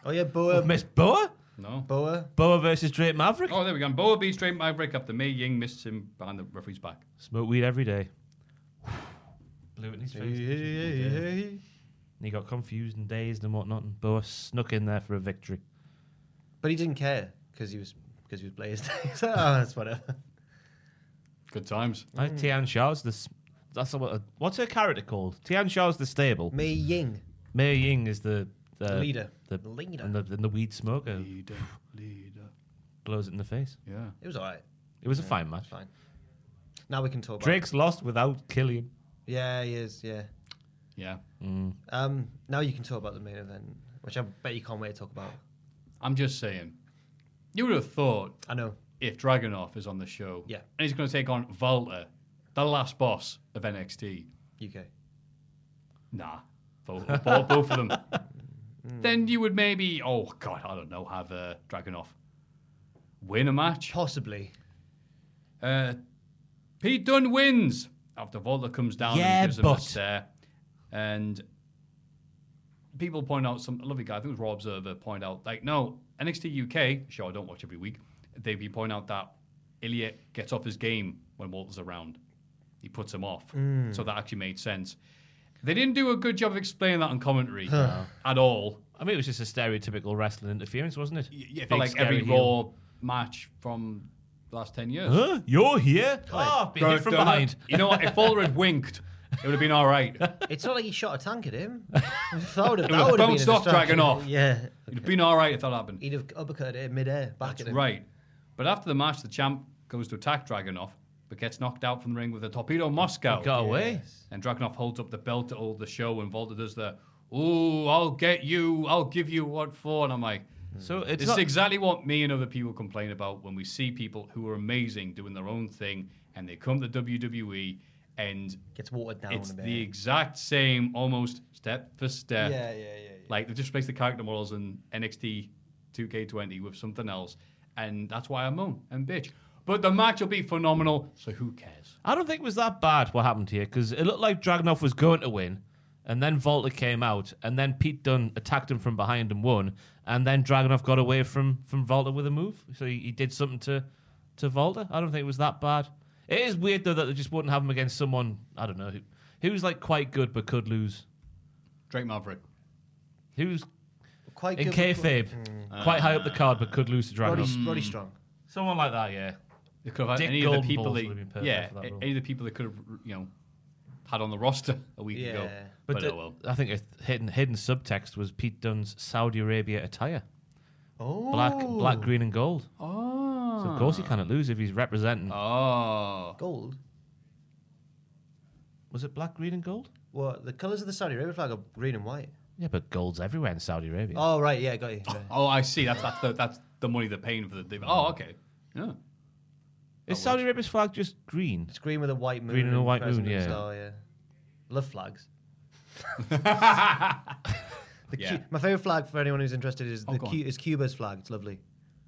Oh yeah, Boa. Miss Boa? No. Boa. Boa versus Drake Maverick? Oh, there we go. Boa beats Drake Maverick after Mei Ying missed him behind the referee's back. Smoke weed every day. [SIGHS] Blew it in his face. Hey, hey, hey, hey. And he got confused and dazed and whatnot, and Boa snuck in there for a victory. But he didn't care because he was because he was blazed. [LAUGHS] He's like, oh, that's whatever. Good times. Like Uh, Tian Shao's the. s- That's what. What's her character called? Tian Shao's the stable. Mei Ying. Mei Ying is the Uh, the Leader. the The leader. and the, and the weed smoker leader, leader. blows it in the face. Yeah, It was all right. it was a Yeah, fine match. Fine. Now we can talk about Drake's lost without Killian. Yeah, he is. Yeah. Yeah. Um, now you can talk about the main event, which I bet you can't wait to talk about. I'm just saying. You would have thought. I know. If Dragunov is on the show, Yeah. and he's going to take on Volta, the last boss of NXT. UK. Nah, both, both, both of them. Then you would maybe, oh god, I don't know, have uh, Dragunov win a match. Possibly. Uh, Pete Dunne wins after Volta comes down Yeah, and gives him but- a stare. And people point out some a lovely guy, I think it was Rob Observer, point out like, no, NXT UK, sure I don't watch every week. They be point out that Ilya gets off his game when Walter's around. He puts him off. Mm. Hmm. So that actually made sense. They didn't do a good job of explaining that on [SIGHS] commentary at all. I mean, it was just a stereotypical wrestling interference, wasn't it? Yeah, it Big felt like every scary heel. Raw match from the last 10 years. Huh? You're here? Ah, been hit from Don't- behind. You know what? If Fowler had winked, it would have been all right. It It's not like he shot a tank [LAUGHS] at him. that would have, would that have would have been bounced a off distraction. Dragunov. Yeah. would have been all right if that happened. He'd have uppercutted it midair, back at him. Right. But after the match, the champ goes to attack Dragunov, but gets knocked out from the ring with a torpedo Moscow. He got away. And Dragunov holds up the belt to hold the show, and Volta does the, ooh, I'll get you, I'll give you what for. And I'm like, So it's this not, is exactly what me and other people complain about when we see people who are amazing doing their own thing and they come to WWE and Gets watered down it's a bit. the exact same, almost step for step. Yeah, yeah, yeah, yeah. Like they just replaced the character models in NXT 2K20 with something else, and that's why I moan and bitch. But the match will be phenomenal, so who cares? I don't think it was that bad what happened here because it looked like Dragunov was going to win, and then Volta came out, and then Pete Dunne attacked him from behind and won, and then Dragunov got away from from Volta with a move, so he, he did something to to Volta. I don't think it was that bad. It is weird though that they just wouldn't have him against someone I don't know who who's like quite good but could lose. Drake Maverick. Who's Quite in good with- kayfabe, quite high up the card but could lose to Roddy, Dragunov. Roddy um, Strong. Someone like that, yeah. They could have had Dick any of the Golden people Balls that, would have been perfect yeah, for that a- role. any of the people that could have you know had on the roster a week ago. Yeah. But, But the- oh well. I think a th- hidden hidden subtext was Pete Dunne's Saudi Arabia attire. Oh. Black, black, green, and gold. Oh. So of course he cannot lose if he's representing. Oh. Gold. Was it black, green, and gold? Well, the colours of the Saudi Arabia flag are green and white. Yeah, but gold's everywhere in Saudi Arabia. Oh, right. Yeah, got you. [GASPS] Right. Oh, I see. That's that's the that's the money they're paying for the. They, oh, okay. Yeah. Is Saudi Arabia's flag just green? It's green with a white moon. Green and a white moon, crescent and yeah. Star, yeah. Love flags. [LAUGHS] The Yeah. Cu- my favorite flag for anyone who's interested is Oh, the go Cu- on. is Cuba's flag. It's lovely.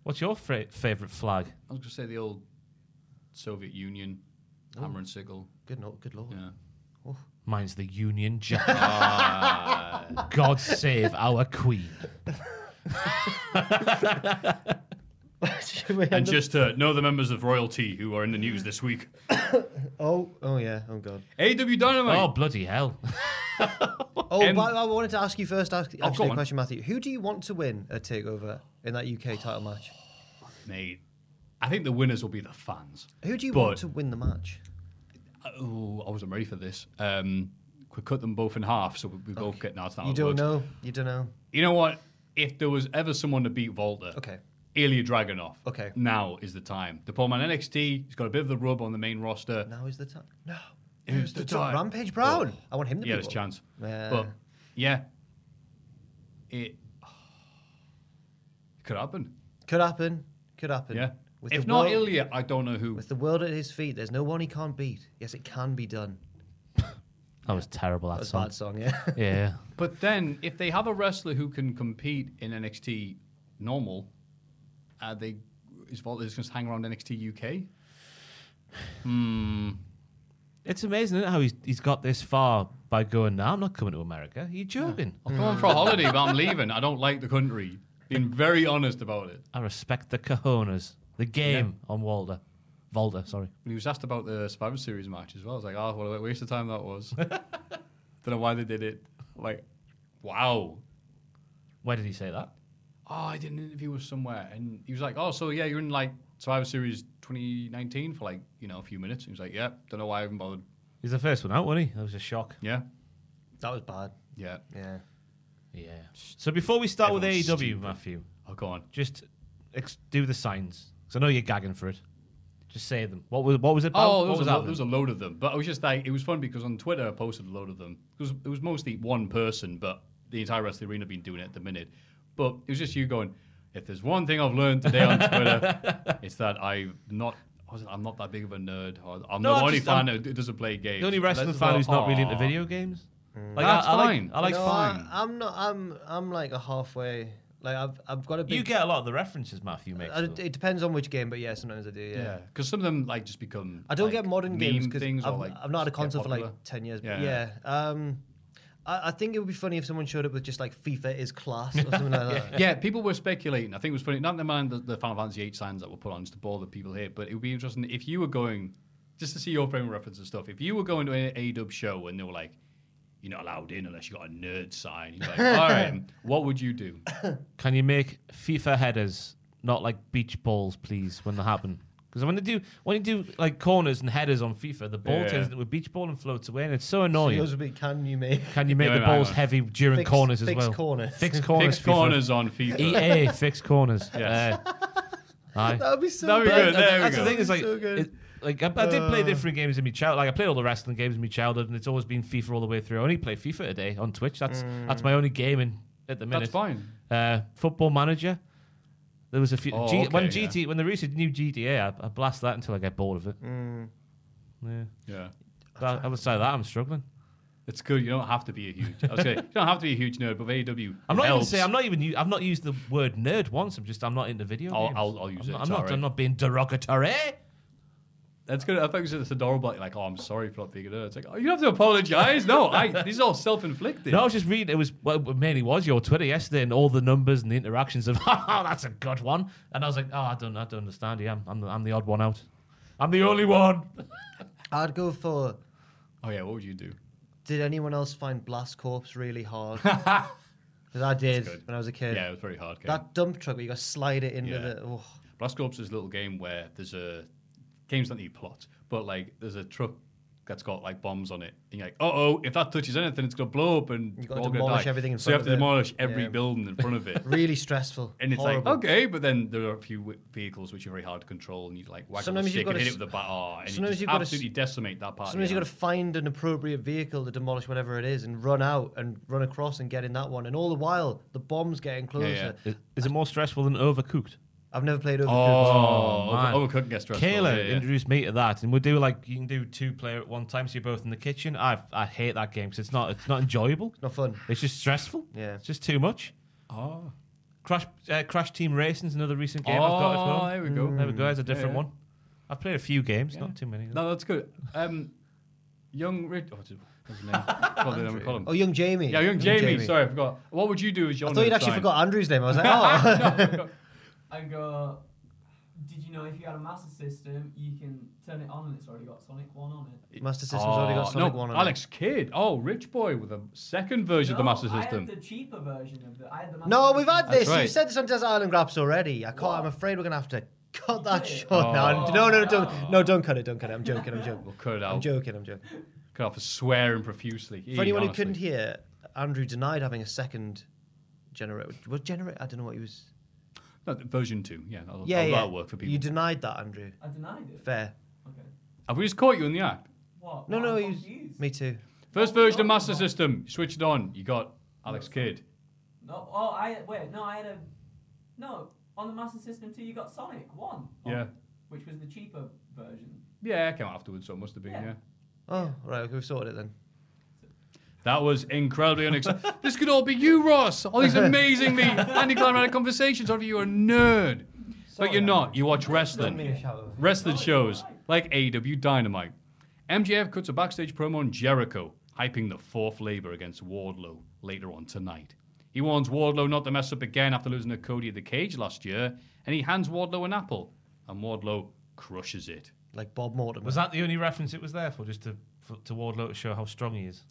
What's your fra- favorite flag? I was gonna say the old Soviet Union hammer and sickle. Good no- good lord. Yeah. Mine's the Union [LAUGHS] Jack. God save our queen. [LAUGHS] Should we And end up- just to know the members of royalty who are in the news this week. oh oh yeah oh god. AW Dynamite. Oh bloody hell! [LAUGHS] Oh, Um, but I wanted to ask you first. Ask, Oh, actually, go a on. question, Matthew. Who do you want to win a takeover in that UK title match? Mate, I think the winners will be the fans. Who do you But- want to win the match? Oh, I wasn't ready for this. Um, could cut them both in half, so we, we both get. No, that's not how you it don't works. know. You don't know. You know what? If there was ever someone to beat Volta, Okay. Ilya Dragunov. Okay. Now is the time. The poor man NXT. He's got a bit of the rub on the main roster. Now is the time. No. Here's the It's not time. Rampage Brown. I want him to yeah, be. there's a one. chance. Yeah. But yeah, it [SIGHS] could happen. Could happen. Could happen. Yeah. With if the not world, Ilya, I don't know who. with the world at his feet, there's no one he can't beat. Yes, it can be done. That was terrible. That, That's a song. bad song, yeah. [LAUGHS] Yeah. But then, if they have a wrestler who can compete in NXT normal, are they is Volta just going to hang around NXT UK? It's amazing isn't it, how he's he's got this far by going. Now I'm not coming to America. Are you joking? I'm going for a holiday, but I'm leaving. I don't like the country. Being very honest about it. I respect the cojones, the game on Walder, Volder. Sorry. When he was asked about the Survivor Series match as well, I was like, oh, what a waste of time that was. Don't know why they did it. Like, wow. Where did he say that? Oh, I did an interview with somewhere, and he was like, oh, so yeah, you're in like Survivor Series 2019 for like, you know, a few minutes. He was like, yeah, don't know why I even bothered. He's the first one out, wasn't he? That was a shock. Yeah, that was bad. yeah. Yeah. Yeah. So before we start Everyone's with AEW, stupid. Matthew. Oh, go on. Just ex- do the signs. Because I know you're gagging for it. Just say them. What was what was it about? Oh, what there was, a, lo- happening? there was a load of them. But I was just like, it was fun because on Twitter I posted a load of them. It was, it was mostly one person, but the entire rest of the arena been doing it at the minute. But it was just you going, if there's one thing I've learned today on Twitter, it's that I'm not. what was it? I'm not that big of a nerd. or I'm No, the I'm only just- fan I'm- who doesn't play games. The only And wrestling that's fan all- who's not really into aw. video games. oh. Mm. That's I, I fine. Like, I like No, Hmm. fine. I, am not. I'm. I'm like a halfway. Like I've. I've got a. Big, You get a lot of the references Matthew makes. I- though. it depends on which game, but yeah, sometimes I do. Yeah. Yeah, because some of them like just become. I don't like, get modern meme games because things I've, or, like, I've not had a get console for like popular. ten years. Yeah. But yeah. Um, I, I think it would be funny if someone showed up with just like FIFA is class or [LAUGHS] something like that. yeah, people were speculating. I think it was funny. Not to mind the, the Final Fantasy VIII signs that were put on just to bore the people here, but it would be interesting if you were going just to see your frame of reference and stuff. If you were going to an AEW show and they were like, "You're not allowed in unless you got a nerd sign," you're like, "All [LAUGHS] right, what would you do?" Can you make FIFA headers not like beach balls, please, when they happen? Because when they do, when you do like corners and headers on FIFA, the ball Yeah. turns into a beach ball and floats away, and it's so Oh, So annoying. yours would be, can you make? [LAUGHS] Can you make the balls heavy during Fix- corners as fix well? corners. [LAUGHS] Fix corners. Fix corners on FIFA. EA, fix corners. Yes. [LAUGHS] Uh, aye. [LAUGHS] That would be so That'd be But good. that- There we that's go. Ah. the thing is like, So good. it- like I, I did play Uh. different games in my childhood. Like I played all the wrestling games in my childhood, and it's always been FIFA all the way through. I only play FIFA today on Twitch. That's that's my only gaming at the minute. Mm. That's fine. Uh, Football Manager. There was a few Oh, G, when okay, yeah. GT when they released a new GTA, I, I blast that until I get bored of it. Yeah. Yeah. But outside of that, I'm struggling. It's good. You don't have to be a huge. I was gonna, you don't have to be a huge nerd, but AEW. I'm not even helps. saying I'm not even. u- I've not used the word nerd once. I'm just. I'm not into video I'll- games. I'll- I'll use I'm it, Not, I'm it's not. alright. I'm not being derogatory. That's good. I thought it was just adorable. Like, oh, I'm sorry for not being a nerd. It's like, oh, you don't have to apologize. No, I. These are all self-inflicted. No, I was just reading. It was well, it mainly was your Twitter yesterday, and all the numbers and the interactions of. [LAUGHS] Oh, that's a good one. And I was like, oh, I don't. I don't understand. Yeah, I'm. I'm the, I'm the odd one out. I'm the only one. I'd go for. Oh yeah, what would you do? Did anyone else find Blast Corps [LAUGHS] really hard? Because I did when I was a kid. Yeah, it was a very hard game. That dump truck where you got to slide it into Yeah. the. Oh, Blast Corps is a little game where there's a games don't need plot, but like there's a truck that's got like bombs on it, and you're like, uh oh, if that touches anything, it's gonna blow up, and You've we're got to all gonna demolish die. everything in So you front have to of it. demolish every Yeah. building in front of it. [LAUGHS] really stressful. And it's horrible. like okay, but then there are a few wi- vehicles which are very hard to control, and you like whack Sometimes up a you've stick got and to hit it s- with a bat, oh, and you sometimes just you've got to s- absolutely decimate that part. Sometimes you've got to find an appropriate vehicle to demolish whatever it is and run out and run across and get in that one. And all the while, the bomb's getting closer. Is, is it more stressful than overcooked? I've never played Overcooked. Oh, over- man. overcooked gets stressful, Kayla yeah, yeah. introduced me to that, and we do like you can do two player at one time, so you're both in the kitchen. I I hate that game because it's not it's not enjoyable. Not fun. It's just stressful. Yeah. it's just too much. Oh. Crash uh, Crash Team Racing's another recent game I've got as Oh, well. there we go. There we go. Mm. There's a Yeah, different yeah. one. I've played a few games, not too many. No, that's good. Um, young Rich. Oh, what's his [LAUGHS] name? What do we call him? Oh, young Jamie. Yeah, young Young Jamie. Jamie. Sorry, I forgot. What would you do as your I thought nerd you'd actually sign? forgot Andrew's name. I [LAUGHS] was like, oh. [LAUGHS] I go. Did you know if you had a Master System, you can turn it on and it's already got Sonic One on it. Master System's already got Oh, Sonic no, 1 on it. Alex Kidd. Oh, Rich Boy with a second version of the No, Master System. I had the cheaper version of the. I had the Master No, we've had That's this. right. You've said this on Desert Island Graps already. I can't. I'm afraid we're gonna have to [LAUGHS] cut that short Oh. now. No, no, no, don't, no, don't cut it. Don't cut it. I'm joking. I'm joking. We'll cut it out. I'm joking. I'm joking. Cut off for swearing profusely. For anyone honestly. who couldn't hear, Andrew denied having a second generator. What generator? I don't know what he was. No, th- version two. Yeah, that'll, Yeah, that'll, yeah. that'll work for people. You denied that, Andrew. I denied it. Fair. Have we just caught you in the act? What? No, What? no, I'm he was- confused. Me too. First Oh, version of Master System. You switched it on. You got Alex Kidd. No, oh, I wait. No, I had a. No, on the Master System too, you got Sonic One. on Yeah. it, Which was the cheaper version. Yeah, it came out afterwards, so it must have been. Yeah. yeah. Oh, right. Okay, we've sorted it then. That was incredibly unexpected. [LAUGHS] this could all be you, Ross. All these [LAUGHS] amazingly anticlimactic conversations. Or you're a nerd, but you're not. You watch wrestling, wrestling shows like AEW Dynamite. MJF cuts a backstage promo on Jericho, hyping the fourth labor against Wardlow later on tonight. He warns Wardlow not to mess up again after losing to Cody at the cage last year, and he hands Wardlow an apple, and Wardlow crushes it. Like Bob Mortimer. Was that the only reference it was there for, just to for, to Wardlow to show how strong he is,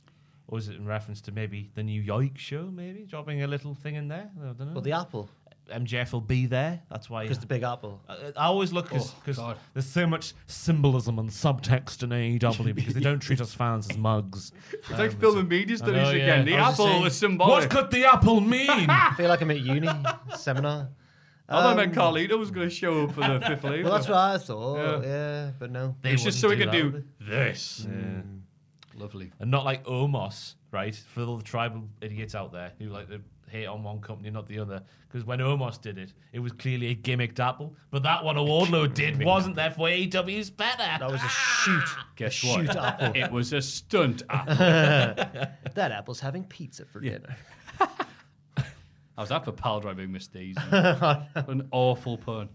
or was it in reference to maybe the New York show, maybe dropping a little thing in there? I don't know. Well, the apple. MJF will be there. That's why. uh, Because the Big [LAUGHS] Apple. I, I always look because Oh, there's so much symbolism and subtext in AEW because they don't treat us fans [LAUGHS] as mugs. It's like film and media I studies know, again. The I apple saying, was symbolic. What could the [LAUGHS] apple mean? I feel like I'm at uni seminar. I thought I Um, meant Carlito was going to show up for [LAUGHS] the fifth league. Well, that's what I thought. Yeah, but no. It's just so we could do this. Lovely. And not like Omos, right? For all the tribal idiots out there who like to hate on one company, not the other. Because when Omos did it, it was clearly a gimmicked apple. But that one [LAUGHS] Wardlow did wasn't there for AEW's better. Ah! That was a shoot. Guess A what? [LAUGHS] shoot apple. It was a [LAUGHS] stunt apple. that apple's having pizza for dinner. How's that for pile driving [LAUGHS] misdeeds? An awful pun.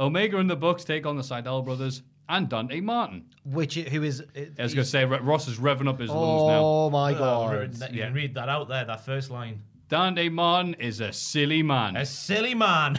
Omega and the Bucks take on the Seidel brothers and Dante Martin. Which who is? I was going to say Ro- Ross is revving up his lungs now. Oh my god. You can read that out there, that first line. Dante Martin is a silly man. A silly man.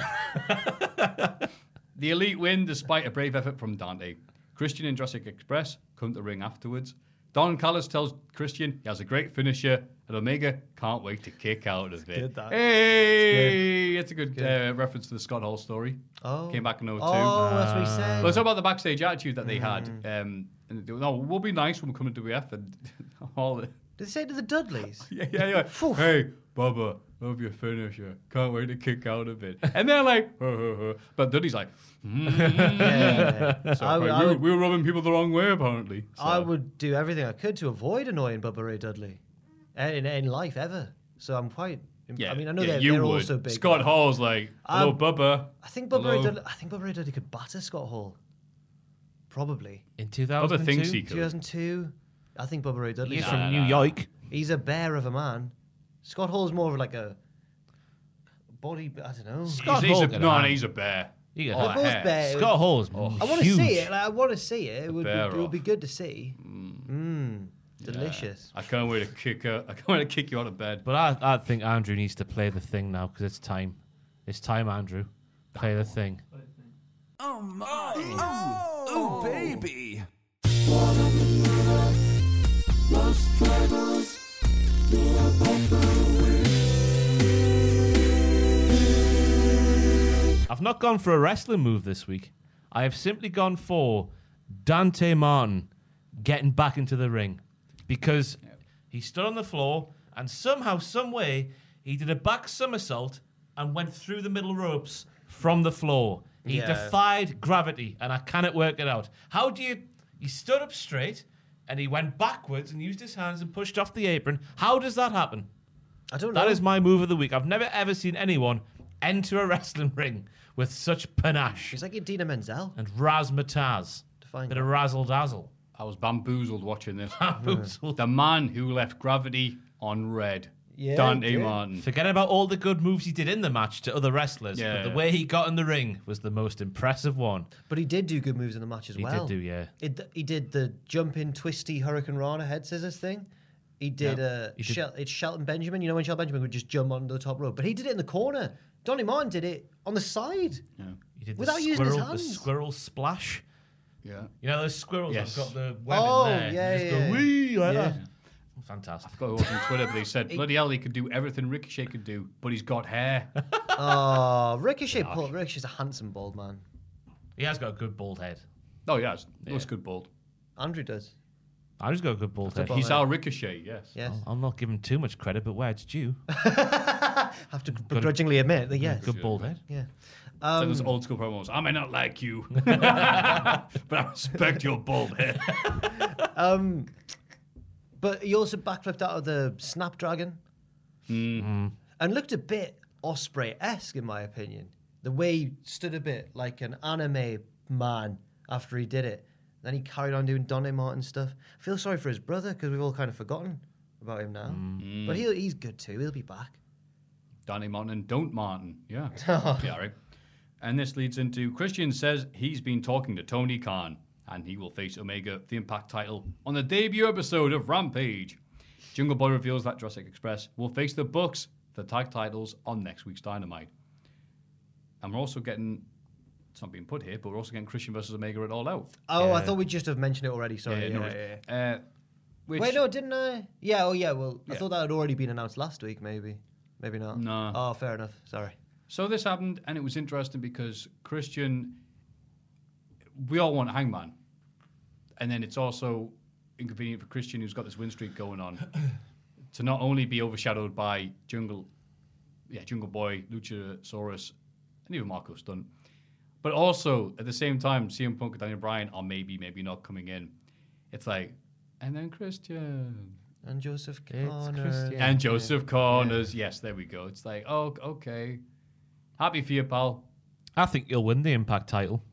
the elite win despite a brave effort from Dante. Christian and Jurassic Express come to ring afterwards. Don Callis tells Christian he has a great finisher, and Omega can't wait to kick out of it. good, that. Hey, it's a good, Good. Uh, reference to the Scott Hall story. Oh. came back in 02. Oh, that's what he said. Well, it's about the backstage attitude that they Mm. had. Um, and they, were, no, we'll be nice when we come into WF and [LAUGHS] all. The, [LAUGHS] Did they say to the Dudleys? yeah, yeah, yeah. Hey, Bubba, love your finisher. Can't wait to kick out of it. And they're like, [LAUGHS] "Huh, huh, huh." but Dudley's like, mm. Yeah. So, I like, would- we, I were- would- we were rubbing people the wrong way, apparently. So, I would do everything I could to avoid annoying Bubba Ray Dudley, and in, in life ever. So I'm quite. I mean, I know yeah, they're, you they're would. also big. Scott Hall's like, hello, Um, Bubba. I think Bubba Ray Hello. Dudley. I think Bubba Ray Dudley could batter Scott Hall. Probably. [LAUGHS] In 2002. Other things he could. 2002. I think Bubba Ray Dudley. He's from Nah, New nah. York. He's a bear of a man. Scott Hall's more of like a body. I don't know. Scott he's, he's a, no, no, he's a bear. He They're both bears. Scott Hall's Oh, I want to see it. Like, I want to see it. It would, be, bear it would be good to see. Mm. Delicious. I can't wait to kick her. I can't wait to kick you out of bed. But I, I think Andrew needs to play the thing now because it's time. It's time, Andrew. Play the thing. Oh my! Oh, oh, baby! I've not gone for a wrestling move this week. I have simply gone for Dante Martin getting back into the ring because he stood on the floor and somehow, some way, he did a back somersault and went through the middle ropes from the floor. He Yeah. defied gravity, and I cannot work it out. How do you? He stood up straight and he went backwards and used his hands and pushed off the apron. How does that happen? I don't That know. is my move of the week. I've never ever seen anyone enter a wrestling ring with such panache He's like Idina Menzel. and razzmatazz. Define Bit of razzle dazzle. I was bamboozled watching this. Bamboozled. the man who left gravity on red. Yeah, Dante yeah. Martin. Forget about all the good moves he did in the match to other wrestlers, Yeah. but the way he got in the ring was the most impressive one. But he did do good moves in the match as He did well. do, yeah. It, he did the jumping, twisty Hurricane Rana head scissors thing. He did, uh, He did- Shel- it's Shelton Benjamin. You know when Shelton Benjamin would just jump onto the top rope, but he did it in the corner. Donny Martin did it on the side. He did Without the using squirrel, his The hands. squirrel splash. Yeah. You know those squirrels Yes. that have got the web Oh, in there. yeah, you just yeah. go wee like Yeah. that. Fantastic. Got it on Twitter, but they said, bloody hell, he could do everything Ricochet could do, but he's got [LAUGHS] hair. Oh, Ricochet! Paul, Ricochet's a handsome bald man. He has got a good bald head. oh, yeah, it's, looks good bald. Andrew does. I just got a good bald head. He's our Ricochet, yes. Yes, I'm not giving too much credit, but where it's due. have to begrudgingly admit that. Yes, Oh. Mm, Good bald head. yeah. It's like Um, those old school promos. I may not like you, [LAUGHS] but I respect your bald head. um, but he also backflipped out of the Snapdragon Mm-hmm. and looked a bit Osprey esque, in my opinion. The way he stood a bit like an anime man after he did it. Then he carried on doing Donnie Martin stuff. I feel sorry for his brother because we've all kind of forgotten about him now. Mm. But he'll, he's good too. He'll be back. Donnie Martin and Don't Martin. [LAUGHS] Yeah. yeah, right. And this leads into Christian says he's been talking to Tony Khan and he will face Omega for the Impact title on the debut episode of Rampage. Jungle Boy reveals that Jurassic Express will face the Bucks for the tag titles on next week's Dynamite. And we're also getting, it's not being put here, but we're also getting Christian versus Omega at All Out. Oh, I thought we'd just have mentioned it already. Sorry. Yeah, no yeah, worries. yeah, Uh, yeah. which, Wait, no, didn't I? Yeah, oh, yeah. Well, I Yeah. thought that had already been announced last week, maybe. Maybe not. No. Oh, fair enough. Sorry. So this happened, and it was interesting because Christian, we all want Hangman, and then it's also inconvenient for Christian, who's got this win streak going on, to not only be overshadowed by Jungle, yeah, Jungle Boy, Luchasaurus, and even Marco Stunt, but also at the same time, CM Punk and Daniel Bryan are maybe, maybe not coming in. It's like, and then Christian. And Joseph It's Connors. Christian. And Joseph Corners. Yes, there we go. It's like, oh, okay. Happy for you, pal. I think you'll win the Impact title.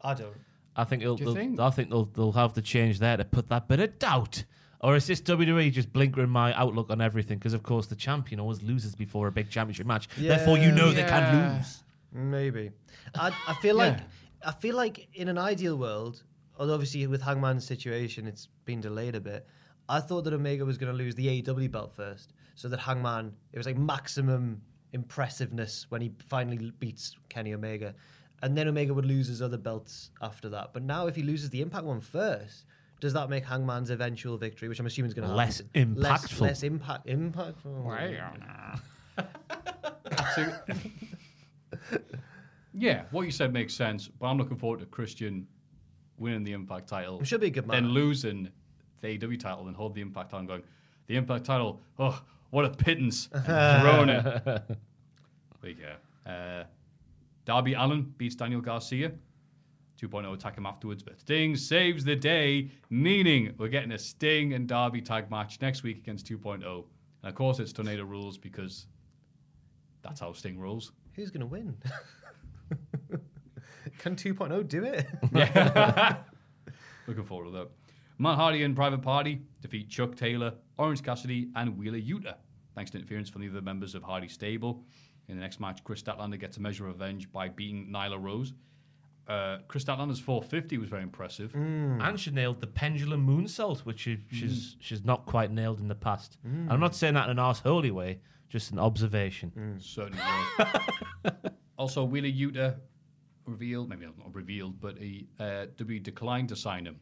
I don't. I think they'll, Do you they'll- think? I think they'll they'll have to change there to put that bit of doubt. Or is this WWE just blinkering my outlook on everything? Because of course the champion always loses before a big championship match. Therefore, you know they can lose. Maybe. I, I feel like I feel like in an ideal world, although obviously with Hangman's situation, it's been delayed a bit. I thought that Omega was going to lose the AEW belt first, so that Hangman it was like maximum impressiveness when he finally beats Kenny Omega, and then Omega would lose his other belts after that. But now, if he loses the Impact one first, does that make Hangman's eventual victory, which I'm assuming is going to Less happen, impactful. less, less impact, impactful? So- [LAUGHS] yeah, what you said makes sense, but I'm looking forward to Christian winning the Impact title. It should be a good Then match. losing the AEW title and hold the Impact title and going, the Impact title, oh, what a pittance. and throwing it. There you go. Uh, Darby Allen beats Daniel Garcia. 2.0 attack him afterwards, but Sting saves the day, meaning we're getting a Sting and Darby tag match next week against 2.0. And of course, it's Tornado rules because that's how Sting rolls. Who's going to win? [LAUGHS] Can 2.0 do it? Yeah. [LAUGHS] Looking forward to that. Matt Hardy and Private Party defeat Chuck Taylor, Orange Cassidy, and Wheeler Utah, thanks to interference from the other members of Hardy's stable. In the next match, Chris Statlander gets a measure of revenge by beating Nyla Rose. Uh, Chris Statlander's 450 was very impressive. And she nailed the pendulum moonsault, which she, Hmm. she's she's not quite nailed in the past. And I'm not saying that in an arse holy way, just an observation. Hmm. Certainly was. also, Wheeler Utah revealed, maybe not revealed, but he uh, W declined to sign him.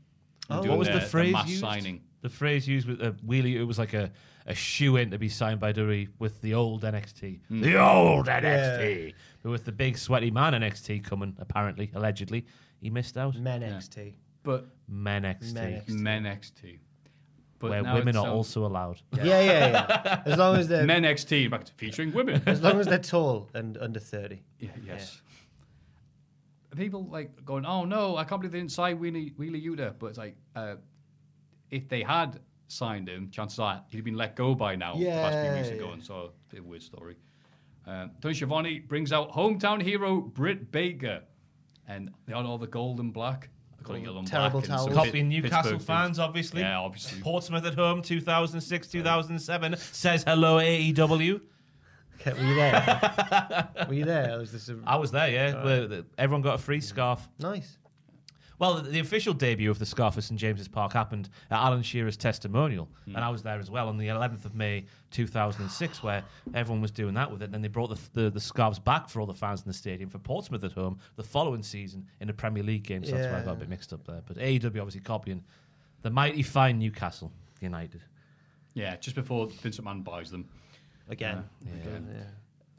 Oh, Doing what was the, phrase mass used? signing. The phrase used with uh, Wheelie, it was like a, a shoe in to be signed by Dury with the old NXT. Mm. The old Yeah. NXT. But with the big sweaty man NXT coming, apparently, allegedly, he missed out. Men NXT. But Men NXT. Men XT. But Where Mm. now um, women it are sounds- also allowed. Yeah, yeah, yeah. As long as they're Men XT, back to featuring [LAUGHS] women. as long as they're tall and under 30. Yeah, yes. People like going, oh no, I can't believe they didn't sign Wheelie, Wheelie Yuta. But it's like, uh, if they had signed him, chances are he'd been let go by now. the past few weeks Yeah. ago, and so a bit of a weird story. Um, Tony Schiavone brings out hometown hero Britt Baker, and they had all the gold and black. I got it yellow and Terrible black. and some towels. Pit- Copying Pittsburgh Newcastle things. fans, obviously. Yeah, obviously. Portsmouth at home, 2006, 2007. Says hello, E AEW. Okay, were you there? were you there? Or was this a... I was there, yeah. Uh, Where the- Everyone got a free scarf. Nice. Well, the- the official debut of the scarf at St James's Park happened at Alan Shearer's testimonial, and I was there as well on the 11th of May 2006, where everyone was doing that with it. And then they brought the, the the scarves back for all the fans in the stadium for Portsmouth at home the following season in a Premier League game. So that's why I got a Yeah. bit mixed up there. But AEW obviously copying the mighty fine Newcastle United. Yeah, just before Vincent Mann buys them. Again.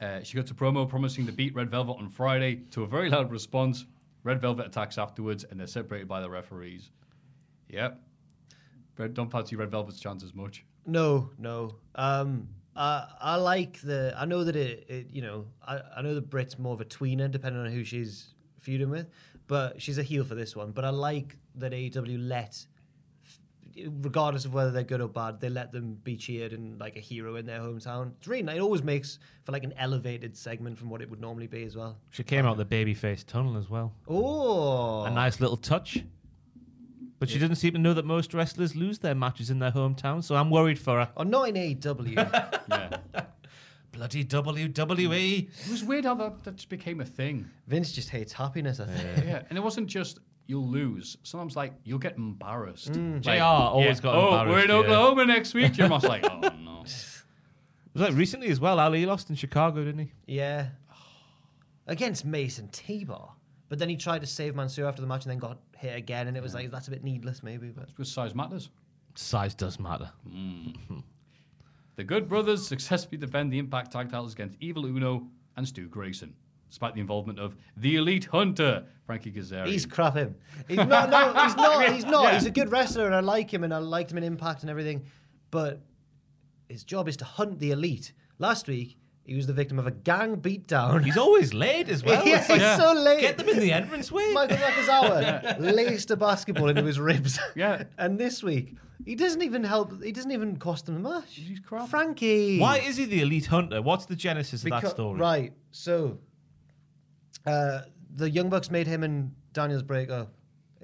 Uh, she got to promo promising to beat Red Velvet on Friday to a very loud response. Red Velvet attacks afterwards and they're separated by the referees. Yep. Red, don't fancy Red Velvet's chance as much. No, no. Um, I I like the. I know that it. it you know, I, I know that Brit's more of a tweener, depending on who she's feuding with, but she's a heel for this one. But I like that AEW let, regardless of whether they're good or bad, they let them be cheered and like a hero in their hometown. It's really. nice. It always makes for like an elevated segment from what it would normally be as well. She came out the babyface tunnel as well. Oh, A nice little touch. But she doesn't seem to know that most wrestlers lose their matches in their hometown, so I'm worried for her. or oh, not in E AEW. Yeah. Bloody E. WWE. it was weird how that, that just became a thing. Vince just hates happiness. I think. Yeah. And it wasn't just you'll lose. Sometimes, like, you'll get embarrassed. Like, JR always yeah, got oh, embarrassed. we're in yeah. Oklahoma next week. You're almost like, oh, no. It was like recently as well. Ali lost in Chicago, didn't he? Yeah. Against Mason T-Bar. But then he tried to save Mansoor after the match and then got hit again. And it was like, that's a bit needless, maybe. But Because size matters. Size does matter. The Good Brothers successfully defend the Impact Tag titles against Evil Uno, and Stu Grayson, despite the involvement of the elite hunter, Frankie Kazarian. He's crap him. He's not. No, he's not. He's not. Oh, Yeah. He's a good wrestler, and I like him, and I liked him in Impact and everything. But his job is to hunt the elite. Last week, he was the victim of a gang [LAUGHS] beatdown. Oh, He's always late as [LAUGHS] well. yeah, It's like, he's so late. Get them in the [LAUGHS] entranceway. Michael Nakazawa laced a basketball into his ribs. Yeah. And this week, he doesn't even help. He doesn't even cost them much. He's crap. Frankie. Why is he the elite hunter? What's the genesis of that Becau- story? Right. So, uh, the Young Bucks made him and Daniels break up.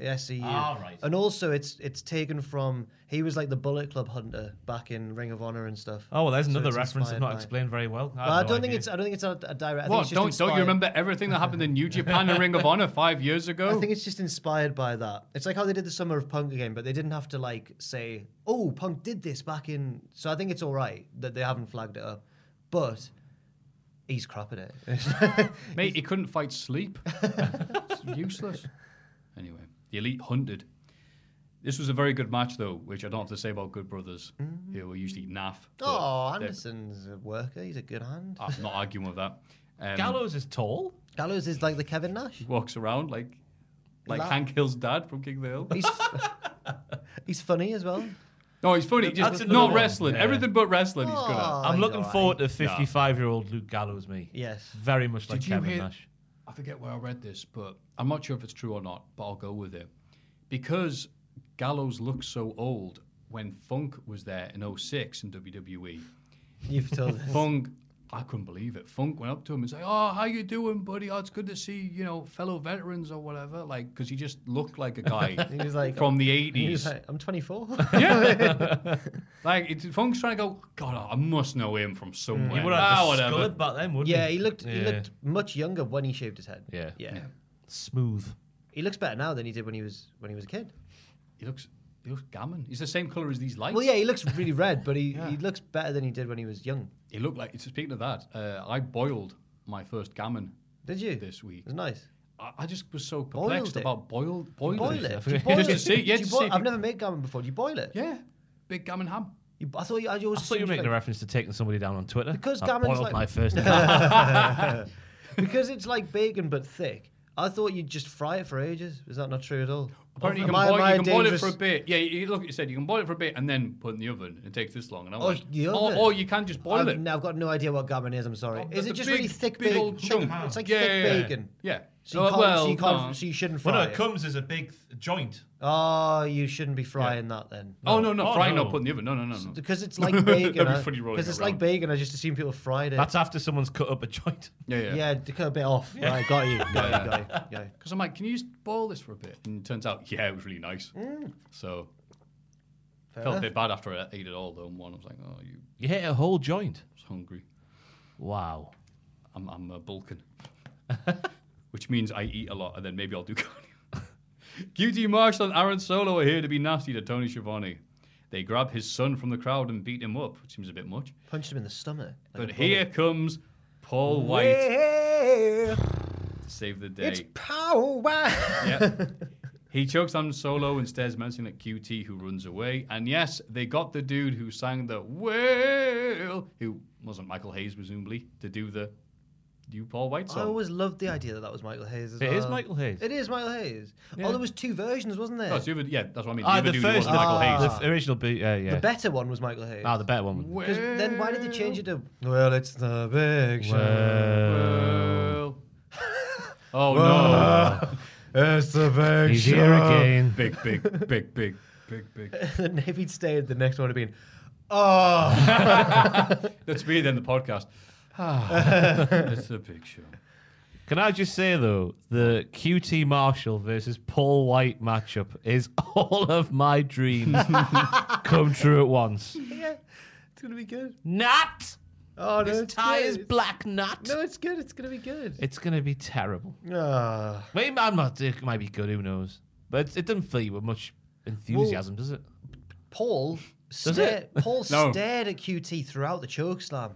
SCU. Ah, right. And also, it's it's taken from he was like the Bullet Club hunter back in Ring of Honor and stuff. Oh well, there's So another it's reference that's inspired not by- explained very well. I, Well, I have no don't think idea. it's um, I don't think it's a, a direct. I think What? it's just Don't don't inspired- you remember everything that happened in New Japan and Ring of Honor five years ago? [LAUGHS] I think it's just inspired by that. It's like how they did the Summer of Punk again, but they didn't have to like say, "Oh, Punk did this back in." So I think it's all right that they haven't flagged it up, but he's crap at it. Mate, he couldn't fight [LAUGHS] sleep. It's useless. Anyway, the elite hunted. This was a very good match, though, which I don't have to say about Good Brothers, Mm. who are usually naff. but oh, they're- Anderson's a worker. He's a good hand. I'm not arguing with [LAUGHS] that. Um, Gallows is tall. Gallows is like the Kevin Nash. walks around like like Laugh. Hank Hill's dad from King of the Hill. [LAUGHS] He's he's funny as well. no, he's funny. That's Just another not one. wrestling. Yeah. Everything but wrestling. he's good Oh, at. I'm he's looking alright. forward to 55 year old Luke Gallows me. Yes. Very much like Did you Kevin hear- Nash. I forget where I read this, but I'm not sure if it's true or not, but I'll go with it. Because Gallows looks so old, when Funk was there in 06 in [LAUGHS] WWE, [LAUGHS] You've told us. Funk, I couldn't believe it. Funk went up to him and said, "Oh, how you doing, buddy? Oh, it's good to see you know fellow veterans or whatever." Like, because he just looked like a guy [LAUGHS] He was like from the He was '80s. like, [LAUGHS] I'm 24. [LAUGHS] Like, it's, Funk's trying to go. God, I must know him Mm. from somewhere. He would have ah, the whatever. skull back then, wouldn't yeah, he? he looked he Yeah. looked much younger when he shaved his head. Yeah. yeah. Smooth. He looks better now than he did when he was when he was a kid. He looks, he looks gammon. He's the same color as these lights. Well, yeah, he looks really red, but he, he looks better than he did when he was young. It looked like. Speaking of that, uh, I boiled my first gammon Did you? It this week. was nice. I, I just was so Boiled perplexed it? about boiled boiling. Boil [LAUGHS] it. Just to see, yeah, Did you to boil- see if I've you- never made gammon before. Do you boil it? yeah, big gammon ham. You, I thought you. I, always I thought you were assumed making a like- reference to taking somebody down on Twitter. Because I Gammon's boiled like- my first. [LAUGHS] because it's like bacon but thick. I thought you'd just fry it for ages. Is that not true at all? Apparently, you can, Am I- boil, am I you can boil it dangerous- for a bit. Yeah, you, look, you said you can boil it for a bit and then put it in the oven. It takes this long. And I'm Oh, like, the or, oven. or you can just boil I've, it. no, I've got no idea what gammon is. I'm sorry. Oh, is the it just big- really thick big bacon? old chunk. It's like Yeah, thick yeah, yeah. bacon. Yeah. So you Oh, can't. so well, you can't. no. So you shouldn't fry well, no, it. it comes as a big th- joint. oh, you shouldn't be frying that then. Oh no, no, Oh, frying no. not put in the oven. No, no, no, no. [LAUGHS] Because it's like bacon. That'd be funny rolling Because it's around. like bacon. I just assume people fried it. That's after someone's cut up a joint. [LAUGHS] Yeah, yeah, yeah. to cut a bit off. Right, got you. Got Yeah. [LAUGHS] you. Got you. Got you. Because I'm like, can you just boil this for a bit? And it turns out, yeah, it was really nice. So Mm. Fair felt a enough. bit bad after I ate it all though. And one, I was like, oh, you I You hit a whole joint. was hungry. Wow. I'm, I'm uh, bulking, [LAUGHS] which means I eat a lot, and then maybe I'll do [LAUGHS] cardio. QT Marshall and Aaron Solo are here to be nasty to Tony Schiavone. They grab his son from the crowd and beat him up, which seems a bit much. Punched him in the stomach. But a here comes Paul White to bullet. save the day. It's power. Yeah. He chokes on Solo and stares menacingly at QT, who runs away. And yes, they got the dude who sang the "Well," who wasn't Michael Hayes, presumably, to do the new Paul Oh, White I song. always loved the idea that that was Michael Hayes. As It well. is Michael Hayes. Oh, It is Michael Hayes. Oh, there was two versions, wasn't there? No, it's the other- yeah, that's what I mean. The Ah, other the dude first wasn't Michael Hayes. The f- original beat. Uh, yeah. The better one was Michael Hayes. ah, the better one. Because then why did they change it to? Well, it's the big show. Uh, Well. [LAUGHS] Oh no! It's the big He's here [LAUGHS] again. Big, big, big, big, big, big. and if he'd stayed, the next one would have been, oh, [LAUGHS] That's me then. The podcast. [SIGHS] it's a big show. Can I just say though, the QT Marshall versus Paul White matchup is [LAUGHS] all of [LAUGHS] my dreams come true at once. yeah, it's gonna be good. Nat, Oh no, his it's tie good. is It's- black. Nat, No, it's good. It's gonna be good. it's gonna be terrible. Ah. Maybe man, might- it might be good. Who knows? But it doesn't fill you with much enthusiasm, does it? Paul stared. it? [LAUGHS] Paul No. stared at QT throughout the choke slam.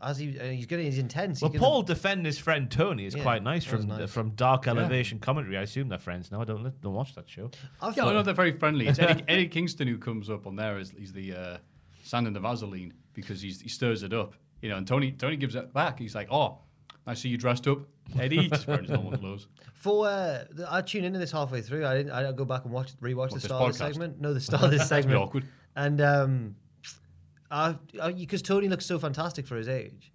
As he, and he's getting, he's intense. Well, he's Paul defending his friend Tony is Yeah, quite nice that was from nice. from Dark Elevation commentary. I assume they're friends now. I don't don't watch [LAUGHS] that show. I Yeah, thought, I know they're very friendly. It's Eddie, Eddie Kingston who comes up on there. Is, he's the uh, sand and the Vaseline because he's, he stirs it up, you know. And Tony Tony gives it back. He's like, "Oh, I see you dressed up. Eddie, just wearing his normal clothes. For uh, the- I tune into this halfway through. I didn't. I go back and watch, rewatch the this start of this podcast? [LAUGHS] segment. No, the start of this That's a bit segment. awkward. And um, I because Tony looks so fantastic for his age.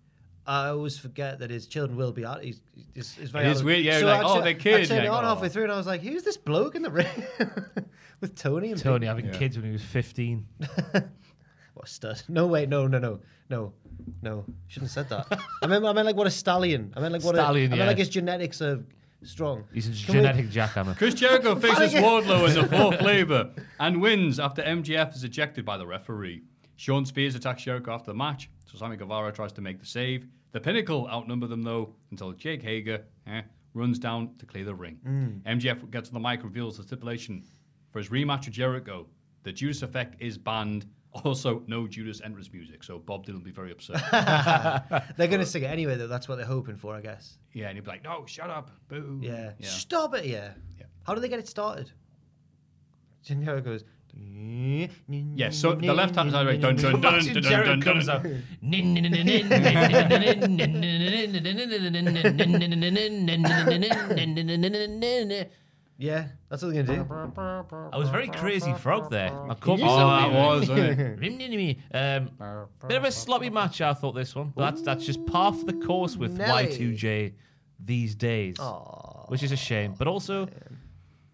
I always forget that his children will be out. He's, he's, he's very It is out- weird, yeah, So like, I oh, tu- they're kids, I turned yeah, it on oh. halfway through, and I was like, "Who's this bloke in the ring [LAUGHS] with Tony?" And Tony Pete?" having kids when he was 15. What a stud? [LAUGHS] No, wait, no, no, no, no, no. Shouldn't have said that. I meant, I meant like what a stallion. I meant like what Stallion, a. I yeah. meant like his genetics are strong. He's a [LAUGHS] Can we- genetic jackhammer. Chris [LAUGHS] Jericho faces Wardlow in the fourth labor and wins after MGF is ejected by the referee. Sean Spears attacks Jericho after the match, so Sammy Guevara tries to make the save. The Pinnacle outnumber them though until Jake Hager eh, runs down to clear the ring. Mm. MGF gets on the mic, reveals the stipulation for his rematch with Jericho. The Judas effect is banned. Also, no Judas entrance music, so Bob Dylan will be very [LAUGHS] upset. They're going to sing it anyway, though. That's what they're hoping for, I guess. yeah, and he'll be like, "No, shut up, boo." Yeah. Mm-hmm. yeah. Stop it, yeah. How do they get it started? Jim Jericho goes. Yeah, so the left-hand side, right, dun, dun, dun, Imagine dun, Jericho dun, dun, comes dun. up. I Yeah, that's what they're going to do. was very crazy frog there. I Oh, caught that myself. was, [LAUGHS] wasn't um, bit of a sloppy match, I thought this one. But that's that's just par for the course with Nelly. Y2J these days, Aw. which is a shame, but also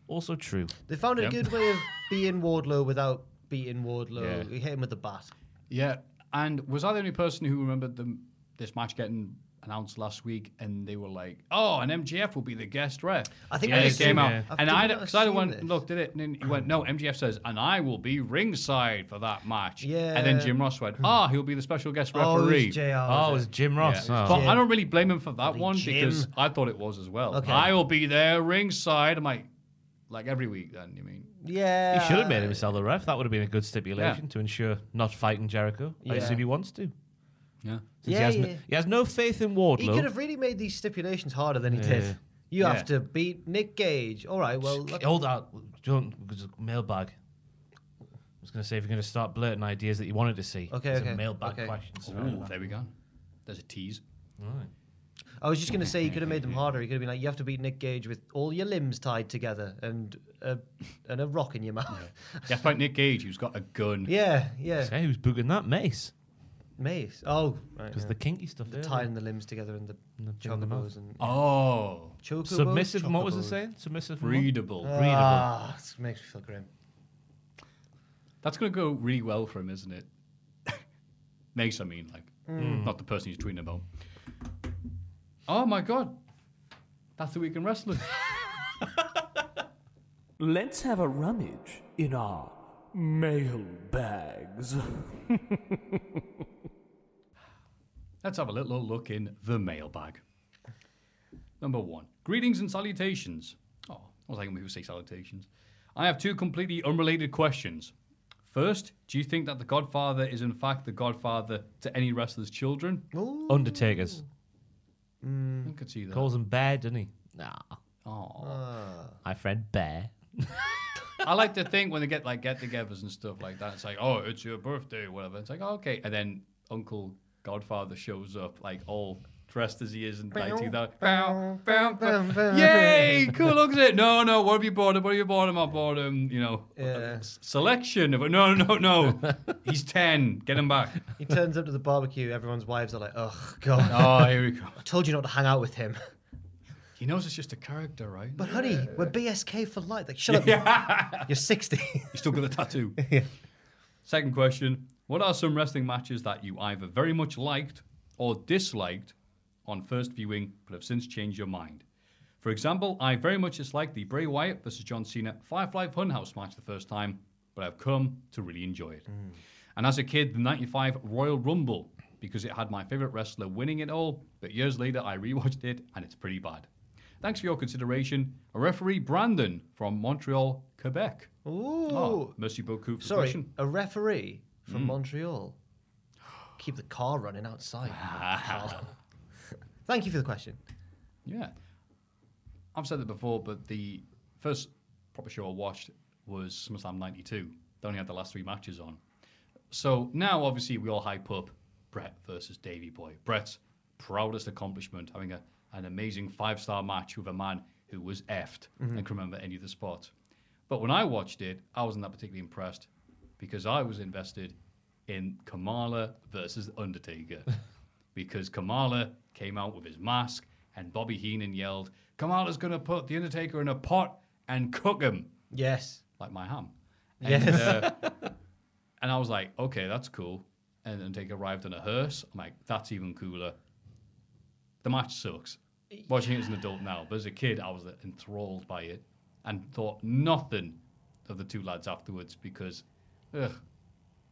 also true. They found a Yep. good way of beating Wardlow without beating Wardlow. Yeah. You hit him with the bat. Yeah, and was I the only person who remembered them this match getting announced last week? And they were like, "Oh, an MGF will be the guest ref." I think yeah, I it assume- came out, yeah. I've and did I not because I assume went this. and looked at it, and then he went, "No, MGF says, and I will be ringside for that match." Yeah. and then Jim Ross went, "Ah, he'll be the special guest Oh, it was referee." JR, was Oh, it was Jim Ross. Yeah. Oh. But I Jim. don't really blame him for that Bloody one Jim. because I thought it was as well. Okay. I will be there ringside. I'm like, like every week. Then you mean? Yeah. He should have made him sell the ref. That would have been a good stipulation Yeah. to ensure not fighting Jericho. I Yeah. assume he wants to. Yeah. Since Yeah, he, has yeah. No, he has no faith in Wardlow. He could have really made these stipulations harder than he Yeah. did. You Yeah. have to beat Nick Gage. All right, well, Just look, Hold out. Don't mailbag. I was going to say if you're going to start blurting ideas that you wanted to see. Okay, there's okay, a mailbag okay. question. So Ooh, there we go. There's a tease. Right. I was just going to say you could have made them Mm-hmm. harder. You could have been like, you have to beat Nick Gage with all your limbs tied together and a, and a rock in your mouth. Yeah, fight Nick Gage, who's got a gun. Yeah, yeah. Say who's booking that mace? Mace. Oh, right. Because yeah. the kinky stuff. The earlier. tying the limbs together and the, And the thing in the mouth. chocobos and Oh, chocobos. Submissive. and What was it Chocobos. saying? Submissive. and what? readable. Ah, this makes me feel grim. That's going to go really well for him, isn't it? [LAUGHS] Mace, I mean, like, not the person he's tweeting about. Oh my god, that's the weekend wrestling. Let's have a rummage in our mail bags. [LAUGHS] Let's have a little look in the mailbag. Number one, greetings and salutations. Oh, I was like, people say salutations. I have two completely unrelated questions. First, do you think that the Godfather is in fact the Godfather to any wrestler's children? Ooh. Undertakers. I could see that. Calls him Bear, doesn't he? Nah. Aw. Ah. My friend Bear. I like to think when they get like get-togethers and stuff like that, it's like, oh, it's your birthday, whatever. It's like, oh, okay, and then Uncle Godfather shows up like all dressed as he is in 19,000. Yay, cool, look at it. No, no, what have you bought him? What have you bought him? I bought him, you know, Yeah. s- selection. Of, no, no, no, he's 10. Get him back. He turns up to the barbecue. Everyone's wives are like, oh, God. [LAUGHS] [LAUGHS] Oh, here we go. I told you not to hang out with him. He knows it's just a character, right? But, honey, we're BSK for life. Like, shut up. You're [LAUGHS] 60. You still got the tattoo. Second question: What are some wrestling matches that you either very much liked or disliked on first viewing, but have since changed your mind? For example, I very much disliked the Bray Wyatt versus John Cena Firefly Funhouse match the first time, but I've come to really enjoy it. And as a kid, the '95 Royal Rumble because it had my favorite wrestler winning it all. But years later, I rewatched it, and it's pretty bad. Thanks for your consideration, a referee Brandon from Montreal, Quebec. Ooh. Oh, merci beaucoup for the Sorry, question. a referee Mm. from Montreal. Keep the car running outside. Carl. Thank you for the question. [LAUGHS] Yeah. I've said that before, but the first proper show I watched was SummerSlam 92. They only had the last three matches on. So now, obviously, we all hype up Brett versus Davey Boy. Brett proudest accomplishment having a, an amazing five star match with a man who was effed Mhm. and can remember any of the spots. But when I watched it, I wasn't that particularly impressed because I was invested in Kamala versus Undertaker because Kamala came out with his mask and Bobby Heenan yelled, Kamala's going to put the Undertaker in a pot and cook him. Yes. Like my ham. Yes. uh, and I was like, okay, that's cool. And Undertaker arrived in a hearse. I'm like, that's even cooler. The match sucks. Watching it as an adult now, but as a kid, I was enthralled by it and thought nothing of the two lads afterwards because ugh,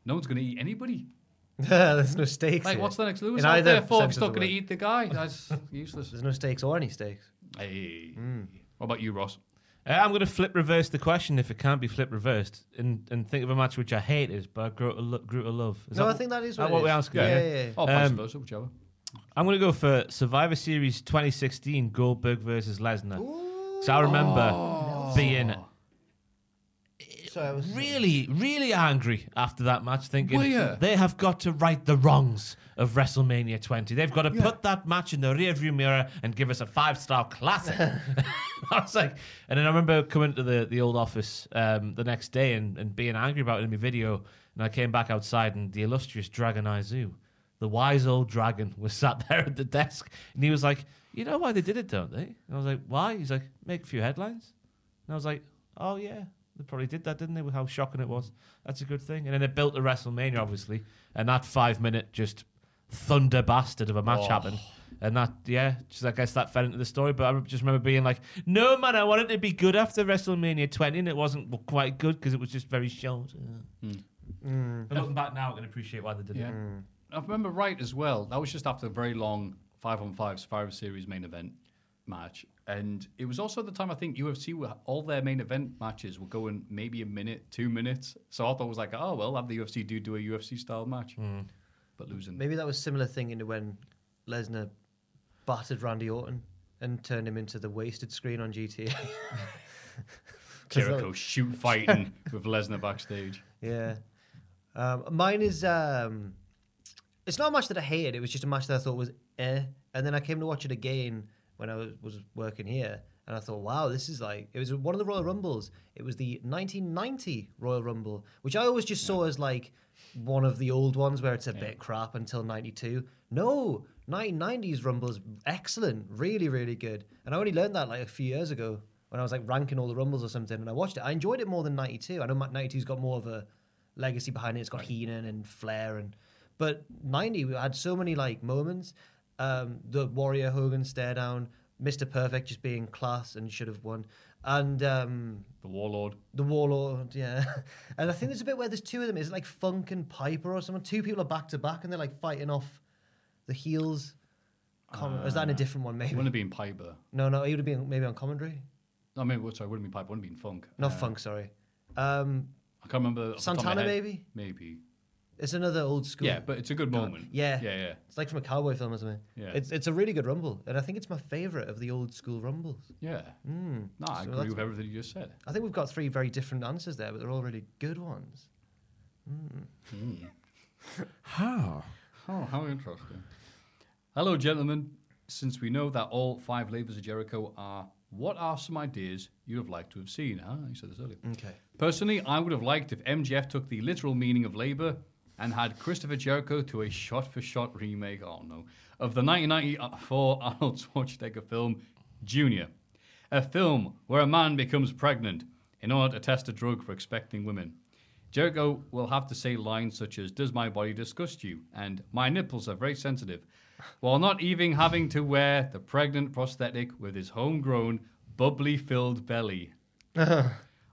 no one's going to eat anybody. [LAUGHS] There's no stakes. Like, here. what's the next Lewis In out either there for? if He's sense of not the going to word. eat the guy. [LAUGHS] That's useless. There's no stakes or any stakes. Hey. What about you, Ross? Uh, I'm going to flip reverse the question if it can't be flip reversed and, and think of a match which I hated but I grew to, lo- grew to love. Is No, I think that is what it what we is. asked. Yeah, yeah, yeah. Oh, vice Um, versa, whichever. I'm going to go for Survivor Series 2016 Goldberg versus Lesnar. So I remember being uh, really, really angry after that match, thinking Were ya? they have got to right the wrongs of WrestleMania 20. They've got to put that match in the rearview mirror and give us a five star classic. [LAUGHS] I was like, and then I remember coming to the, the old office um, the next day and, and being angry about it in my video. And I came back outside, and the illustrious Dragon Eye Zoo, the wise old dragon, was [LAUGHS] sat there at the desk. And he was like, You know why they did it, don't they? And I was like, Why? He's like, Make a few headlines. And I was like, Oh, yeah. They probably did that, didn't they? With how shocking it was. That's a good thing. And then it built to WrestleMania, obviously. And that five minute just thunder bastard of a match Oh. happened. And that, yeah, just I guess that fed into the story. But I just remember being like, no, man, I wanted to be good after WrestleMania 20, and it wasn't w- quite good because it was just very short. But looking back now, I can appreciate why they did Hmm. Yeah. I it. remember right as well. That was just after a very long five on five Survivor Series main event match, and it was also the time I think UFC were, all their main event matches were going maybe a minute, two minutes. So I thought it was like, oh well, have the UFC do do a UFC style match, but losing. Maybe that was similar thing into when Lesnar battered Randy Orton and turned him into the wasted screen on GTA. 'Cause Jericho that- shoot [LAUGHS] fighting with Lesnar backstage. Yeah. Um, mine is. Um, it's not a match that I hated. It was just a match that I thought was eh. And then I came to watch it again when I was, was working here, and I thought, wow, this is like. It was one of the Royal Rumbles. It was the 1990 Royal Rumble, which I always just saw as like one of the old ones where it's a bit crap until 92. No, 1990s Rumble's excellent, really, really good. And I only learned that like a few years ago when I was like ranking all the Rumbles or something, and I watched it. I enjoyed it more than 92. I know 92's got more of a legacy behind it. It's got Heenan and Flair and but 90 we had so many like moments. Um, the Warrior Hogan stare down, Mr. Perfect just being class and should have won. And um, The Warlord. the Warlord, yeah. [LAUGHS] And I think there's a bit where there's two of them. Is it like Funk and Piper or someone? Two people are back to back and they're like fighting off the heels. Com- or is that Uh, in a different one, maybe? Wouldn't have been Piper. No, no, it would have been maybe on commentary. No, I mean, well, sorry, wouldn't have been Piper. Wouldn't have been Funk. Not Uh, Funk, sorry. Um, I can't remember. off the top of my Santana, head. maybe? Maybe. It's another old school. Yeah, but it's a good God. moment. Yeah. Yeah, yeah. It's like from a cowboy film or something. Yeah. It's, it's a really good rumble, and I think it's my favourite of the old school rumbles. Yeah. Mm. No, I So agree that's- with everything you just said. I think we've got three very different answers there, but they're all really good ones. Mm. How? Oh, how interesting. Hello, gentlemen. Since we know that all five levers of Jericho are, what are some ideas you have liked to have seen? Ah, you said this earlier. Okay. Personally, I would have liked if MGF took the literal meaning of labor and had Christopher Jericho to a shot for shot remake, oh no, of the 1994 [LAUGHS] Arnold Schwarzenegger film Junior. A film where a man becomes pregnant in order to test a drug for expecting women. Jericho will have to say lines such as, Does my body disgust you? and My nipples are very sensitive, while not even having to wear the pregnant prosthetic with his homegrown, bubbly filled belly. [LAUGHS]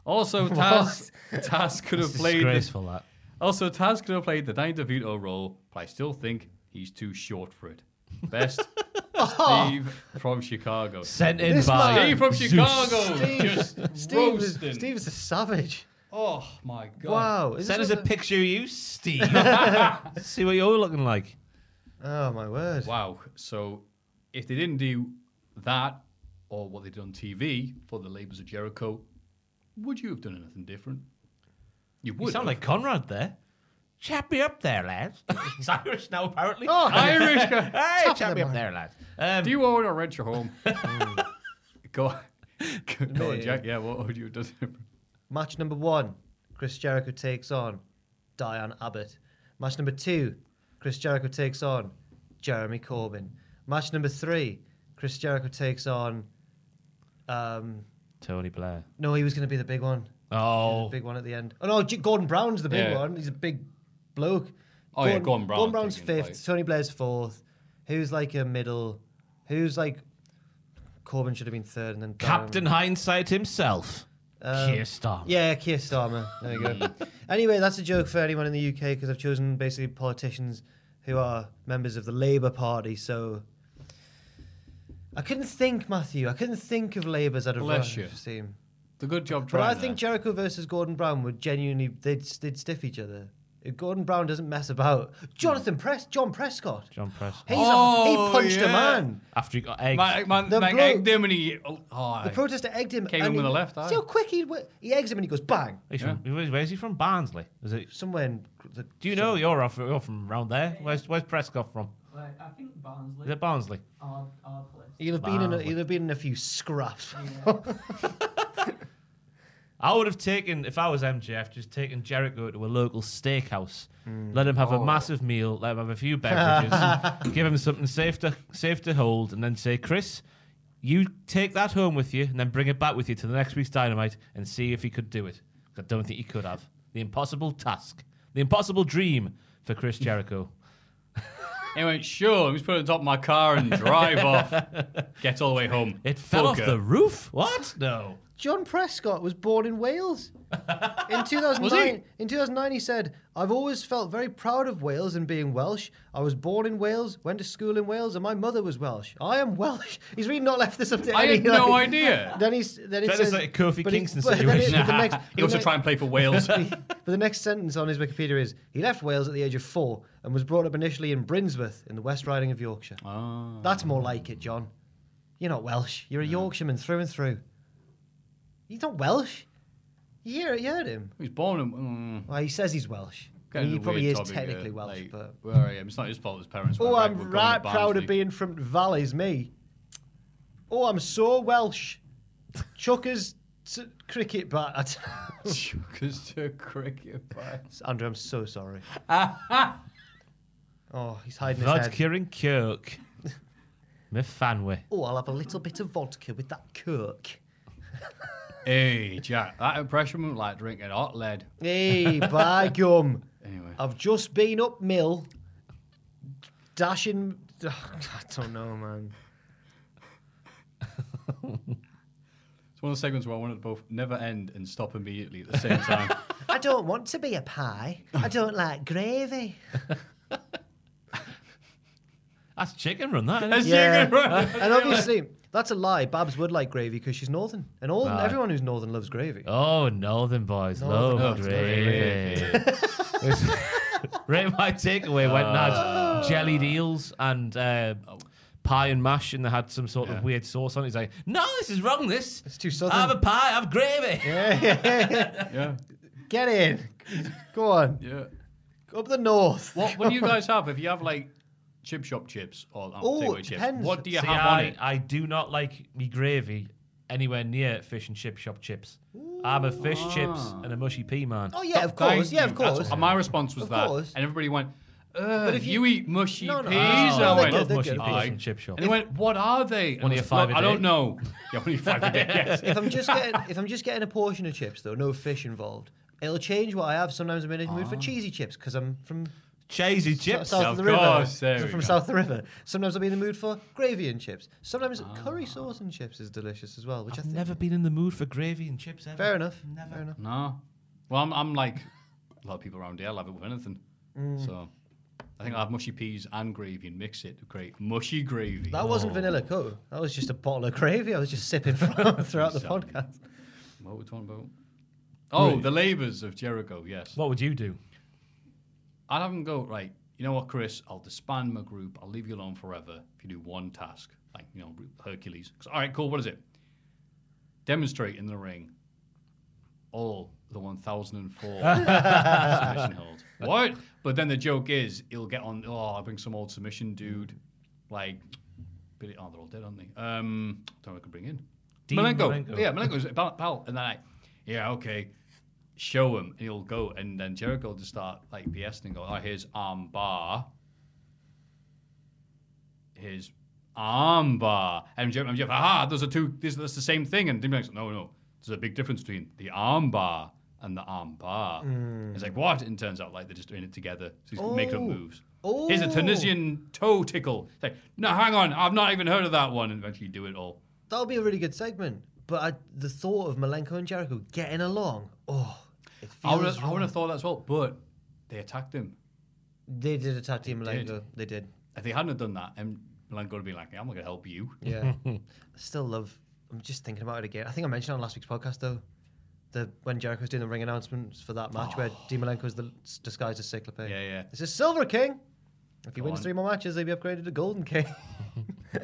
Also, Taz, Taz could have That's played. disgraceful, that. Also, Taz could have played the Danny DeVito role, but I still think he's too short for it. [LAUGHS] Best Steve from Chicago. Sent in This by man. Steve from Zeus. Oh, Chicago. Steve- Just Steve, is, roasting. Steve is a savage. Oh my god. Wow. Is Send this us what a the- picture of [LAUGHS] you, Steve. See what you're looking like. Oh my word. Wow. So if they didn't do that or what they did on TV for the Labors of Jericho, would you have done anything different? You would You sound have. like Conrad there. Chap me up there, lads. [LAUGHS] He's Irish now, apparently. Oh, Irish. [LAUGHS] hey, Top chap of me the morning. up there, lads. Um, Do you own or rent your home? [LAUGHS] go on. Go on, Yeah. Jack. Yeah, what would you have done? [LAUGHS] Match number one, Chris Jericho takes on Diane Abbott. Match number two, Chris Jericho takes on Jeremy Corbyn. Match number three, Chris Jericho takes on. Um, Tony Blair. no, he was going to be the big one. Oh. The big one at the end. Oh no, J- Gordon Brown's the big Yeah. one. He's a big bloke. Oh, yeah, Gordon Brown, I'm Brown's thinking, fifth. Tony Blair's fourth. Who's like a middle? Who's like Corbyn should have been third, and then Diane- Captain um, Hindsight himself. um, Keir Starmer. Yeah, Keir Starmer. There you go. Hmm. anyway, that's a joke for anyone in the UK because I've chosen basically politicians who are members of the Labour Party. So I couldn't think, Matthew. I couldn't think of Labour's out of Bless you. Seen. The good job But trying. I think Jericho versus Gordon Brown would genuinely they'd they'd stiff each other. If Gordon Brown doesn't mess about. Jonathan Press, John Prescott. John Preston. He's a, he Oh, punched a yeah. man. After he got eggs. Mike, man, The Mike bloke- egged him and he. Oh, aye. The protester egged him. Came and in with he- a left eye. See how quick he w- he eggs him and he goes bang He's from, where's- Where's he from? Barnsley. Is it? somewhere. In the, Do you know you're off, you're from around there? Where's Where's Prescott from? Like, I think Barnsley. Is it Barnsley? Our, our place. He'll have been in a, Barnsley. he'll have been in a few [LAUGHS] scraps. I would have taken, if I was MJF, just taken Jericho to a local steakhouse, let him have a massive meal, let him have a few beverages, give him something safe to safe to hold, and then say, Chris, you take that home with you, and then bring it back with you to the next week's Dynamite, and see if he could do it. 'Cause I don't think he could have the impossible task, the impossible dream for Chris Jericho. He went, sure, I'm just put it on top of my car and [LAUGHS] drive off. Get all the way home. It fell off Fucker. the roof. What? No. John Prescott was born [LAUGHS] in Wales. In 2009, in 2009 he said, "I've always felt very proud of Wales and being Welsh. I was born in Wales, went to school in Wales, and my mother was Welsh. I am Welsh." [LAUGHS] He's really not left this up to I any. had no like- [LAUGHS] idea. Then he's then it That is says, like a Kofi but he- Kingston but then it- but situation. the next- [LAUGHS] He also but tried and play for [LAUGHS] Wales. but the next sentence on his Wikipedia is, "He left Wales at the age of four and was brought up initially in Brinsworth in the West Riding of Yorkshire." Ah. That's more like it, John. You're not Welsh. You're a Yorkshireman through and through. He's not Welsh. You hear, you heard him. He was born in. Mm, Well, he says he's Welsh. getting he a probably weird is topic here. technically Welsh, Like, but. Well, yeah, it's not his fault his parents were Oh, like, I'm "We're going to right proud Barnsley." [LAUGHS] of being from Valleys, me. Oh, I'm so Welsh. Chuckers to cricket bat. [LAUGHS] Chuckers to cricket bat. Andrew, I'm [LAUGHS] so sorry. oh, he's hiding his head. Vodka and Coke. My fanway. Oh, I'll have a little bit of vodka with that Kirk. Hey, Jack, that impression was like drinking hot lead. Hey, [LAUGHS] by gum. Anyway. I've just been up mill, dashing. [SIGHS] I don't know, man. It's one of the segments where I wanted to both never end and stop immediately at the [LAUGHS] same time. I don't want to be a pie. I don't [LAUGHS] like gravy. That's chicken run, that. Isn't it? That's Yeah. chicken, [LAUGHS] right? [LAUGHS] And obviously, that's a lie. Babs would like gravy because she's northern, and all Right. everyone who's northern loves [LAUGHS] gravy. Oh, Northern boys Oh, Northern love boys. gravy. right, my takeaway went and Ah. had jellied eels and uh, pie and mash, and they had some sort of weird sauce on it. He's like, "No, this is wrong. This It's too southern." I have a pie, I have gravy." yeah. Get in. Go on. Yeah. Up the north. What, what do you guys have? If you have like chip shop chips or um, Oh, takeaway it chips, depends. what do you See, have I, on it? I do not like me gravy anywhere near fish and chip shop chips. I'm a fish chips and a mushy pea man. Ah. Oh yeah, of Thank course. Yeah, of you. That's- course. my response was Of that, course. and everybody went, but if if you- you, eat mushy No, no, peas, oh, and I they're went, good, love they're mushy good. peas Aye. and chip shop. And they went, what are they? And Only I a was, five "Look, a I day." don't know. Yeah, only five a [LAUGHS] day. Yes. if I'm just getting if I'm just getting a portion of chips though, no fish involved. It'll change what I have. Sometimes I'm in a mood Ah. for cheesy chips because I'm from Cheesy chips. south of of the river. course, there So we from go. south of the river. Sometimes I'll be in the mood for gravy and chips. Sometimes Ah. curry sauce and chips is delicious as well, which I I've think. never been in the mood for gravy and chips ever. fair enough. Fair enough. No. Well, I'm, I'm like a lot of people around here. I love it with anything. So I think I'll have mushy peas and gravy and mix it. Great. Mushy gravy. That wasn't Oh. vanilla coke. That was just a bottle of gravy. I was just sipping [LAUGHS] from throughout the Sorry. podcast. What were we talking about? Oh, the labours of Jericho, yes. What would you do? I'd have them go, right, you know what, Chris? I'll disband my group. I'll leave you alone forever if you do one task, like, you know, Hercules. 'Cause, all right, cool. What is it? Demonstrate in the ring all the 1004 submission holds. what? But then the joke is he'll get on. Oh, I will bring some old submission dude, like. but it- Oh, they're all dead, aren't they? Um, don't know who I could bring in. Dean Malenko. Malenko. Yeah, Malenko's pal, pal. And then I, yeah, okay. Show him, and he'll go. And then Jericho will just start like BSing and go, oh, here's arm bar. His armbar. And Jeff, and Jeff, aha, those are two, this, that's the same thing. And Dean Malenko's like, no, no, there's a big difference between the armbar and the armbar. Mm. It's like, what? And it turns out like they're just doing it together. So he's making up Oh. moves. Here's a Tunisian toe tickle. It's like, no, hang on, I've not even heard of that one. And eventually do it all. That would be a really good segment. But I, the thought of Malenko and Jericho getting along, oh, it I would feels have, I would have thought wrong. that as well, but they attacked him. They did attack Dean did. Malenko. They did. If they hadn't have done that, and Malenko would have been like, I'm not going to help you. Yeah. [LAUGHS] I still love. I'm just thinking about it again. I think I mentioned on last week's podcast though, the when Jericho was doing the ring announcements for that match where Dean Malenko was the, disguised as Cyclope. Oh. Yeah, yeah. This is Silver King. If he Go wins on. three more matches, he'll be upgraded to [LAUGHS] Golden King.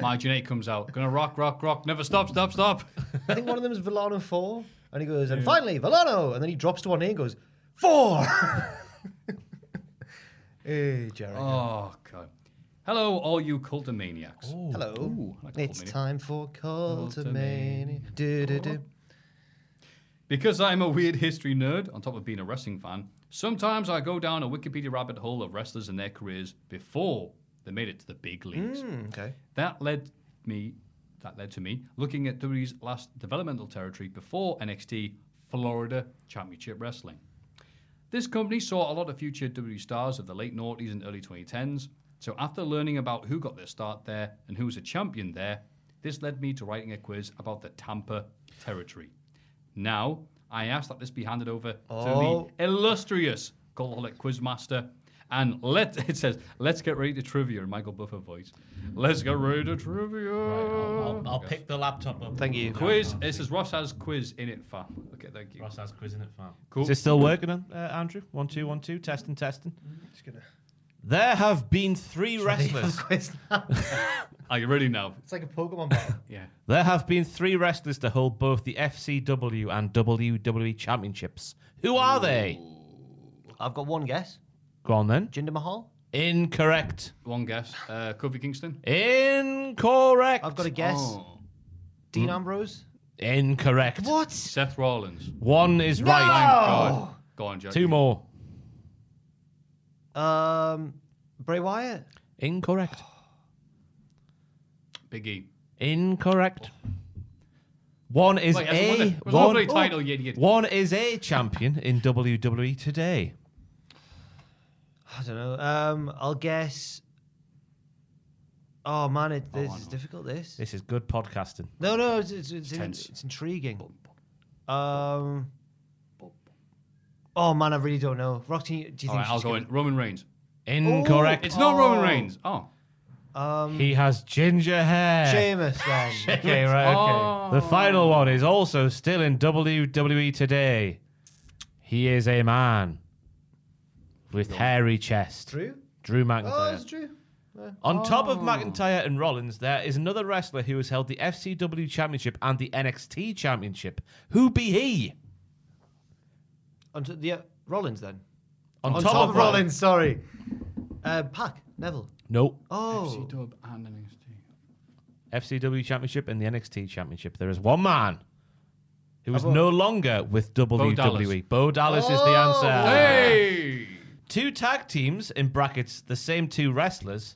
Mark Janae comes out, going to rock, rock, rock, never stop, stop, [LAUGHS] stop. I think one of them is Volano four, and he goes, and Yeah. finally Volano, and then he drops to one knee and goes four. [LAUGHS] hey, Jericho. Oh, God. Hello, all you cultomaniacs. Hello. Oh. Ooh, I like it's cultomania. time for Cultamania. Do, do, do. Because I'm a weird history nerd, on top of being a wrestling fan, sometimes I go down a Wikipedia rabbit hole of wrestlers and their careers before they made it to the big leagues. Mm, okay. That led me, that led to me looking at WWE's last developmental territory before NXT, Florida Championship Wrestling. This company saw a lot of future WWE stars of the late noughties and early 2010s. So after learning about who got their start there and who was a champion there, this led me to writing a quiz about the Tampa territory. Now, I ask that this be handed over Oh. to the illustrious Cultaholic Quizmaster. And let [LAUGHS] it says, let's get ready to trivia in Michael Buffer voice. Let's get ready to trivia. I'll, I'll pick the laptop up. Thank you. Quiz. This is Ross has quiz in it, fam. Okay, thank you. Ross has quiz in it, fam. Cool. Is it still working, on, uh, Andrew? One, two, one, two. Testing, testing. There have been three wrestlers. Are you ready now? [LAUGHS] It's like a Pokemon battle. Yeah. There have been three wrestlers to hold both the FCW and WWE championships. Who are they? I've got one guess. Go on then. Jinder Mahal. Incorrect. One guess. Uh, Kofi Kingston. Incorrect. I've got a guess. Oh. Dean Ambrose. Incorrect. What? Seth Rollins. One is No! right. God. Go on, Joe. Two more. Um, Bray Wyatt. Incorrect. Big E. Incorrect. One is Wait, has it won a it? It was one, already titled, you idiot. one is a champion in WWE today. I don't know. Um, I'll guess. Oh man, it, this I is know. difficult. This. This is good podcasting. No, no, it's it's, it's, tense. it's intriguing. Um. Oh man, I really don't know. Roxy, do you think? All right, I'll she's go in. Roman Reigns. Incorrect. It's not Roman Oh. Reigns. Oh. Um, He has ginger hair. Sheamus then. okay, right. Okay. Oh. The final one is also still in WWE today. He is a man with hairy chest. Drew. Drew Oh, McIntyre. it's Drew. On top Oh. of McIntyre and Rollins, there is another wrestler who has held the FCW Championship and the NXT Championship. Who be he? On t- the uh, Rollins then. On, On top, of that- Rollins, sorry. Uh, Pack Neville. Nope. Oh, FC Dub and NXT. FCW Championship and the NXT Championship. There is one man who is How about- no longer with WWE. Dallas. Bo Dallas is the Oh, answer. Hey! Two tag teams in brackets, the same two wrestlers.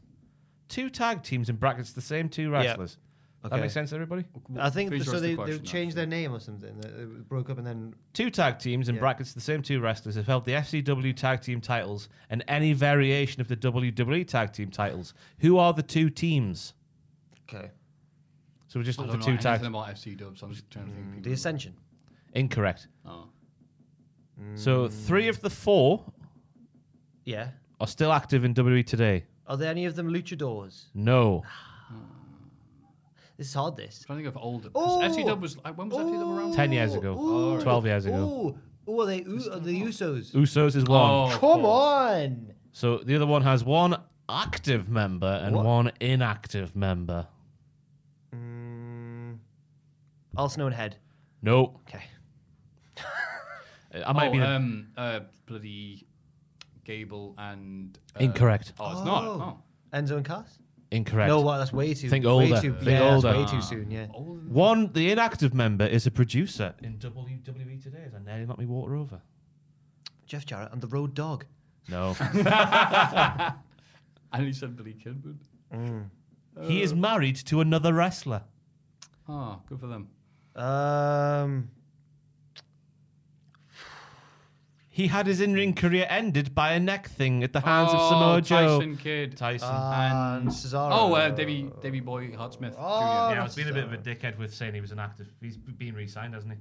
Two tag teams in brackets, the same two wrestlers. That Okay. makes sense, everybody? I think Please so. ask the They, they question, changed their name or something. They, they broke up and then Two tag teams in Yeah. brackets, the same two wrestlers have held the FCW tag team titles and any variation of the WWE tag team titles. Who are the two teams? okay. So we just I looked don't at know two Mm. anything tag. about FC Dub, so I'm just trying to think. of The people. Ascension. Incorrect. Oh. So three of the four Yeah. are still active in WWE today. Are there any of them luchadors? No. This is hard. This. I'm trying to think of older. Oh! FC Dub was. like, When was FC Dub around? Ten years ago. Ooh, Twelve years ago. Ooh, ooh, are they ooh, are the Usos? Usos is one. Oh, of Come course. on. So the other one has one active member and What? one inactive member. Mm, also known head. No. Okay. I might oh, be the um, uh, bloody Gable and Incorrect. Oh, it's not. [LAUGHS] Oh. Enzo and Cass? Incorrect. No, wow, that's way too. Think way older. Too, Think yeah, that's older. Way too soon. Yeah. One, the inactive member is a producer in WWE today. As I nearly knocked me water over. Jeff Jarrett and the Road Dog. [LAUGHS] No. and he said Billy Kidman. [LAUGHS] he is Uh. married to another wrestler. Oh, good for them. Um. He had his in-ring career ended by a neck thing Oh, at the hands of Samoa Joe. Oh, Tyson Kidd. Tyson. Ah, and Cesaro. Oh, uh, Davy, Davy Boy Hartsmith Oh, Jr. yeah, it's been a bit of a dickhead with saying he was inactive. He's been re-signed, hasn't he?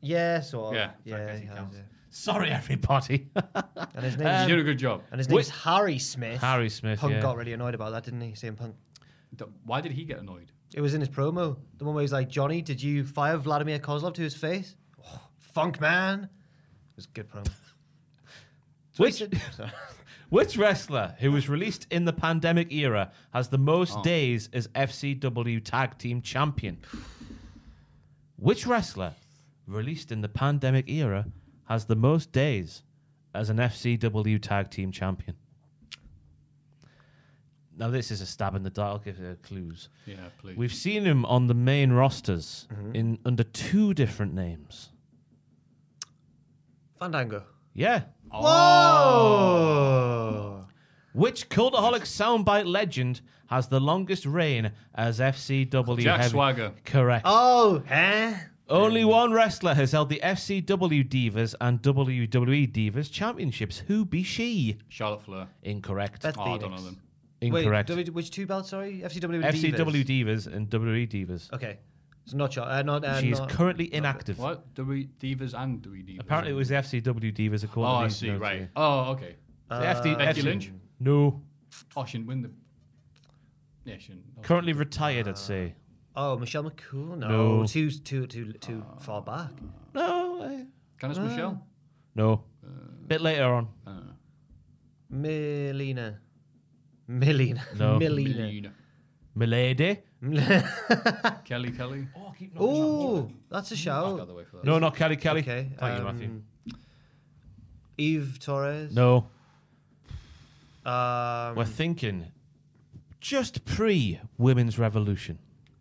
Yeah, sort of. Yeah, so I yeah. guess he he has, counts. yeah. Sorry, everybody. And his Um, name. You did a good job. And his Wh- name's Harry Smith. Harry Smith, Punk yeah. got really annoyed about that, didn't he? CM Punk. Why did he get annoyed? It was in his promo. The one where he's like, Johnny, did you fire Vladimir Kozlov to his face? Oh, funk man. It was a good [LAUGHS] promo. Which, which wrestler who was released in the pandemic era has the most Oh. days as FCW Tag Team Champion? Which wrestler released in the pandemic era has the most days as an FCW Tag Team Champion? Now, this is a stab in the dark. I'll give you clues. Yeah, please. We've seen him on the main rosters Mhm. in under two different names. Fandango. Yeah. Oh! Whoa! Which cultaholic soundbite legend has the longest reign as FCW? Jack heavy- Swagger. Correct. Oh, huh? Only one wrestler has held the FCW Divas and WWE Divas championships. Who be she? Charlotte Flair. Incorrect. Beth Oh, I don't Phoenix. know them. Incorrect. Wait, w- which two belts, sorry? FCW and FCW Divas. Divas and WWE Divas. Okay. So not Char- uh, not, uh, she is not- currently inactive. What? Do we divas and do we divas? Apparently, it was the FCW Divas. Oh, According to I these see. notes Right. here. Oh, okay. So Uh, FD Becky FC Lynch. No. Oh, she didn't win the. Yeah, she didn't. Oh. Currently retired, I'd say. Oh, Michelle McCool? No. No. Too, too, too, too far back. No. eh, Candice Ah. Michelle. No. Bit later on. Melina. Melina. No. Melina. Milady. Kelly Kelly. Oh, keep Ooh, that's a shout. No, not Kelly Kelly. Mm. Okay. Thank you, um, Matthew. Eve Torres. No. Um, We're thinking just pre Women's Revolution.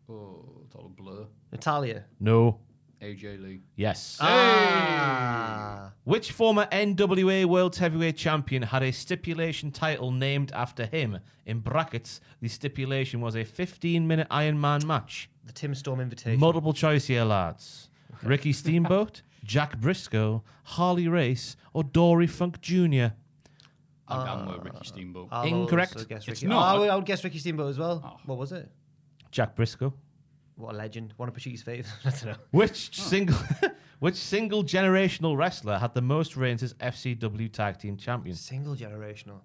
Oh, total blur. Natalia. No. AJ Lee. Yes. Ah. Which former NWA World Heavyweight Champion had a stipulation title named after him? In brackets, the stipulation was a 15 minute Iron Man match. The Tim Storm Invitation. Multiple choice here, lads. [LAUGHS] Ricky Steamboat, Jack Briscoe, Harley Race, or Dory Funk Jr. Ah. I'm going with Ricky Steamboat. I'll Incorrect. also Guess It's Ricky. not. Oh, I, would, I would guess Ricky Steamboat as well. Oh. What was it? Jack Briscoe. What a legend. One of Pachuki's faves. [LAUGHS] I don't know. Which single [LAUGHS] which single generational wrestler had the most reigns as FCW tag team champion? Single generational.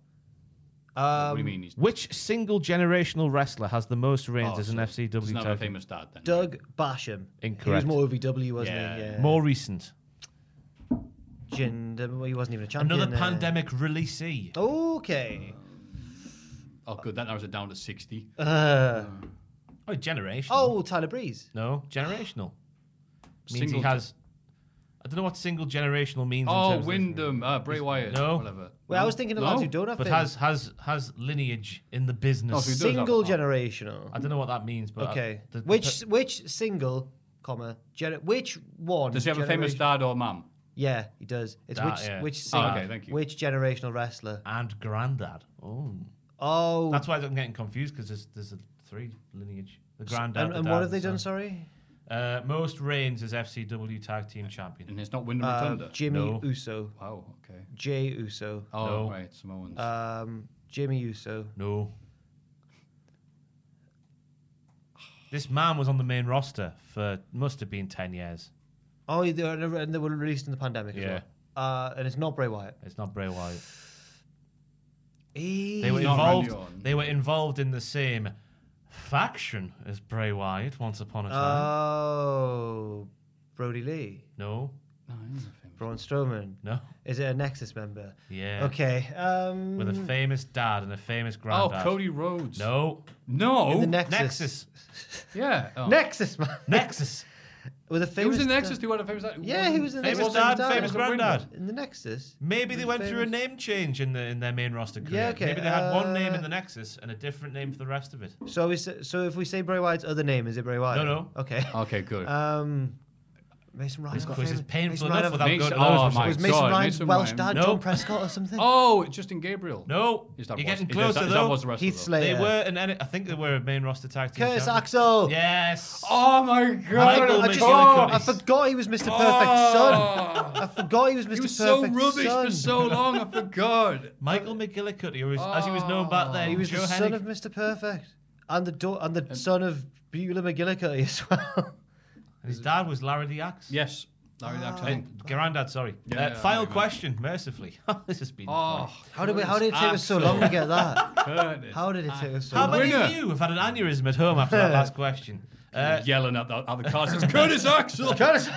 what do you Um, mean? He's Which single generational wrestler has the most reigns Oh, as an so FCW doesn't tag have a team? famous dad then? Doug Basham. He was Incorrect. more OVW, wasn't he? Yeah. Yeah. More recent. Jinder. well, He wasn't even a champion. Another there. pandemic releasee. Okay. Oh, good. That narrows it down to sixty. Uh, Oh, generational. oh, Tyler Breeze. No, generational. Means Single he has. I don't know what single generational means. in Oh, terms of- Wyndham, uh, Bray Wyatt. No. Whatever. Well, I was thinking of lads who don't have But faves. has has has lineage in the business. Oh, so he does have- single generational. I don't know what that means, but I- Okay. the- the which which single, comma, gener- which one? Does he have a famous generation- dad or mum? Yeah, he does. It's That, which yeah. which Oh, single, okay, thank you. which generational wrestler? and granddad. Oh, Oh, that's why I'm getting confused because there's there's a three lineage. The granddad. and, the and dad, what have they the done? son. Sorry, Uh, most reigns as FCW Tag Team Champion. And it's not Wyndham Uh, Rotunda. Jimmy No. Uso, Wow. Okay. Jay Uso, Oh, No. right. Samoans. um, Jimmy Uso. No. This man was on the main roster for must have been ten years. Oh, they were, and they were released in the pandemic. Yeah. As well. Uh, and it's not Bray Wyatt. It's not Bray Wyatt. He- They were Not involved. Randy Orton. They were involved in the same faction as Bray Wyatt once upon a Uh, time. Oh, Brody Lee, no, No, he isn't famous. Braun Strowman. no, Is it a Nexus member? yeah. Okay. Um, With a famous dad and a famous Oh, granddad. Cody Rhodes. No, No. in the Nexus. Nexus. [LAUGHS] Yeah. Oh. Nexus, man. Nexus. With a He was famous in the dad. Nexus. Do you want a famous dad? Yeah, he was in the Famous Nexus. dad, famous granddad. In the Nexus. Maybe With they went through a famous- name change in the in their main roster. Career. okay, Maybe they had one name uh, in the Nexus and a different name for the rest of it. So we say, so if we say Bray Wyatt's other name, is it Bray Wyatt? No, no. Okay. Okay, good. Um, Mason Ryan. This got quiz is famous- painful Mason enough Ryan- without Mason- going to oh those my Was results. Mason God, Ryan's Mason Welsh Ryan. dad, No. John Prescott or something? Oh, Justin Gabriel. No, Is that you're was- getting is that- closer is that though. was the rest Heath of them? Slayer. They were, and I think they were a main roster tag team. Curtis champions. Axel. Oh, Yes. my Michael I, just, McGillicuddy. I forgot he was Mr. Perfect's Oh. son. I forgot he was Mr. He was Perfect's so rubbish son. for so long. I forgot. Michael McGillicuddy, or as- as he was known back then, Oh. He was Joe the Hennig. son of Mr. Perfect and the do- and the son of Beulah McGillicuddy as well. And his dad was Larry the Axe. Yes, Larry the Ah. Uh, Axe. granddad, sorry. Yeah, Uh, yeah, final yeah. question, mercifully. [LAUGHS] this has been. Oh, fun. How did we, how did it take us so long to get that? How did it take us so How long? many of Winner. you have had an aneurysm at [LAUGHS] home after that last question? Uh, yelling at the, at the cast. It's Curtis Axel. Curtis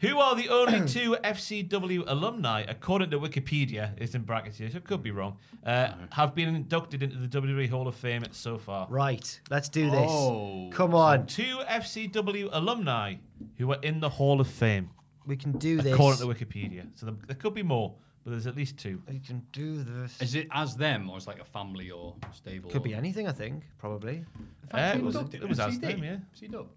Who are the only two FCW alumni, according to Wikipedia, it's in brackets here, so it could be wrong, uh, have been inducted into the WWE Hall of Fame so far? Right, let's do this. Oh. Come on, Two FCW alumni who are in the Hall of Fame, we can do this. according to Wikipedia. So there, there could be more, but there's at least two. We can do this. Is it as them or is it like a family or stable? Could be or- anything, I think, probably. In fact, Uh, he it was- dubbed it was Is he as them, did? yeah. Is he dubbed?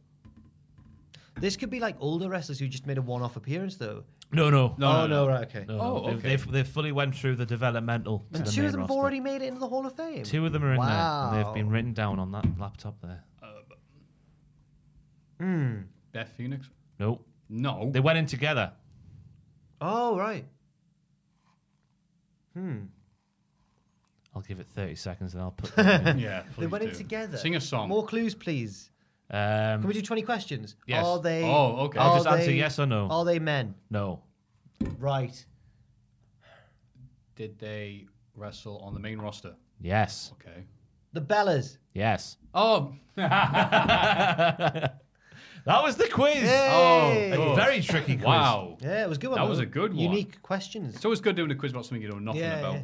This could be like older wrestlers who just made a one-off appearance, though. No, no. oh, no, right, okay. Oh, No, no. They've- okay. They've, they've fully went through the developmental. to And the two main of them have roster. already made it into the Hall of Fame. Two of them are in there, Wow. and they've been written down on that laptop there. Beth Phoenix? Nope. No. They went in together. Oh, right. I'll give it 30 seconds and I'll put. [LAUGHS] them in. yeah. They please went in do. together. Sing a song. More clues, please. Can um, we do 20 questions? Yes. Are they... Oh, okay. are just answer they- yes or no. Are they men? no. Right. Did they wrestle on the main roster? Yes. Okay. The Bellas. Yes. [LAUGHS] Oh, [LAUGHS] That was the quiz. Oh, Hey! A good. very [LAUGHS] tricky quiz. wow. Yeah, it was a good one. That was though. a good one. Unique questions. It's always good doing a quiz about something you know nothing Yeah, about.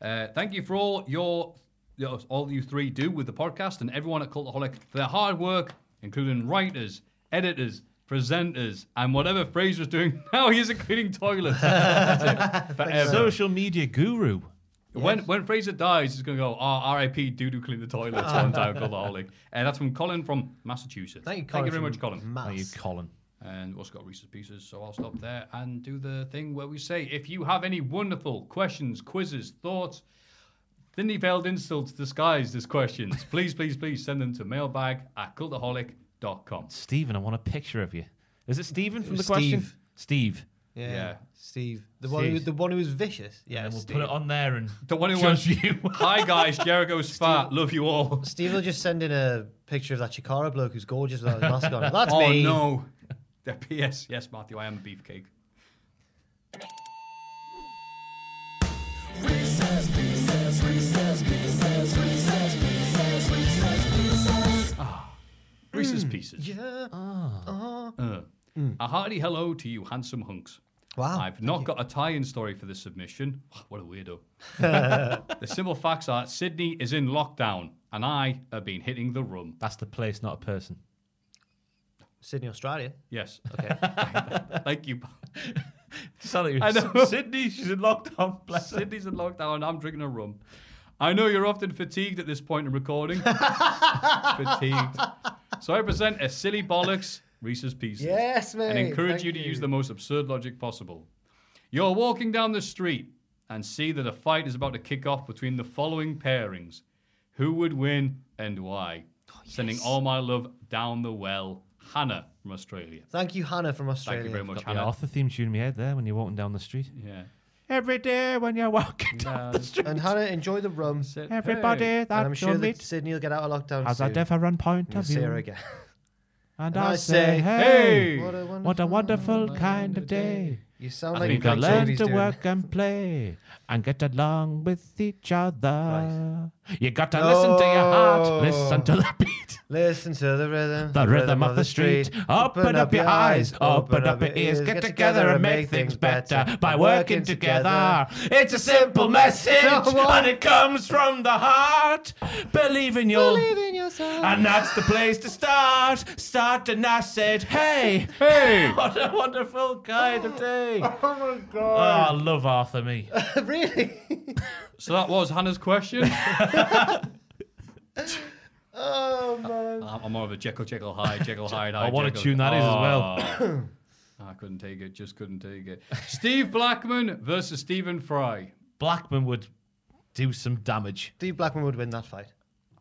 Uh, thank you for all your, your all you three do with the podcast and everyone at Cultaholic for their hard work, including writers, editors, presenters, and whatever Fraser's doing [LAUGHS] now. He's including [LAUGHS] toilets. That's it, forever. Social media guru. When when Fraser dies, he's gonna go, oh, R.I.P. Doo doo clean the toilets [LAUGHS] one time, Cultaholic. And that's from Colin from Massachusetts. Thank you, Thank you very Colin, much, from Colin. Mass. Are you Colin? And we've also got Reese's Pieces, so I'll stop there and do the thing where we say if you have any wonderful questions, quizzes, thoughts, thinly veiled insults disguised as questions, please, please, please send them to mailbag at cultaholic.com. Stephen, I want a picture of you. Is it Stephen from the question? Steve. Steve. Yeah. Yeah. Steve. The one, who, Steve. the one who was vicious. Yeah, And then we'll Steve. put it on there and The one who judge wants you. Hi guys, Jericho's fat. Love you all. Steve will just send in a picture of that Chikara bloke who's gorgeous without his mask [LAUGHS] on. That's oh me. no. [LAUGHS] The P.S. Yes, Matthew, I am a beefcake. Ah. Reese's Pieces. Yeah. Uh, A hearty hello to you, handsome hunks. Wow, I've not got a tie in story for this submission. Ah, What a weirdo. [LAUGHS] the simple facts are Sydney is in lockdown and I have been hitting the rum. That's the place, not a person. [LAUGHS] Sydney, Australia. [LAUGHS] Yes. Okay. Thank you. Sorry, I know. Sydney, she's in lockdown. Bless [LAUGHS] her. Sydney's in lockdown and I'm drinking a rum. I know you're often fatigued at this point in [LAUGHS] recording. fatigued. So I present a silly bollocks Reese's Pieces. Yes, mate. and encourage Thank you to use the most absurd logic possible. You're walking down the street and see that a fight is about to kick off between the following pairings. Who would win and why? Oh, Sending all my love down the well. Hannah from Australia. [LAUGHS] Thank you, Hannah from Australia. Thank you very much, Yeah, Hannah. Arthur theme tune in my head there when you're walking down the street. Yeah. Every day when you're walking down the street. And Hannah, enjoy the rum. Said, Everybody "Hey." And that I'm you sure that meet Sydney will get out of lockdown has a soon. different point You'll of see her view. again. And And I I say, say, hey, "Hey, what a what a wonderful kind of day. You sound I like think you we can got You can That's learn Jamie's to doing. work and play and get along with each other. You got to listen to your heart. Listen to the [LAUGHS] beat. Listen to the rhythm. The rhythm of the street. Open up your eyes. Open up your ears. Get together and make things better by working together. It's a simple [LAUGHS] message and it comes from the heart. Believe in your. Believe in yourself. And that's the place to start. Start and I said, hey, hey. [LAUGHS] What a wonderful guy today. Oh my Oh, I love Arthur me. really? So that was Hannah's question. Oh man. I'm I'm more of a Jekyll, Jekyll, Hyde, Jekyll, Hyde. Hyde wanna Jekyll. tune that in as well. Oh. I couldn't take it. Just couldn't take it. Steve Blackman versus Stephen Fry. Blackman would do some damage. [LAUGHS] Steve Blackman would win that fight.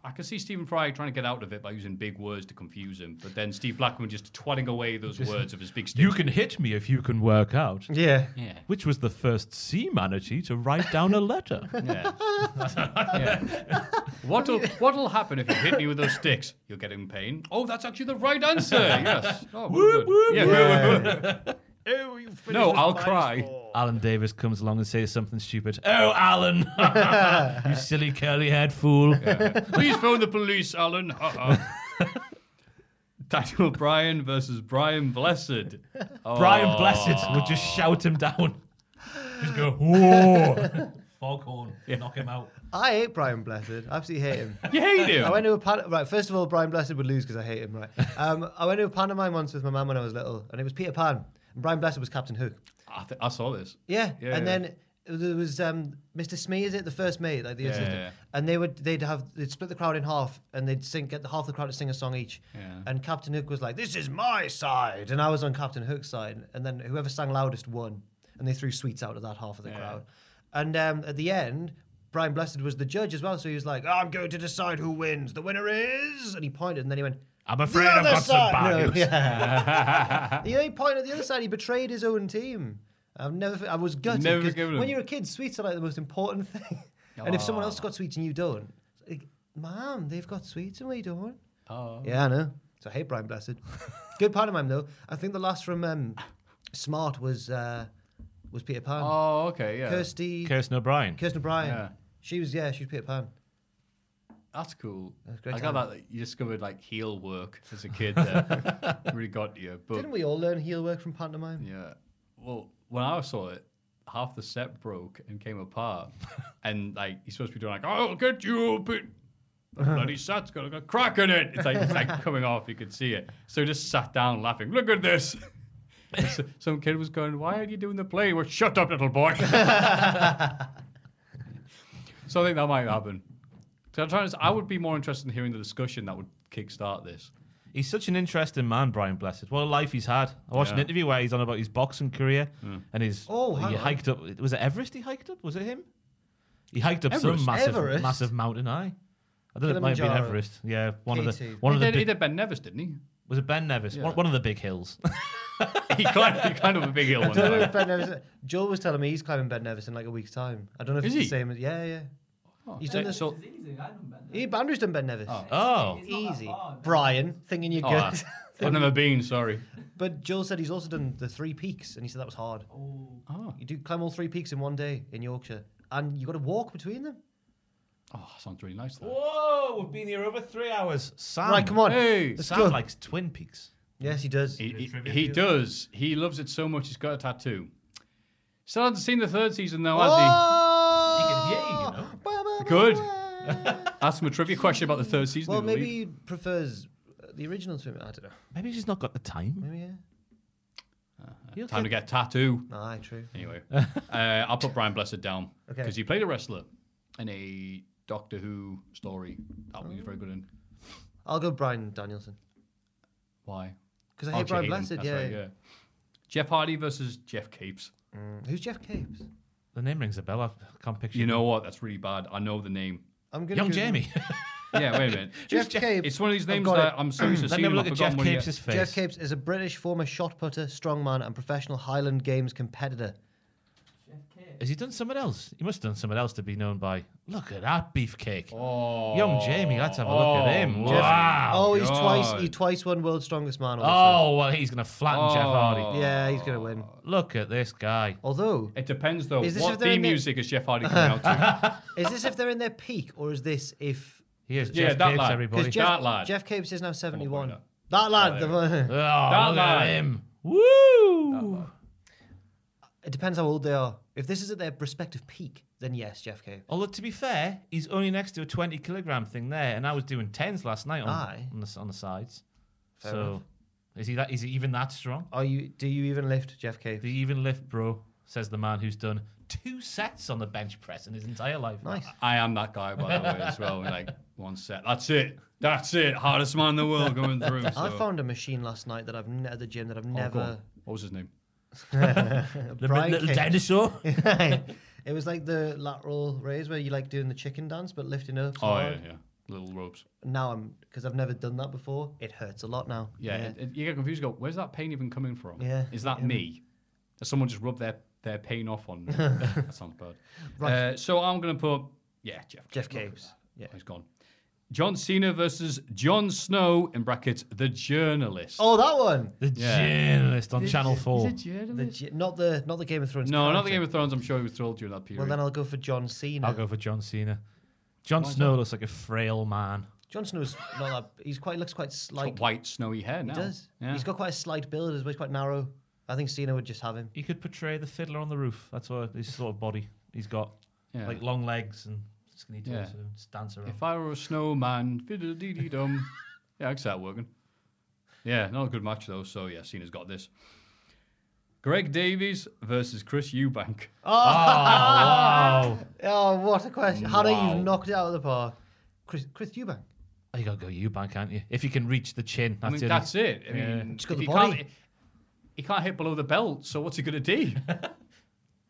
I can see Stephen Fry trying to get out of it by using big words to confuse him, but then Steve Blackman just twatting away those words of his big stick. You can hit me if you can work out. Yeah. Yeah. Which was the first sea manatee to write down a letter. Yeah. [LAUGHS] Yeah. What'll What'll happen if you hit me with those sticks? You'll get in pain. Oh, that's actually the right [LAUGHS] answer. Yes. Oh, Whoop, good. whoop, Yeah, whoop. whoop, whoop. Oh, you No, I'll cry. Alan Davis comes along and says something stupid. Oh, Alan! [LAUGHS] you silly curly haired fool. Please phone the police, Alan. Uh-uh. [LAUGHS] Daniel Bryan versus Brian [LAUGHS] Blessed. Brian Oh. Blessed would just shout him down. Just go, whoa! Foghorn, knock him out. I hate Brian Blessed. Absolutely [LAUGHS] hate him. You hate him? I went to a pan- right. First of all, Brian Blessed would lose because I hate [LAUGHS] him. Right. Um, I went to a pantomime once with my mum when I was little, and it was Peter Pan, and Brian Blessed was Captain Hook. I, th- I saw this. Yeah. Yeah, and yeah. then there was um, Mr. Smee, is it the first mate, like the Yeah, assistant? yeah. And they would they'd have they'd split the crowd in half, and they'd sing get the half the crowd to sing a song each. Yeah. And Captain Hook was like, "This is my side," and I was on Captain Hook's side. And then whoever sang loudest won, and they threw sweets out at that half of the crowd. And um, at the end. Brian Blessed was the judge as well, so he was like, "I'm going to decide who wins. The winner is," and he pointed, and then he went, I'm "The afraid I've other got some side." No, bad news. yeah. You know, he pointed at the other side. He betrayed his own team. I've never. I was gutted. Never 'cause forgiven him. When you're a kid, sweets are like the most important thing. [LAUGHS] and if someone else has got sweets and you don't, it's like, ma'am, they've got sweets and we don't. Oh. Yeah, I know. So I hate Brian Blessed. Good pantomime though. I think the last from um, Smart was uh, was Peter Pan. Oh, okay, yeah. Kirsty. Kirsten O'Brien. Kirsten O'Brien. Yeah. She was yeah. She was Peter Pan. That's cool. That's great I got talent. that you discovered like heel work as a kid. There. [LAUGHS] really got you. But Didn't we all learn heel work from pantomime? yeah, well, when I saw it, half the set broke and came [LAUGHS] apart, and like he's supposed to be doing like, "I'll get you," but [LAUGHS] the bloody set's got a crack in it. It's like it's like coming off. You could see it. So he just sat down laughing. Look at [LAUGHS] this. And so- Some kid was going, "Why are you doing the play?" Well, shut up, little [LAUGHS] boy. [LAUGHS] so I think that might happen. So I'm trying to, I would be more interested in hearing the discussion that would kickstart this. He's such an interesting man, Brian Blessed. What a life he's had. I watched an Yeah. interview where he's on about his boxing career and his Oh, hang he on. hiked up. Was it Everest he hiked up? Was it him? He hiked up Everest? some massive Everest? massive mountain. I. I don't know. It might have been Kilimanjaro. Everest. Yeah, one of the K2. one he, of the did, he big, did Ben Nevis, didn't he? [LAUGHS] was it Ben Nevis? One, one of the big hills. [LAUGHS] he, climbed, he climbed up a big [LAUGHS] hill one I don't know time. if Ben Nevis. Joel was telling me he's climbing Ben Nevis in like a week's time. I don't know if Is he? it's the same as yeah, yeah. he's done so- this. so- It's easy. I haven't been there. He Andrew's done Ben Nevis. oh, It's not that Easy. hard. Brian, thinking you're Oh, good. I- I've never been. Sorry. [LAUGHS] But Joel said he's also done the three peaks, and he said that was hard. Oh, Oh, You do climb all three peaks in one day in Yorkshire, and you got to walk between them. oh sounds really nice. Though. whoa! We've been here over three hours. Sam, Right, come on. Hey, Let's Sam go. likes Twin Peaks. Yes, he does. He, he, he does. He loves it so much. He's got a tattoo. Still hasn't seen the third season though, has Oh! He can hear you, you know. Good. [LAUGHS] he? Ask him a trivia question about the third season. well, I believe. maybe he prefers uh, the original to him. I don't know. Maybe he's just not got the time. Maybe yeah. He'll time to get- get a tattoo. Aye, true. [LAUGHS] Anyway, uh, I'll put Brian Blessed down Okay. because he played a wrestler in a Doctor Who story that he was very good in. I'll go Brian Danielson Why? because I hate Archie Brian Hayden, Blessed. that's yeah. right, yeah. Jeff Hardy versus Jeff Capes. Mm, Who's Jeff Capes? The name rings a bell. I can't picture. You know what? That's really bad. I know the name. I'm gonna young Google- Jamie. Yeah, wait a [LAUGHS] minute. Jeff Capes. It's one of these I've names got that it. I'm so used to Let seeing. me have a I've look at forgotten Jeff when he- Capes' face. Jeff Capes is a British former shot putter, strongman, and professional Highland Games competitor. Jeff K. Has he done something else? He must have done something else to be known by. Look at that beefcake. Oh, Young Jamie, let's have a look at him. Wow. Oh, he's twice. God. He twice won World's Strongest Man. Also. Oh, well, he's going to flatten Jeff Oh. Hardy. Yeah, he's gonna win. Look at this guy. Although it depends though. Is this what if they're theme in the- music is Jeff Hardy coming out [LAUGHS] to? Is this if they're in their peak, or is this if? He is Yeah, Jeff that Capes, lad. everybody. 'Cause Jeff, That lad. Jeff Capes is now seventy-one. That lad. the- that lad. Oh, him. Woo! [LAUGHS] It depends how old they are. If this is at their respective peak, then yes, Jeff Capes. Although to be fair, he's only next to a twenty kilogram thing there, and I was doing tens last night on Aye. on the, s- on the sides. Fair so enough. is he that is he even that strong? Are you? Do you even lift, Jeff Capes? Do you even lift, bro? Says the man who's done two sets on the bench press in his entire life. Nice. I am that guy by the way as well. Like one set. That's it. That's it. Hardest man in the world going through. [LAUGHS] I so- found a machine last night that I've ne- at the gym that I've Oh, go on. never. What was his name? Brian little Cage. dinosaur? it was like the lateral raise where you like doing the chicken dance but lifting up. so Oh yeah, hard. yeah. Little ropes. Now I'm because I've never done that before. It hurts a lot now. Yeah, It, it- you get confused. You go, where's that pain even coming from? Yeah, is that yeah. me? Has someone just rubbed their their pain off on [LAUGHS] me? that sounds bad. Right. Uh, so I'm gonna put yeah, Jeff. Jeff Look at Capes. that. Yeah. he's gone. John Cena versus John Snow in brackets the journalist. Oh, that one. The Yeah. journalist on Is- Channel is Four. it journalist? The ge- not the not the Game of Thrones. No, not the character. Game of Thrones. I'm sure he was thrilled during that period. Well, then I'll go for John Cena. I'll go for John Cena. John Why's Snow looks like a frail man. John Snow's not that. He's quite looks quite He's slight. got white snowy hair he now. does. Yeah. He's got quite a slight build as well. He's quite narrow. I think Cena would just have him. He could portray the fiddler on the roof. That's what his sort of body he's got. Yeah. Like long legs and skinny torso Yeah. and just dance around. If I were a snowman, fiddle dee dee [LAUGHS] dum. yeah, I can start working. Yeah, not a good match though. So yeah, Cena's got this. Greg Davies verus Chris Eubank. wow. Oh, what a question! Hannah, Wow. you've knocked it out of the park. Chris, Chris [LAUGHS] Eubank. Oh, you gotta go Eubank, can't you? If you can reach the chin, I that's mean, it. that's it. I Yeah. mean, He's got if the he body. can't, he can't hit below the belt. So what's he gonna [LAUGHS] do?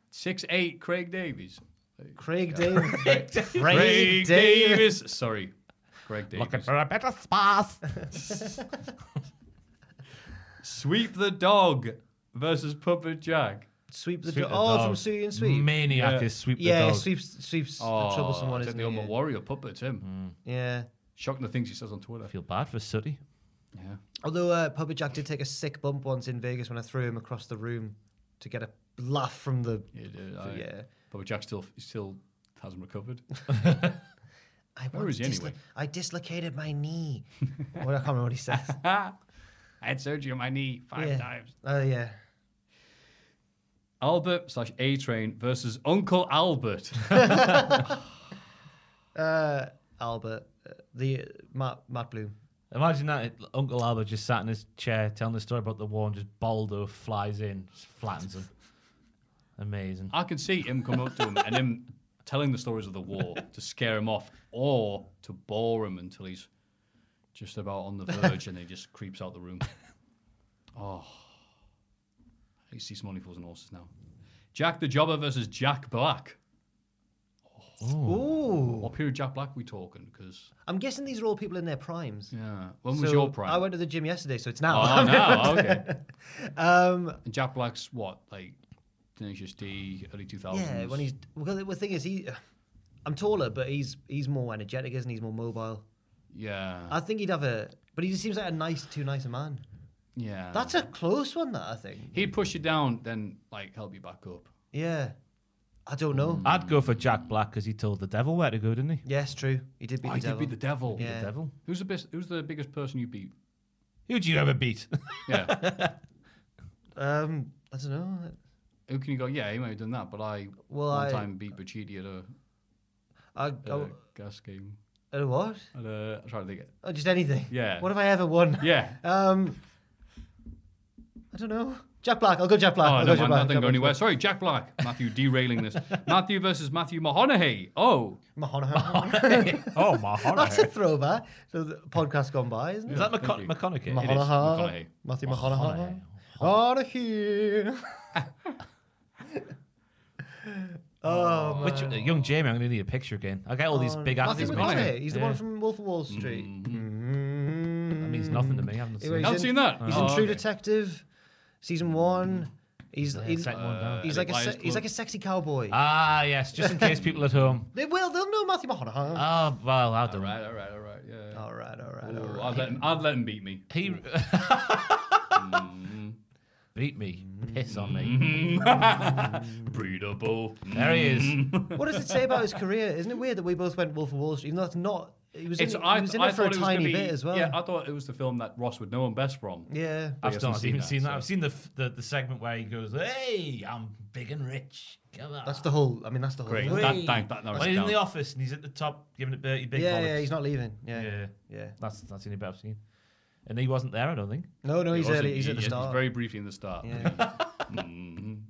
Six eight, Craig Davies. [LAUGHS] Craig Davis. Craig Davies. Sorry, Craig Davies. Looking for a better [LAUGHS] space. Sweep the dog versus Puppet Jack. Sweep the Sweep door. the Oh, dog. from Sweet and Sweep. Maniac Yeah. is sweep yeah, the dog. sweeps sweeps Oh, the troublesome one. it's like Isn't the it? Hmm. Ultimate Warrior puppet, Tim. Yeah. Shocking the things he says on Twitter. I feel bad for Sooty. Yeah. Although uh, Puppet Jack did take a sick bump once in Vegas when I threw him across the room to get a laugh from the. Yeah, So, yeah. But Jack still still hasn't [LAUGHS] recovered. [LAUGHS] I Where want is he dislo- anyway? I dislocated my [LAUGHS] knee. well, I can't remember what he says. I had surgery on my knee five yeah. times. Oh yeah. Albert slash A Train versus Uncle [LAUGHS] Albert. Uh, Albert, uh, the Matt Matt Bloom. Imagine that it- Uncle Albert just sat in his chair telling the story about the war and just Baldo flies in, just flattens [LAUGHS] him. Amazing. I could see him come up to him and him telling the stories of the war to scare him off or to bore him until he's just about [LAUGHS] on the verge and he just creeps out the room. Oh. I see some only fools and horses now. Jack the Jobber versus Jack Black. Ooh. What period Jack Black we talking? Because I'm guessing these are all people in their primes. yeah, when was So, your prime? I went to the gym yesterday, so it's now. Oh, [LAUGHS] now, okay. Um, And Jack Black's what, like Tenacious D, early 2000s? yeah, when he's well, the, the thing is, he, I'm taller, but he's he's more energetic, isn't he? He's more mobile. Yeah. I think he'd have a, but he just seems like a nice, too nice a man. yeah. That's a close one, that I think. He'd push you down, then, like, help you back up. Yeah, I don't know. Mm. I'd go for Jack Black because he told the devil where to go, didn't he? Yes, true. He did beat I Oh, the did devil. beat the devil. Yeah. Devil. Who's the best? Who's the biggest person you beat? Who'd you ever [LAUGHS] beat? Yeah. Um, I don't know. Who can you go? Yeah, he might have done that, but I Well, one I- time Uh, beat Bacchidi at a, I, at I, a gas game. I what? At a, I'm trying to think. It. Oh, just anything. Yeah. What have I ever won? Yeah. [LAUGHS] Um, I don't know. Jack Black. I'll go Jack Black. Oh, I'll no, go Jack man, Black. that didn't Jack go anywhere. Sorry, Jack Black. [LAUGHS] Matthew derailing this. Matthew versus Matthew Mahoney. Oh, [LAUGHS] Mahoney. oh, my [LAUGHS] heart. That's [LAUGHS] a throwback. So the podcast gone by, isn't it? Is that Thank McCon- you. McConaughey? Mahoney. is. Mahoney. Matthew Oh, Mahoney. Mahoney. Mahoney. Oh, man. Which, uh, young Jamie, I'm going to need a picture again. I get all these big Oh, Matthew actors. mixed McConaughey. up. He's the Yeah. one from Wolf of Wall Street. Mm. That means nothing to me. I haven't He seen was it. Haven't in- seen that. He's Oh, Mm. in True okay. Detective, season one. He's Yeah, he's, second one down. he's Uh, like a Lions se- he's Club. like a sexy cowboy. Ah, yes, just in case people at home. They will. They'll know Matthew Mahoney. [LAUGHS] Oh, well, I don't. All right, all right, yeah. All right, all right, Ooh, all right. I'd, let him, I'd let him beat me. He Mm. [LAUGHS] beat me, piss on me. Breedable. There Mm. [LAUGHS] he is. What does it say about his career? Isn't it weird that we both went Wolf of Wall Street? Even though that's not. He was in, It's- it- I- he was in I it for a thought was gonna tiny be- bit as well. Yeah, I thought it was the film that Ross would know him best from. But Yeah. he I've hasn't not even seen that. so- I've seen the, f- the the segment where he goes, "Hey, I'm big and rich." Come on. That's the whole. I mean, that's the whole. Great. thing. That- that- that narrows When it he's in down. the office and he's at the top giving it Bertie big. Yeah, bollocks. yeah, he's not leaving. Yeah. yeah, Yeah. That's that's the only bit I've seen. And he wasn't there, I don't think. No, no, He he's wasn't- early. He's he- at the start. He's very briefly in the start. [LAUGHS] Yeah. [LAUGHS] Mhm.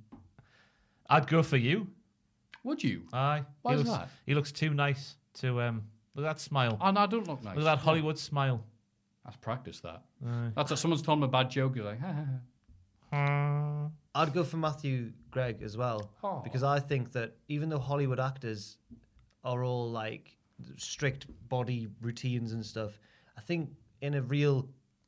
I'd go for you. Would you? Aye. Why he is looks, that? He looks too nice to um. Look at that smile. Oh, no, I don't look nice. Look at that Hollywood smile. I've practiced that. Aye. That's what someone's told him a bad joke. He's like, [LAUGHS] ha ha ha. I'd go for Matthew Gregg as well Aw. because I think that even though Hollywood actors are all like strict body routines and stuff, I think in a real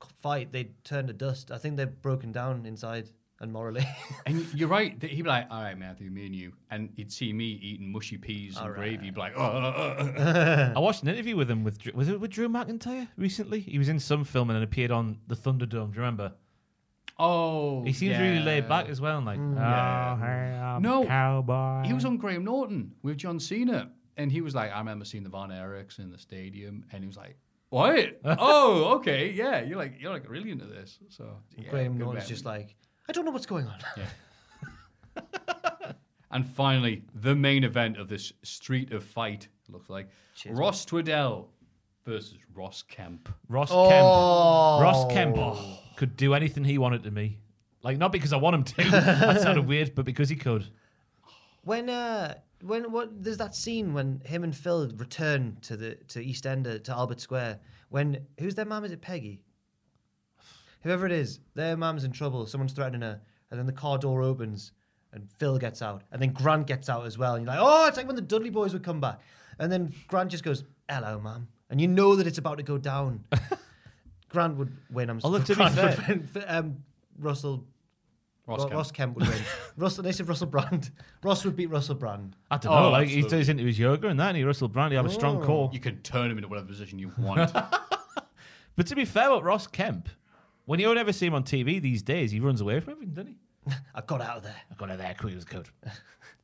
c- fight they turn to dust. I think they're broken down inside and morally. [LAUGHS] And you're right. that He'd be like, all right, Matthew, me and you. And he'd see me eating mushy peas and gravy. He'd be like, oh, oh, [LAUGHS] oh, oh." I watched an interview with him with Dr- was it with Drew McIntyre recently? He was in some film and then appeared on the Thunderdome. Do you remember? oh. He seems really laid back yeah. Mm. as well. And like, oh, Yeah. hey, I'm No, a cowboy. He was on Graham Norton with John Cena. And he was like, I remember seeing the Von Erichs in the stadium. And he was like, [LAUGHS] what? oh, okay. Yeah. You're like, you're like really into this. So, yeah, Graham good Norton's man. just like, I don't know what's going on. [LAUGHS] And finally, the main event of this street of fight looks like Cheers, Ross Twiddell versus Ross Kemp. Ross Oh. Kemp. Ross Kemp could do anything he wanted to me. Like not because I want him to. [LAUGHS] that sounded weird, but because he could. When uh when what there's that scene when him and Phil return to the to East Ender to Albert Square when who's their mum is it Peggy? Whoever it is, their mum's in trouble. Someone's threatening her, and then the car door opens, and Phil gets out, and then Grant gets out as well. And you're like, oh, it's like when the Dudley Boys would come back, and then Grant just goes, "Hello, mum," and you know that it's about to go [LAUGHS] down. Grant would win. I'm Although, to be Grant would fair- win. F- um, Russell. Ross Ro- Kemp. Ross Kemp would win. Russell, they said Russell Brand. Ross would beat Russell Brand. I don't Oh, know. Like he absolutely. Oh. does into his yoga and that, and he Russell Brand. He have a strong core. You can turn him into whatever position you [LAUGHS] want. But to be fair, about Ross Kemp, when you don't ever see him on TV these days, he runs away from everything, doesn't he? I got out of there. I got out of there quick as [LAUGHS] I could.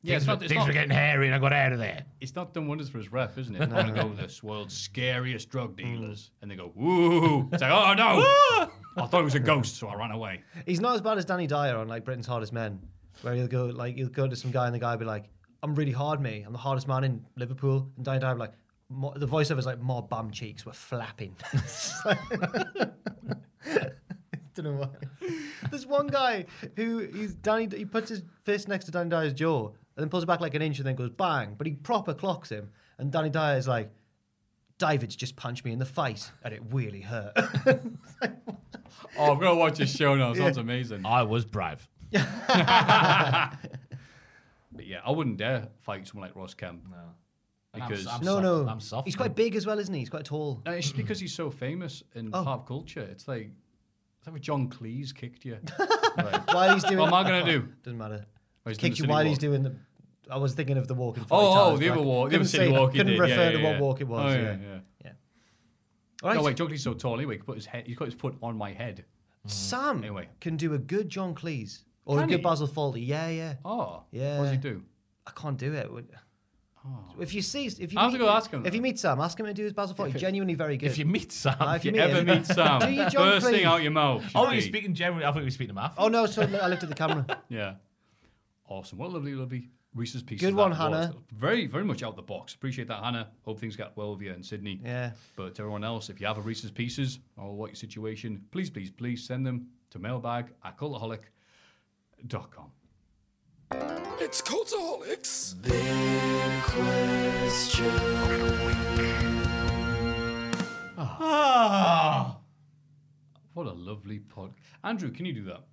yeah, it's things not, were, it's, things not, were getting hairy, and I got out of there. it's not done wonders for his rep, isn't [LAUGHS] it? I'm going to go with this world's scariest drug dealers. And they go, woo. It's like, oh, [LAUGHS] no. I thought it was a ghost, so I ran away. He's not as bad as Danny Dyer on like Britain's Hardest Men, where he'll go like he'll go to some guy and the guy will be like, "I'm really hard, mate. I'm the hardest man in Liverpool." And Danny Dyer will be like, "Mo- the voiceover's like, "My bum cheeks were flapping." [LAUGHS] Don't know why. There's one guy who he's Danny. He puts his fist next to Danny Dyer's jaw and then pulls it back like an inch and then goes bang. But he proper clocks him, and Danny Dyer is like, "David's just punched me in the face, and it really hurt." [LAUGHS] Oh, I'm going to watch this show now. Sounds amazing. I was brave. But yeah, I wouldn't dare fight someone like Ross Kemp. No. Because I'm no, soft. no, I'm soft, He's quite man. big as well, isn't he? He's quite tall. No, Uh, it's [CLEARS THROAT] just because he's so famous in Oh. pop culture. It's like, it's like when John Cleese kicked [LAUGHS] you. while he's doing. What am I gonna do? Doesn't matter. Oh, he's doing Kick the you city while walk. he's doing the. I was thinking of the walk. in Oh, Forty oh, Towers, the but other I walk, the other couldn't city say- walk. he Couldn't did. Yeah, refer to yeah, what yeah. walk it was. Oh, yeah. yeah. All right. No, wait, John Cleese's so tall anyway. He put his head. He's got his foot on my head. Sam Anyway. can do a good John Cleese or Can a good he? Basil Fawlty. Yeah, yeah. Oh, Yeah. What does he do? I can't do it. Would- If you see, if you Oh. I'll have to meet- go ask him If you then. meet Sam, ask him to do his Basil Fawlty. Genuinely very good. If you meet Sam, Ah, if If you, meet ever him- meet [LAUGHS] Sam, Do you, John first Cleese? thing out your mouth. should Oh, you're be- speaking generally. I thought you were speaking to Matthew. Oh no! So I looked at the camera. [LAUGHS] Yeah. Awesome. What a lovely, lovely Reese's piece. Good that one, was. Hannah. Very, very much out of the box. Appreciate that, Hannah. Hope things get well with you in Sydney. Yeah. But to everyone else, if you have a Reese's Pieces or what your situation, please, please, please send them to mailbag at cultaholic.com. It's Cultaholics. Ah. What a lovely pod. Andrew, can you do that?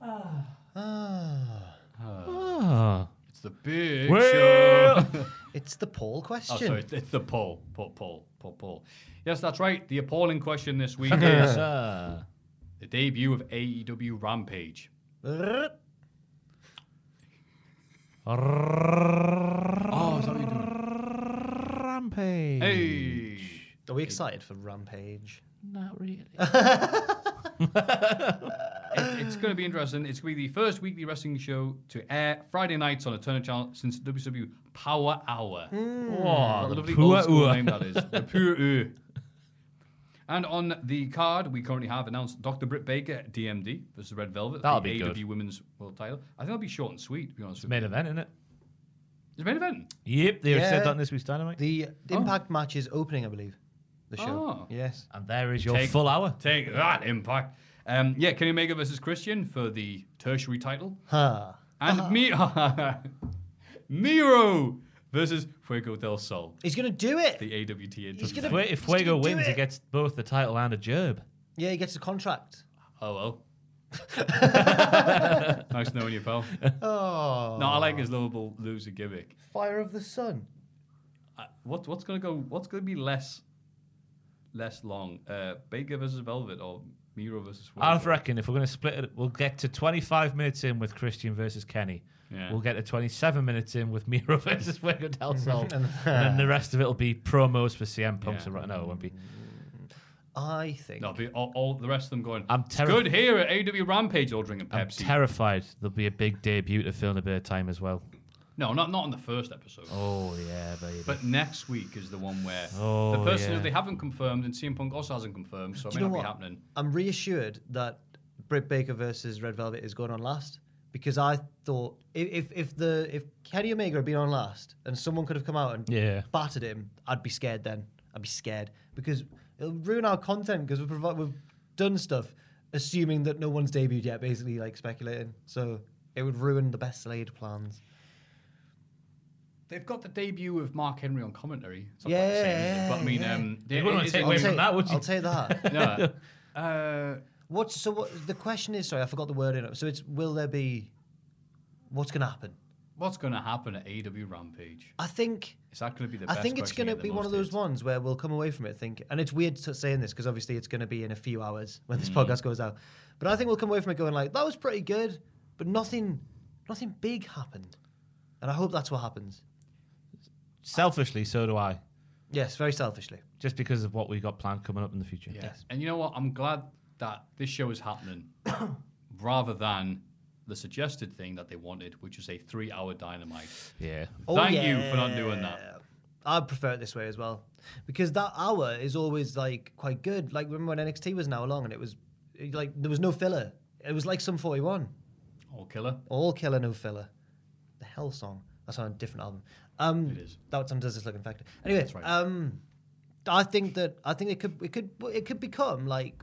Ah. Ah. It's the big show. Well. It's the Paul Oh, question. sorry, it's- it's the poll. Poll, poll, poll, poll. Yes, that's right. The appalling question this [LAUGHS] week is the debut of AEW E Rampage. Brrr. Oh, is that what you're doing? Rampage. Are we excited for Rampage? Not really. It- it's going to be interesting. It's going to be the first weekly wrestling show to air Friday nights on a Turner Channel since WCW Power Hour. Mm. Oh, The lovely Power old school Hour. name that is. The Power Hour. And on the card, we currently have announced Dr. Britt Baker, DMD, versus Red Velvet. That'll the be AW good. Women's World Title. I think that'll be short and sweet, to be honest with [LAUGHS] Main you. event, isn't it? It's main event. Yep, they Yeah. said that in this week's Dynamite. The Impact match is opening, I believe. The show. Oh. Yes. And there is your full hour. Take that, Impact. Um, yeah, Kenny Omega versus Christian for the tertiary title. Ha. And Mi- [LAUGHS] Miro versus Fuego del Sol, He's gonna do it. the AWT. He's If gonna- Fue- if he's gonna Fuego do wins, he it. gets both the title and a gerb. Yeah, he gets a contract. Oh well. [LAUGHS] nice knowing you, pal. Oh. No, I like his lovable loser gimmick. Fire of the Sun. Uh, what, what's gonna go? What's gonna be less, less long? Uh, Baker versus Velvet or Miro versus Fuego? I reckon if we're going to split it, we'll get to 25 minutes in with Christian versus Kenny. Yeah. We'll get to 27 minutes in with Miro [LAUGHS] versus Fuego del Sol. and then the rest of it will be promos for CM Punk's. Yeah. And, no, it won't be. [LAUGHS] I think. No, be all, all the rest of them going. I'm "It's terri- Good here at AW Rampage, all drinking I'm Pepsi. terrified there'll be a big debut to fill in a bit of time as well. no, not not on the first episode. Oh, yeah, baby. But next week is the one where Oh, the person yeah. who they haven't confirmed and CM Punk also hasn't confirmed, so it Do may you know not what? be happening. I'm reassured that Britt Baker versus Red Velvet is going on last because I thought if if, if the if Kenny Omega had been on last and someone could have come out and Yeah. battered him, I'd be scared then. I'd be scared because it'll ruin our content because we've provi- we've done stuff assuming that no one's debuted yet, basically like speculating. So it would ruin the best laid plans. They've got the debut of Mark Henry on commentary. It's not quite the same, is Yeah, it? but I mean, yeah. um, You wouldn't want to take away from that, would you? I'll take [LAUGHS] that. No. [LAUGHS] Uh, What's so? What the question is? Sorry, I forgot the word in it. So it's will there be? What's going to happen? what's going to happen at AW Rampage? I think. Is that going to be the I best think it's question going to yet that be one of most those hits? ones where we'll come away from it think, and it's weird to saying this because obviously it's going to be in a few hours when Mm. this podcast goes out, but I think we'll come away from it going like that was pretty good, but nothing, nothing big happened, and I hope that's what happens. Selfishly, so do I. Yes, very selfishly. Just because of what we've got planned coming up in the future. Yeah. And you know what? I'm glad that this show is [COUGHS] happening rather than the suggested thing that they wanted, which is a three hour dynamite. Yeah. Oh, Thank you for not doing yeah. that. I prefer it this way as well because that hour is always like quite good. Like remember when NXT was an hour long and it was it, like there was no filler. It was like some forty one. All killer. All killer, no filler. The hell song. That's on a different album. Um, It is. That one does this looking factor. Anyway, That's right. um, I think that I think it could it could it could become like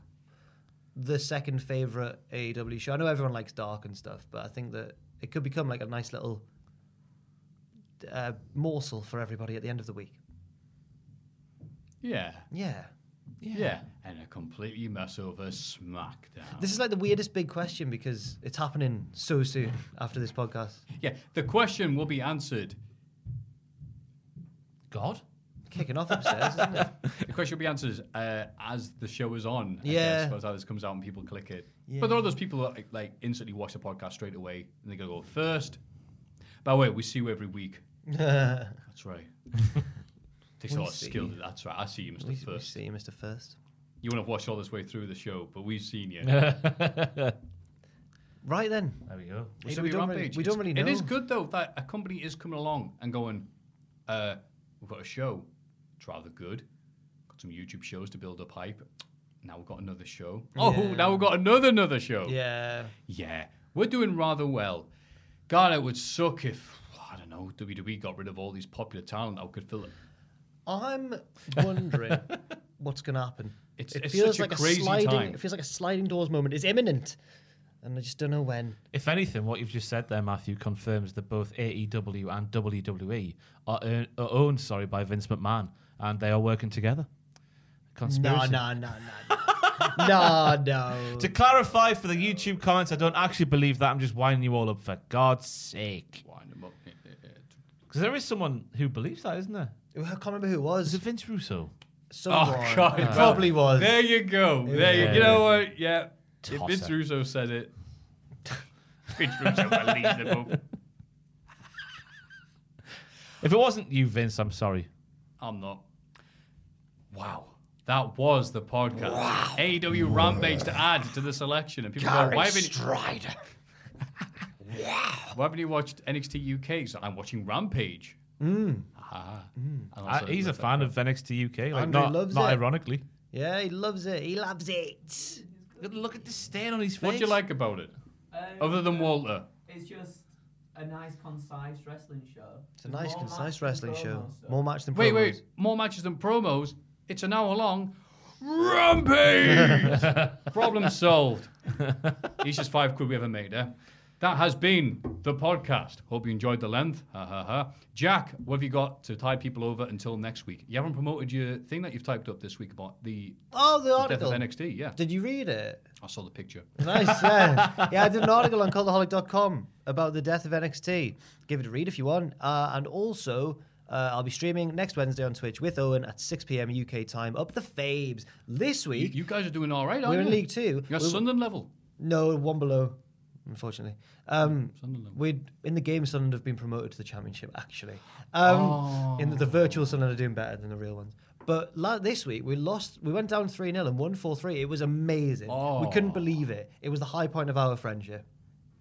the second favorite AEW show. I know everyone likes Dark and stuff, but I think that it could become like a nice little uh, morsel for everybody at the end of the week. Yeah. Yeah. Yeah. And a completely mess over SmackDown. This is like the weirdest big question because it's happening so soon after this podcast. yeah. The question will be answered. God? Kicking off upstairs, [LAUGHS] isn't it? The question will be answered uh, as the show is on. I Yeah. guess, by the time this comes out and people click it. But there are those people that like, like instantly watch the podcast straight away and they go first. By the way, we see you every [LAUGHS] week. That's right. Takes a We lot of see skill. you. to- That's right. I see you, Mr. we, we First. see you, Mr. First. You won't have watched all this way through the show, but we've seen [LAUGHS] you. Right then. There we go. So AW we don't really- Rampage. we don't It's- really It is know. good though that a company is coming along and going, uh, we've got a show. It's rather good. Got some YouTube shows to build up hype. Now we've got another show. Oh, Yeah. now we've got another another show. Yeah. Yeah. We're doing rather well. God, it would suck if I don't know, WWE got rid of all these popular talent that could fill it. I'm [LAUGHS] wondering what's going to happen. It's- it's such a crazy sliding. time. It feels like a sliding doors moment is imminent, and I just don't know when. If anything, what you've just said there, Matthew, confirms that both AEW and WWE are, earn- are owned, sorry, by Vince McMahon, and they are working together. No, Conspiracy. no, no, [LAUGHS] no, no, no. To clarify for the YouTube comments, I don't actually believe that. I'm just winding you all up for God's sake. Wind 'em up. Eh, eh, eh. Because there is someone who believes that, isn't there? I can't remember who it Is was. it Vince Russo? Someone. God, It well, probably was. There you go. There you, Yeah. you know what? Yeah. If Tosser. [LAUGHS] Vince Russo said it. Vince Russo believes it. If it wasn't you, Vince, I'm sorry. I'm not. Wow. That was the podcast. AEW Rampage to add to the selection. And people go, Gary why haven't Strider. wow. [LAUGHS] Why haven't you watched NXT UK? He's like, I'm watching Rampage. Mm. Aha. Mm. I I, also Uh, he's a love that fan guy. of NXT UK. Like, Andre not loves not it. ironically. Yeah, he loves it. He loves it. Look at the stain on his What do you like about it? Um, Other than Walter. It's just a nice, concise wrestling show. It's a nice, More match concise than wrestling promos. show. More match than promos. Wait, wait. More matches than promos. It's an hour long. Rampage! Problem solved. [LAUGHS] Each is five quid we ever made, eh? That has been the podcast. Hope you enjoyed the length. Ha ha ha. Jack, what have you got to tide people over until next week? You haven't promoted your thing that you've typed up this week about the, Oh, the death of article. NXT, yeah. Did you read it? I saw the picture. Nice, yeah. yeah, I did an article on cultaholic.com about the death of NXT. Give it a read if you want. Uh, and also, uh, I'll be streaming next Wednesday on Twitch with Owen at 6 p.m. UK time. Up the Fabes. This You, week, you guys are doing all right, aren't we're you? in League Two. You're We- Sunderland level. No, one below, unfortunately. Um, Sunderland. we in the game Sunderland have been promoted to the championship actually. Um, In the, the virtual Sunderland are doing better than the real ones. But la- this week we lost. We went down three 0 and won four three. It was amazing. We couldn't believe it. It was the high point of our friendship.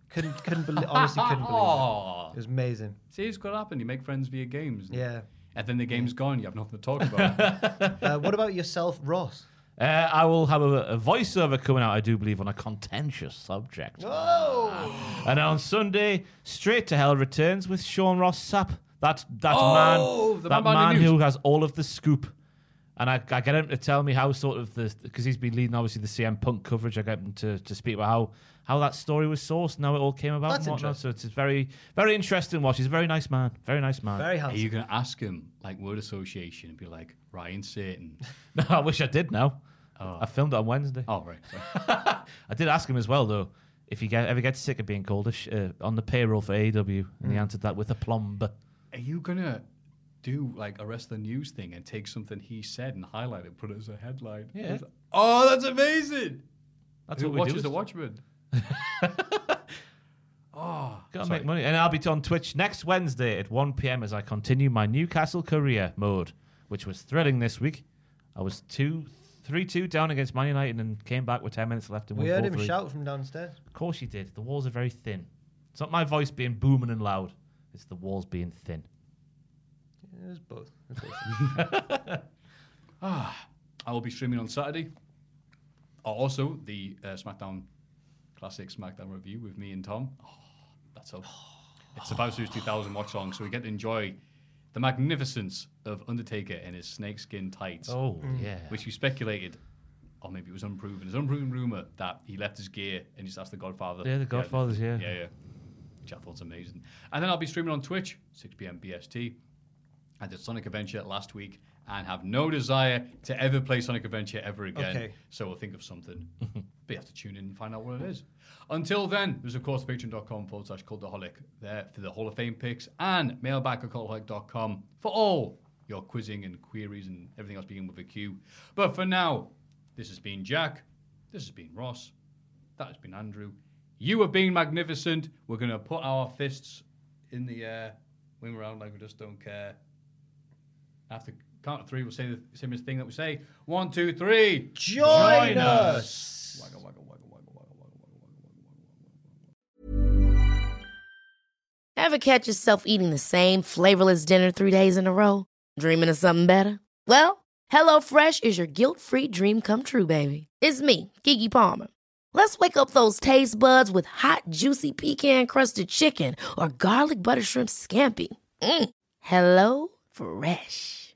Couldn't couldn't believe. honestly couldn't believe Aw. it. It was amazing. See, it's got happen. You make friends via games. Yeah. And then the game's gone. You have nothing to talk [LAUGHS] about. Uh, what about yourself, Ross? Uh, I will have a, a voiceover coming out, I do believe, on a contentious subject. And on Sunday, Straight to Hell returns with Sean Ross Sapp. That that Oh, man, the man that behind the man news. who has all of the scoop. And I, I get him to tell me how sort of the because he's been leading obviously the CM Punk coverage. I get him to, to speak about how how that story was sourced and how it all came about. That's and whatnot. So it's a very very interesting watch. He's a very nice man. Very nice man. Very Are handsome. you going to ask him, like, word association and be like, Ryan Satan? No, [LAUGHS] I wish I did now. I filmed it on Wednesday. Oh, right. [LAUGHS] I did ask him as well though if he get, ever gets sick of being called a sh- uh, on the payroll for AW, and Hmm. he answered that with a plumb. Are you going to do, like, a wrestling news thing and take something he said and highlight it and put it as a headline? Yeah. Oh, that's amazing. That's Who what we watches do. The Watchmen? oh, Gotta sorry. make money. And I'll be on Twitch next Wednesday at 1 p.m. as I continue my Newcastle career mode, which was thrilling this week. I was 2 3 2 down against Man United and came back with 10 minutes left and We won heard him 4-3. shout from downstairs. Of course you did. The walls are very thin. It's not my voice being booming and loud, it's the walls being thin. It was [LAUGHS] both. I will be streaming on Saturday. Also, the uh, SmackDown Classic SmackDown review with me and Tom. Oh, [GASPS] that's up. It's about to 2000 watch long, so we get to enjoy the magnificence of Undertaker in his snakeskin tights, Oh, yeah. which we speculated, or maybe it was unproven. It's an unproven rumor that he left his gear and just asked the Godfather. Yeah, the Godfathers, yeah. Yeah, yeah. Which I thought's amazing. And then I'll be streaming on Twitch, 6 p.m. BST. I did Sonic Adventure last week and have no desire to ever play Sonic Adventure ever again. Okay. So we'll think of something. [LAUGHS] but you have to tune in and find out what it is. Until then, there's of course patreon.com forward slash cultaholic there for the Hall of Fame picks and mailback at cultaholic.com for all your quizzing and queries and everything else beginning with a Q. But for now, this has been Jack. This has been Ross. That has been Andrew. You have been magnificent. We're going to put our fists in the air, wing around like we just don't care. After count of three, we'll say the same thing that we say. One, two, three. Join, us. Wagga, wagga, wagga, wagga, wagga, wagga, wagga, wagga. Ever catch yourself eating the same flavorless dinner three days in a row? Dreaming of something better? Well, HelloFresh is your guilt free dream come true, baby. It's me, Gigi Palmer. Let's wake up those taste buds with hot, juicy pecan crusted chicken or garlic butter shrimp scampi. Mm. Hello Fresh.